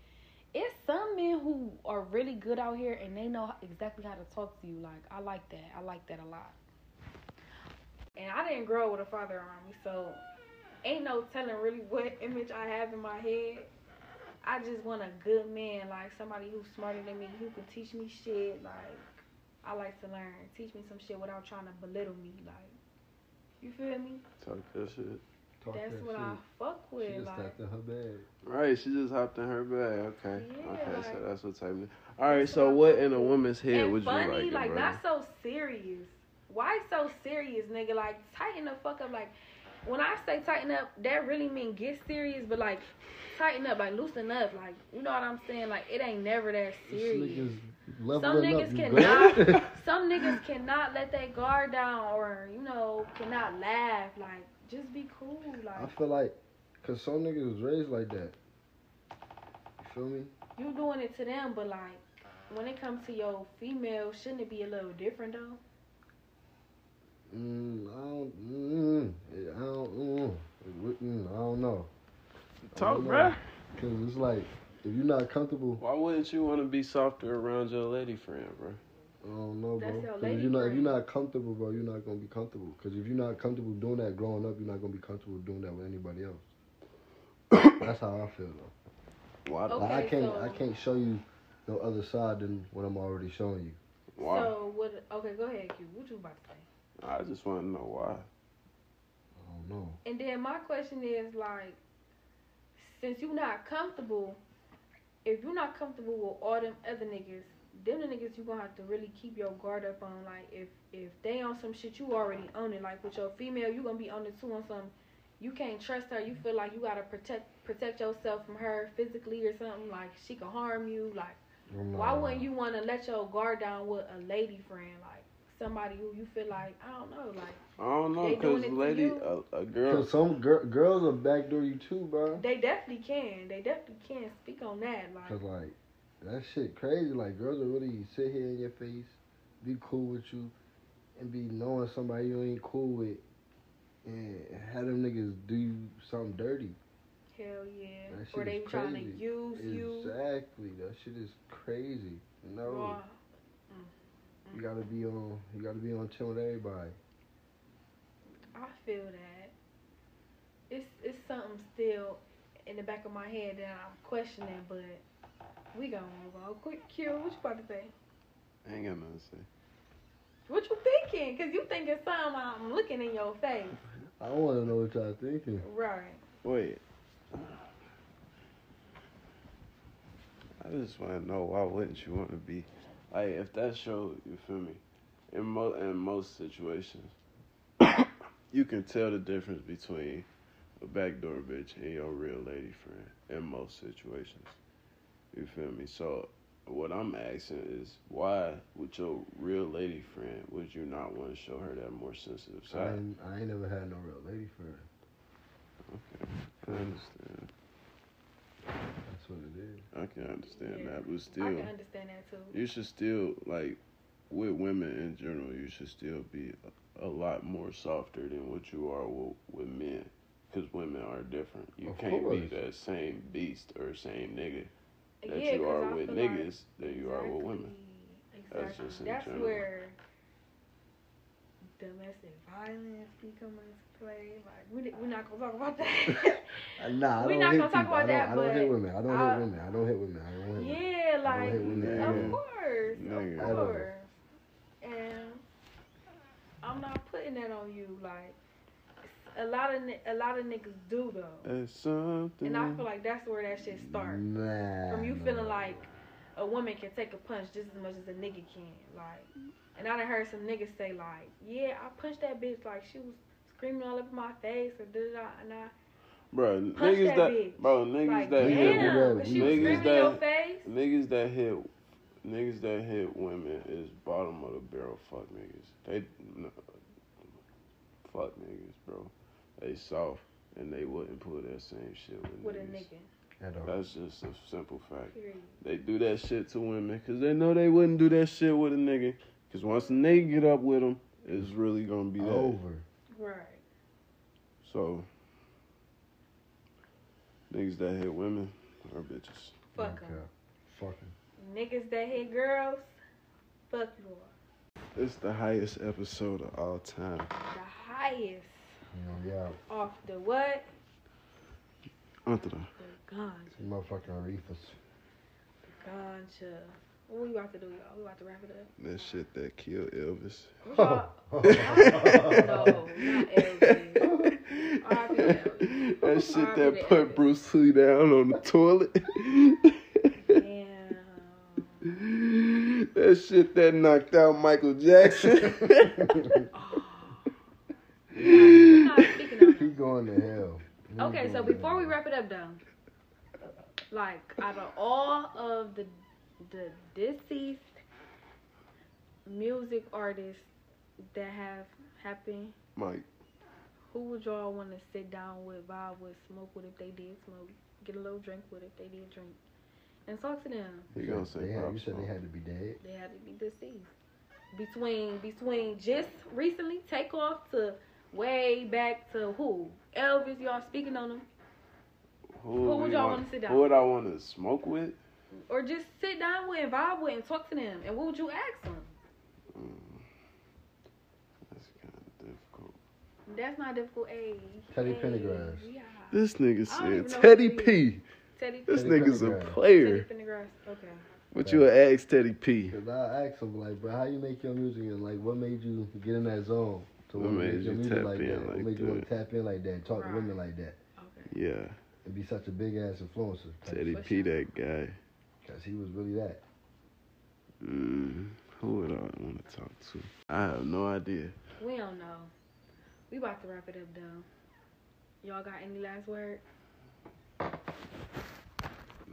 Speaker 2: it's some men who are really good out here and they know exactly how to talk to you. Like I like that. I like that a lot. And I didn't grow up with a father around me, so ain't no telling really what image I have in my head. I just want a good man, like somebody who's smarter than me, who can teach me shit. Like I like to learn. Teach me some shit without trying to belittle me. Like you feel me?
Speaker 4: Talk your shit.
Speaker 1: Talk
Speaker 2: That's
Speaker 1: that
Speaker 2: what I fuck
Speaker 1: shit. She
Speaker 2: with.
Speaker 1: just
Speaker 2: Like
Speaker 1: stepped in her bed.
Speaker 4: Right, she just hopped in her bag. Okay.
Speaker 2: Yeah,
Speaker 4: okay, so
Speaker 2: like-
Speaker 4: that's what type of All right, so what in a woman's head
Speaker 2: and
Speaker 4: would you like?
Speaker 2: funny,
Speaker 4: in
Speaker 2: like
Speaker 4: a
Speaker 2: not so serious. Why so serious, nigga? Like tighten the fuck up. Like when I say tighten up, that really mean get serious, but like tighten up, like loosen up, like you know what I'm saying? Like it ain't never that
Speaker 1: This
Speaker 2: serious.
Speaker 1: nigga's
Speaker 2: Some
Speaker 1: leveling up.
Speaker 2: niggas
Speaker 1: You
Speaker 2: cannot.
Speaker 1: good?
Speaker 2: some niggas cannot let their guard down, or you know, cannot laugh. Like, just be cool.
Speaker 1: <laughs>
Speaker 2: <laughs>
Speaker 1: I
Speaker 2: Like,
Speaker 1: feel like, cause some niggas was raised like that. You feel me?
Speaker 2: you doing it to them, but like, when it comes to your female, shouldn't it be a little different though?
Speaker 1: Mm, I don't. Mm, I don't. Mm, it would- mm, I don't know.
Speaker 4: Talk,
Speaker 1: I don't know.
Speaker 4: bruh.
Speaker 1: Cause it's like if you're not comfortable,
Speaker 4: Why wouldn't you want to be softer around your lady friend, bro?
Speaker 1: I don't know,
Speaker 2: That's
Speaker 1: bro.
Speaker 2: your
Speaker 1: 'Cause
Speaker 2: lady
Speaker 1: if you're not, if
Speaker 2: friend.
Speaker 1: you're not comfortable, bro, you're not gonna be comfortable. Cause if you're not comfortable doing that growing up, you're not gonna be comfortable doing that with anybody else.
Speaker 4: <coughs>
Speaker 1: That's how I feel though.
Speaker 4: Why?
Speaker 2: Okay.
Speaker 1: Like, I can't. I
Speaker 2: so-
Speaker 1: can't show you no other side than what I'm already showing you.
Speaker 4: Why?
Speaker 2: So what? Okay, go ahead, Q. What you about to say?
Speaker 4: I just want to know why.
Speaker 1: I don't know.
Speaker 2: And then my question is like, since you not comfortable, if you're not comfortable with all them other niggas, them the niggas you gonna have to really keep your guard up on. Like if if they on some shit, you already own it. Like with your female, you gonna be on it too on some. You can't trust her. You feel like you gotta protect protect yourself from her physically or something. Like she could harm you. Like
Speaker 1: I'm
Speaker 2: why
Speaker 1: not-
Speaker 2: wouldn't you wanna let your guard down with a lady friend? Like somebody who you feel like I don't know. Like
Speaker 4: I don't know,
Speaker 2: They doing
Speaker 4: cause
Speaker 2: it to
Speaker 4: lady,
Speaker 2: you?
Speaker 4: a, a girl.
Speaker 1: Cause some gir- girls will backdoor you too, bro.
Speaker 2: they definitely can. They definitely can speak on that. Like.
Speaker 1: Cause like that shit crazy. Like girls will really sit here in your face, be cool with you, and be knowing somebody you ain't cool with, and have them niggas do you something dirty.
Speaker 2: Hell yeah.
Speaker 1: That shit
Speaker 2: Or they
Speaker 1: is
Speaker 2: trying to
Speaker 1: crazy.
Speaker 2: use you.
Speaker 1: Exactly. That shit is crazy. No,
Speaker 2: Raw.
Speaker 1: you gotta be on. You gotta be on chill with everybody.
Speaker 2: I feel that. It's it's something still in the back of my head that I'm questioning, but we gonna move on. Quick, Q, what you about to say?
Speaker 4: I ain't got nothing to say.
Speaker 2: What you thinking? Cause you thinking something while I'm looking in your face.
Speaker 1: I want to know what y'all thinking.
Speaker 2: Right.
Speaker 4: Wait. I just want to know why wouldn't you want to be, like, if that's your, you feel me, in mo in most situations,
Speaker 3: <coughs> you can tell the difference between a backdoor bitch and your real lady friend in most situations. You feel me? So what I'm asking is why with your real lady friend would you not want to show her that more sensitive
Speaker 1: I
Speaker 3: side?
Speaker 1: ain't, I ain't never had no real lady friend.
Speaker 3: I understand.
Speaker 1: That's what it is.
Speaker 3: I can understand
Speaker 2: Yeah.
Speaker 3: that, but
Speaker 2: I
Speaker 3: still
Speaker 2: can understand that too.
Speaker 3: you should still like with women in general you should still be a, a lot more softer than what you are with, with men because women are different you
Speaker 1: Of
Speaker 3: can't be
Speaker 1: course.
Speaker 3: that same beast or same nigga that
Speaker 2: Yeah,
Speaker 3: you
Speaker 2: 'cause
Speaker 3: are
Speaker 2: I
Speaker 3: with
Speaker 2: feel like-
Speaker 3: niggas that you are with women
Speaker 2: Exactly.
Speaker 3: That's
Speaker 2: Exactly.
Speaker 3: just in
Speaker 2: That's
Speaker 3: general.
Speaker 2: where domestic violence be coming into play. Like we di- we're not gonna talk about
Speaker 3: <laughs>
Speaker 2: that. <laughs>
Speaker 1: Uh, Nah, I
Speaker 2: We
Speaker 1: don't
Speaker 2: not
Speaker 1: hit
Speaker 2: gonna talk
Speaker 1: people. I
Speaker 2: about
Speaker 1: don't,
Speaker 2: that,
Speaker 1: I don't hit
Speaker 2: but
Speaker 1: women. I don't
Speaker 2: I-
Speaker 1: hit women. I don't hit women. I don't hit women.
Speaker 2: yeah,
Speaker 1: I don't hit
Speaker 2: like
Speaker 1: women.
Speaker 3: Yeah.
Speaker 2: of course,
Speaker 3: Nigga.
Speaker 1: At all.
Speaker 2: of course. And I'm not putting that on you. Like a lot of ni- a lot of niggas do though,
Speaker 3: That's something
Speaker 2: and I feel like that's where that shit starts.
Speaker 1: Nah.
Speaker 2: From you
Speaker 1: nah.
Speaker 2: feeling like a woman can take a punch just as much as a nigga can. Like, and I done heard some niggas say like, yeah, I punched that bitch like she was screaming all up in my face or da da da, and I
Speaker 3: bro
Speaker 2: Punch
Speaker 3: niggas
Speaker 2: that
Speaker 3: that,
Speaker 2: bitch.
Speaker 3: bro niggas
Speaker 2: like,
Speaker 3: that
Speaker 1: We
Speaker 3: hit
Speaker 1: did-
Speaker 2: damn,
Speaker 1: we
Speaker 2: cause
Speaker 1: did-
Speaker 2: she was
Speaker 3: niggas
Speaker 2: screaming in your
Speaker 3: that-
Speaker 2: face.
Speaker 3: Niggas that hit niggas that hit women is bottom of the barrel fuck niggas. They no, fuck niggas, bro. They soft and they wouldn't pull that same shit with,
Speaker 2: With a
Speaker 3: niggas.
Speaker 2: nigga,
Speaker 1: At all.
Speaker 3: That's just a simple fact.
Speaker 2: period.
Speaker 3: They do that shit to women because they know they wouldn't do that shit with a nigga. Because once a nigga get up with them, it's really gonna be that.
Speaker 1: over.
Speaker 2: Right.
Speaker 3: So niggas that hit women are bitches.
Speaker 2: Fuck 'em.
Speaker 1: Fucking.
Speaker 2: Niggas that hit girls, fuck you. all.
Speaker 3: It's the highest episode of all time.
Speaker 2: The highest
Speaker 1: You know, yeah.
Speaker 2: off the what?
Speaker 3: Anthony.
Speaker 2: The ganja.
Speaker 1: Some motherfucking reefers.
Speaker 2: Ganja. What we about to do, y'all? We about to wrap it up.
Speaker 3: That shit that killed Elvis.
Speaker 2: What y'all-
Speaker 3: <laughs>
Speaker 2: <laughs> no, not LG.
Speaker 3: <laughs> that shit that
Speaker 2: Elvis.
Speaker 3: put Bruce Lee down on the toilet. <laughs>
Speaker 2: Damn.
Speaker 3: that shit that knocked out Michael
Speaker 2: <laughs>
Speaker 3: Jackson.
Speaker 2: We're <laughs> not speaking of
Speaker 1: <laughs> he
Speaker 2: that.
Speaker 1: going to hell. He
Speaker 2: Okay,
Speaker 1: going
Speaker 2: so
Speaker 1: to
Speaker 2: before we
Speaker 1: hell.
Speaker 2: wrap it up, though, like out of all of the the deceased music artists that have happened,
Speaker 3: Mike,
Speaker 2: who would y'all want to sit down with, vibe with, smoke with if they did smoke, get a little drink with if they did drink, and talk to them?
Speaker 3: you gonna say
Speaker 1: They had,
Speaker 3: pop
Speaker 1: you said
Speaker 3: song.
Speaker 1: they had to be dead.
Speaker 2: They had to be deceased. Between between just recently take off to way back to who? Elvis, y'all speaking on him. Who would
Speaker 3: we
Speaker 2: y'all
Speaker 3: want-
Speaker 2: wanna sit down
Speaker 3: Who would I want to smoke with?
Speaker 2: Or just sit down with and vibe with and talk to them. And what would you ask them?
Speaker 3: Mm, that's kind of difficult.
Speaker 2: That's not difficult. Hey,
Speaker 1: Teddy
Speaker 2: hey,
Speaker 1: Pendergrass.
Speaker 2: Yeah.
Speaker 3: This nigga
Speaker 2: I don't even
Speaker 3: said
Speaker 2: know
Speaker 3: Teddy
Speaker 2: who
Speaker 3: P.
Speaker 2: Teddy
Speaker 3: This
Speaker 1: Teddy
Speaker 3: nigga's a
Speaker 1: Pendergrass.
Speaker 2: Teddy
Speaker 3: player.
Speaker 2: Pendergrass. Okay.
Speaker 3: But you would ask Teddy P.
Speaker 1: Cause I asked him like, bro, how you make your music and like, what made you get in that zone? To
Speaker 3: What
Speaker 1: wanna
Speaker 3: made
Speaker 1: make your
Speaker 3: you
Speaker 1: music
Speaker 3: tap
Speaker 1: like
Speaker 3: in
Speaker 1: that? what
Speaker 3: like
Speaker 1: made you
Speaker 3: that?
Speaker 1: want to tap in like that? Talk
Speaker 2: Right.
Speaker 1: to women like that
Speaker 2: Okay.
Speaker 3: Yeah,
Speaker 1: and be such a big ass influencer?
Speaker 3: Teddy
Speaker 2: For
Speaker 3: P.
Speaker 2: sure.
Speaker 3: That guy.
Speaker 1: Cause he was really that.
Speaker 3: Mm, who would I want to talk to? I have no idea.
Speaker 2: We don't know. We about to wrap it up though. Y'all got any last word?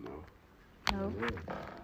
Speaker 3: No.
Speaker 10: No.
Speaker 3: Uh,
Speaker 1: Yeah.
Speaker 3: uh,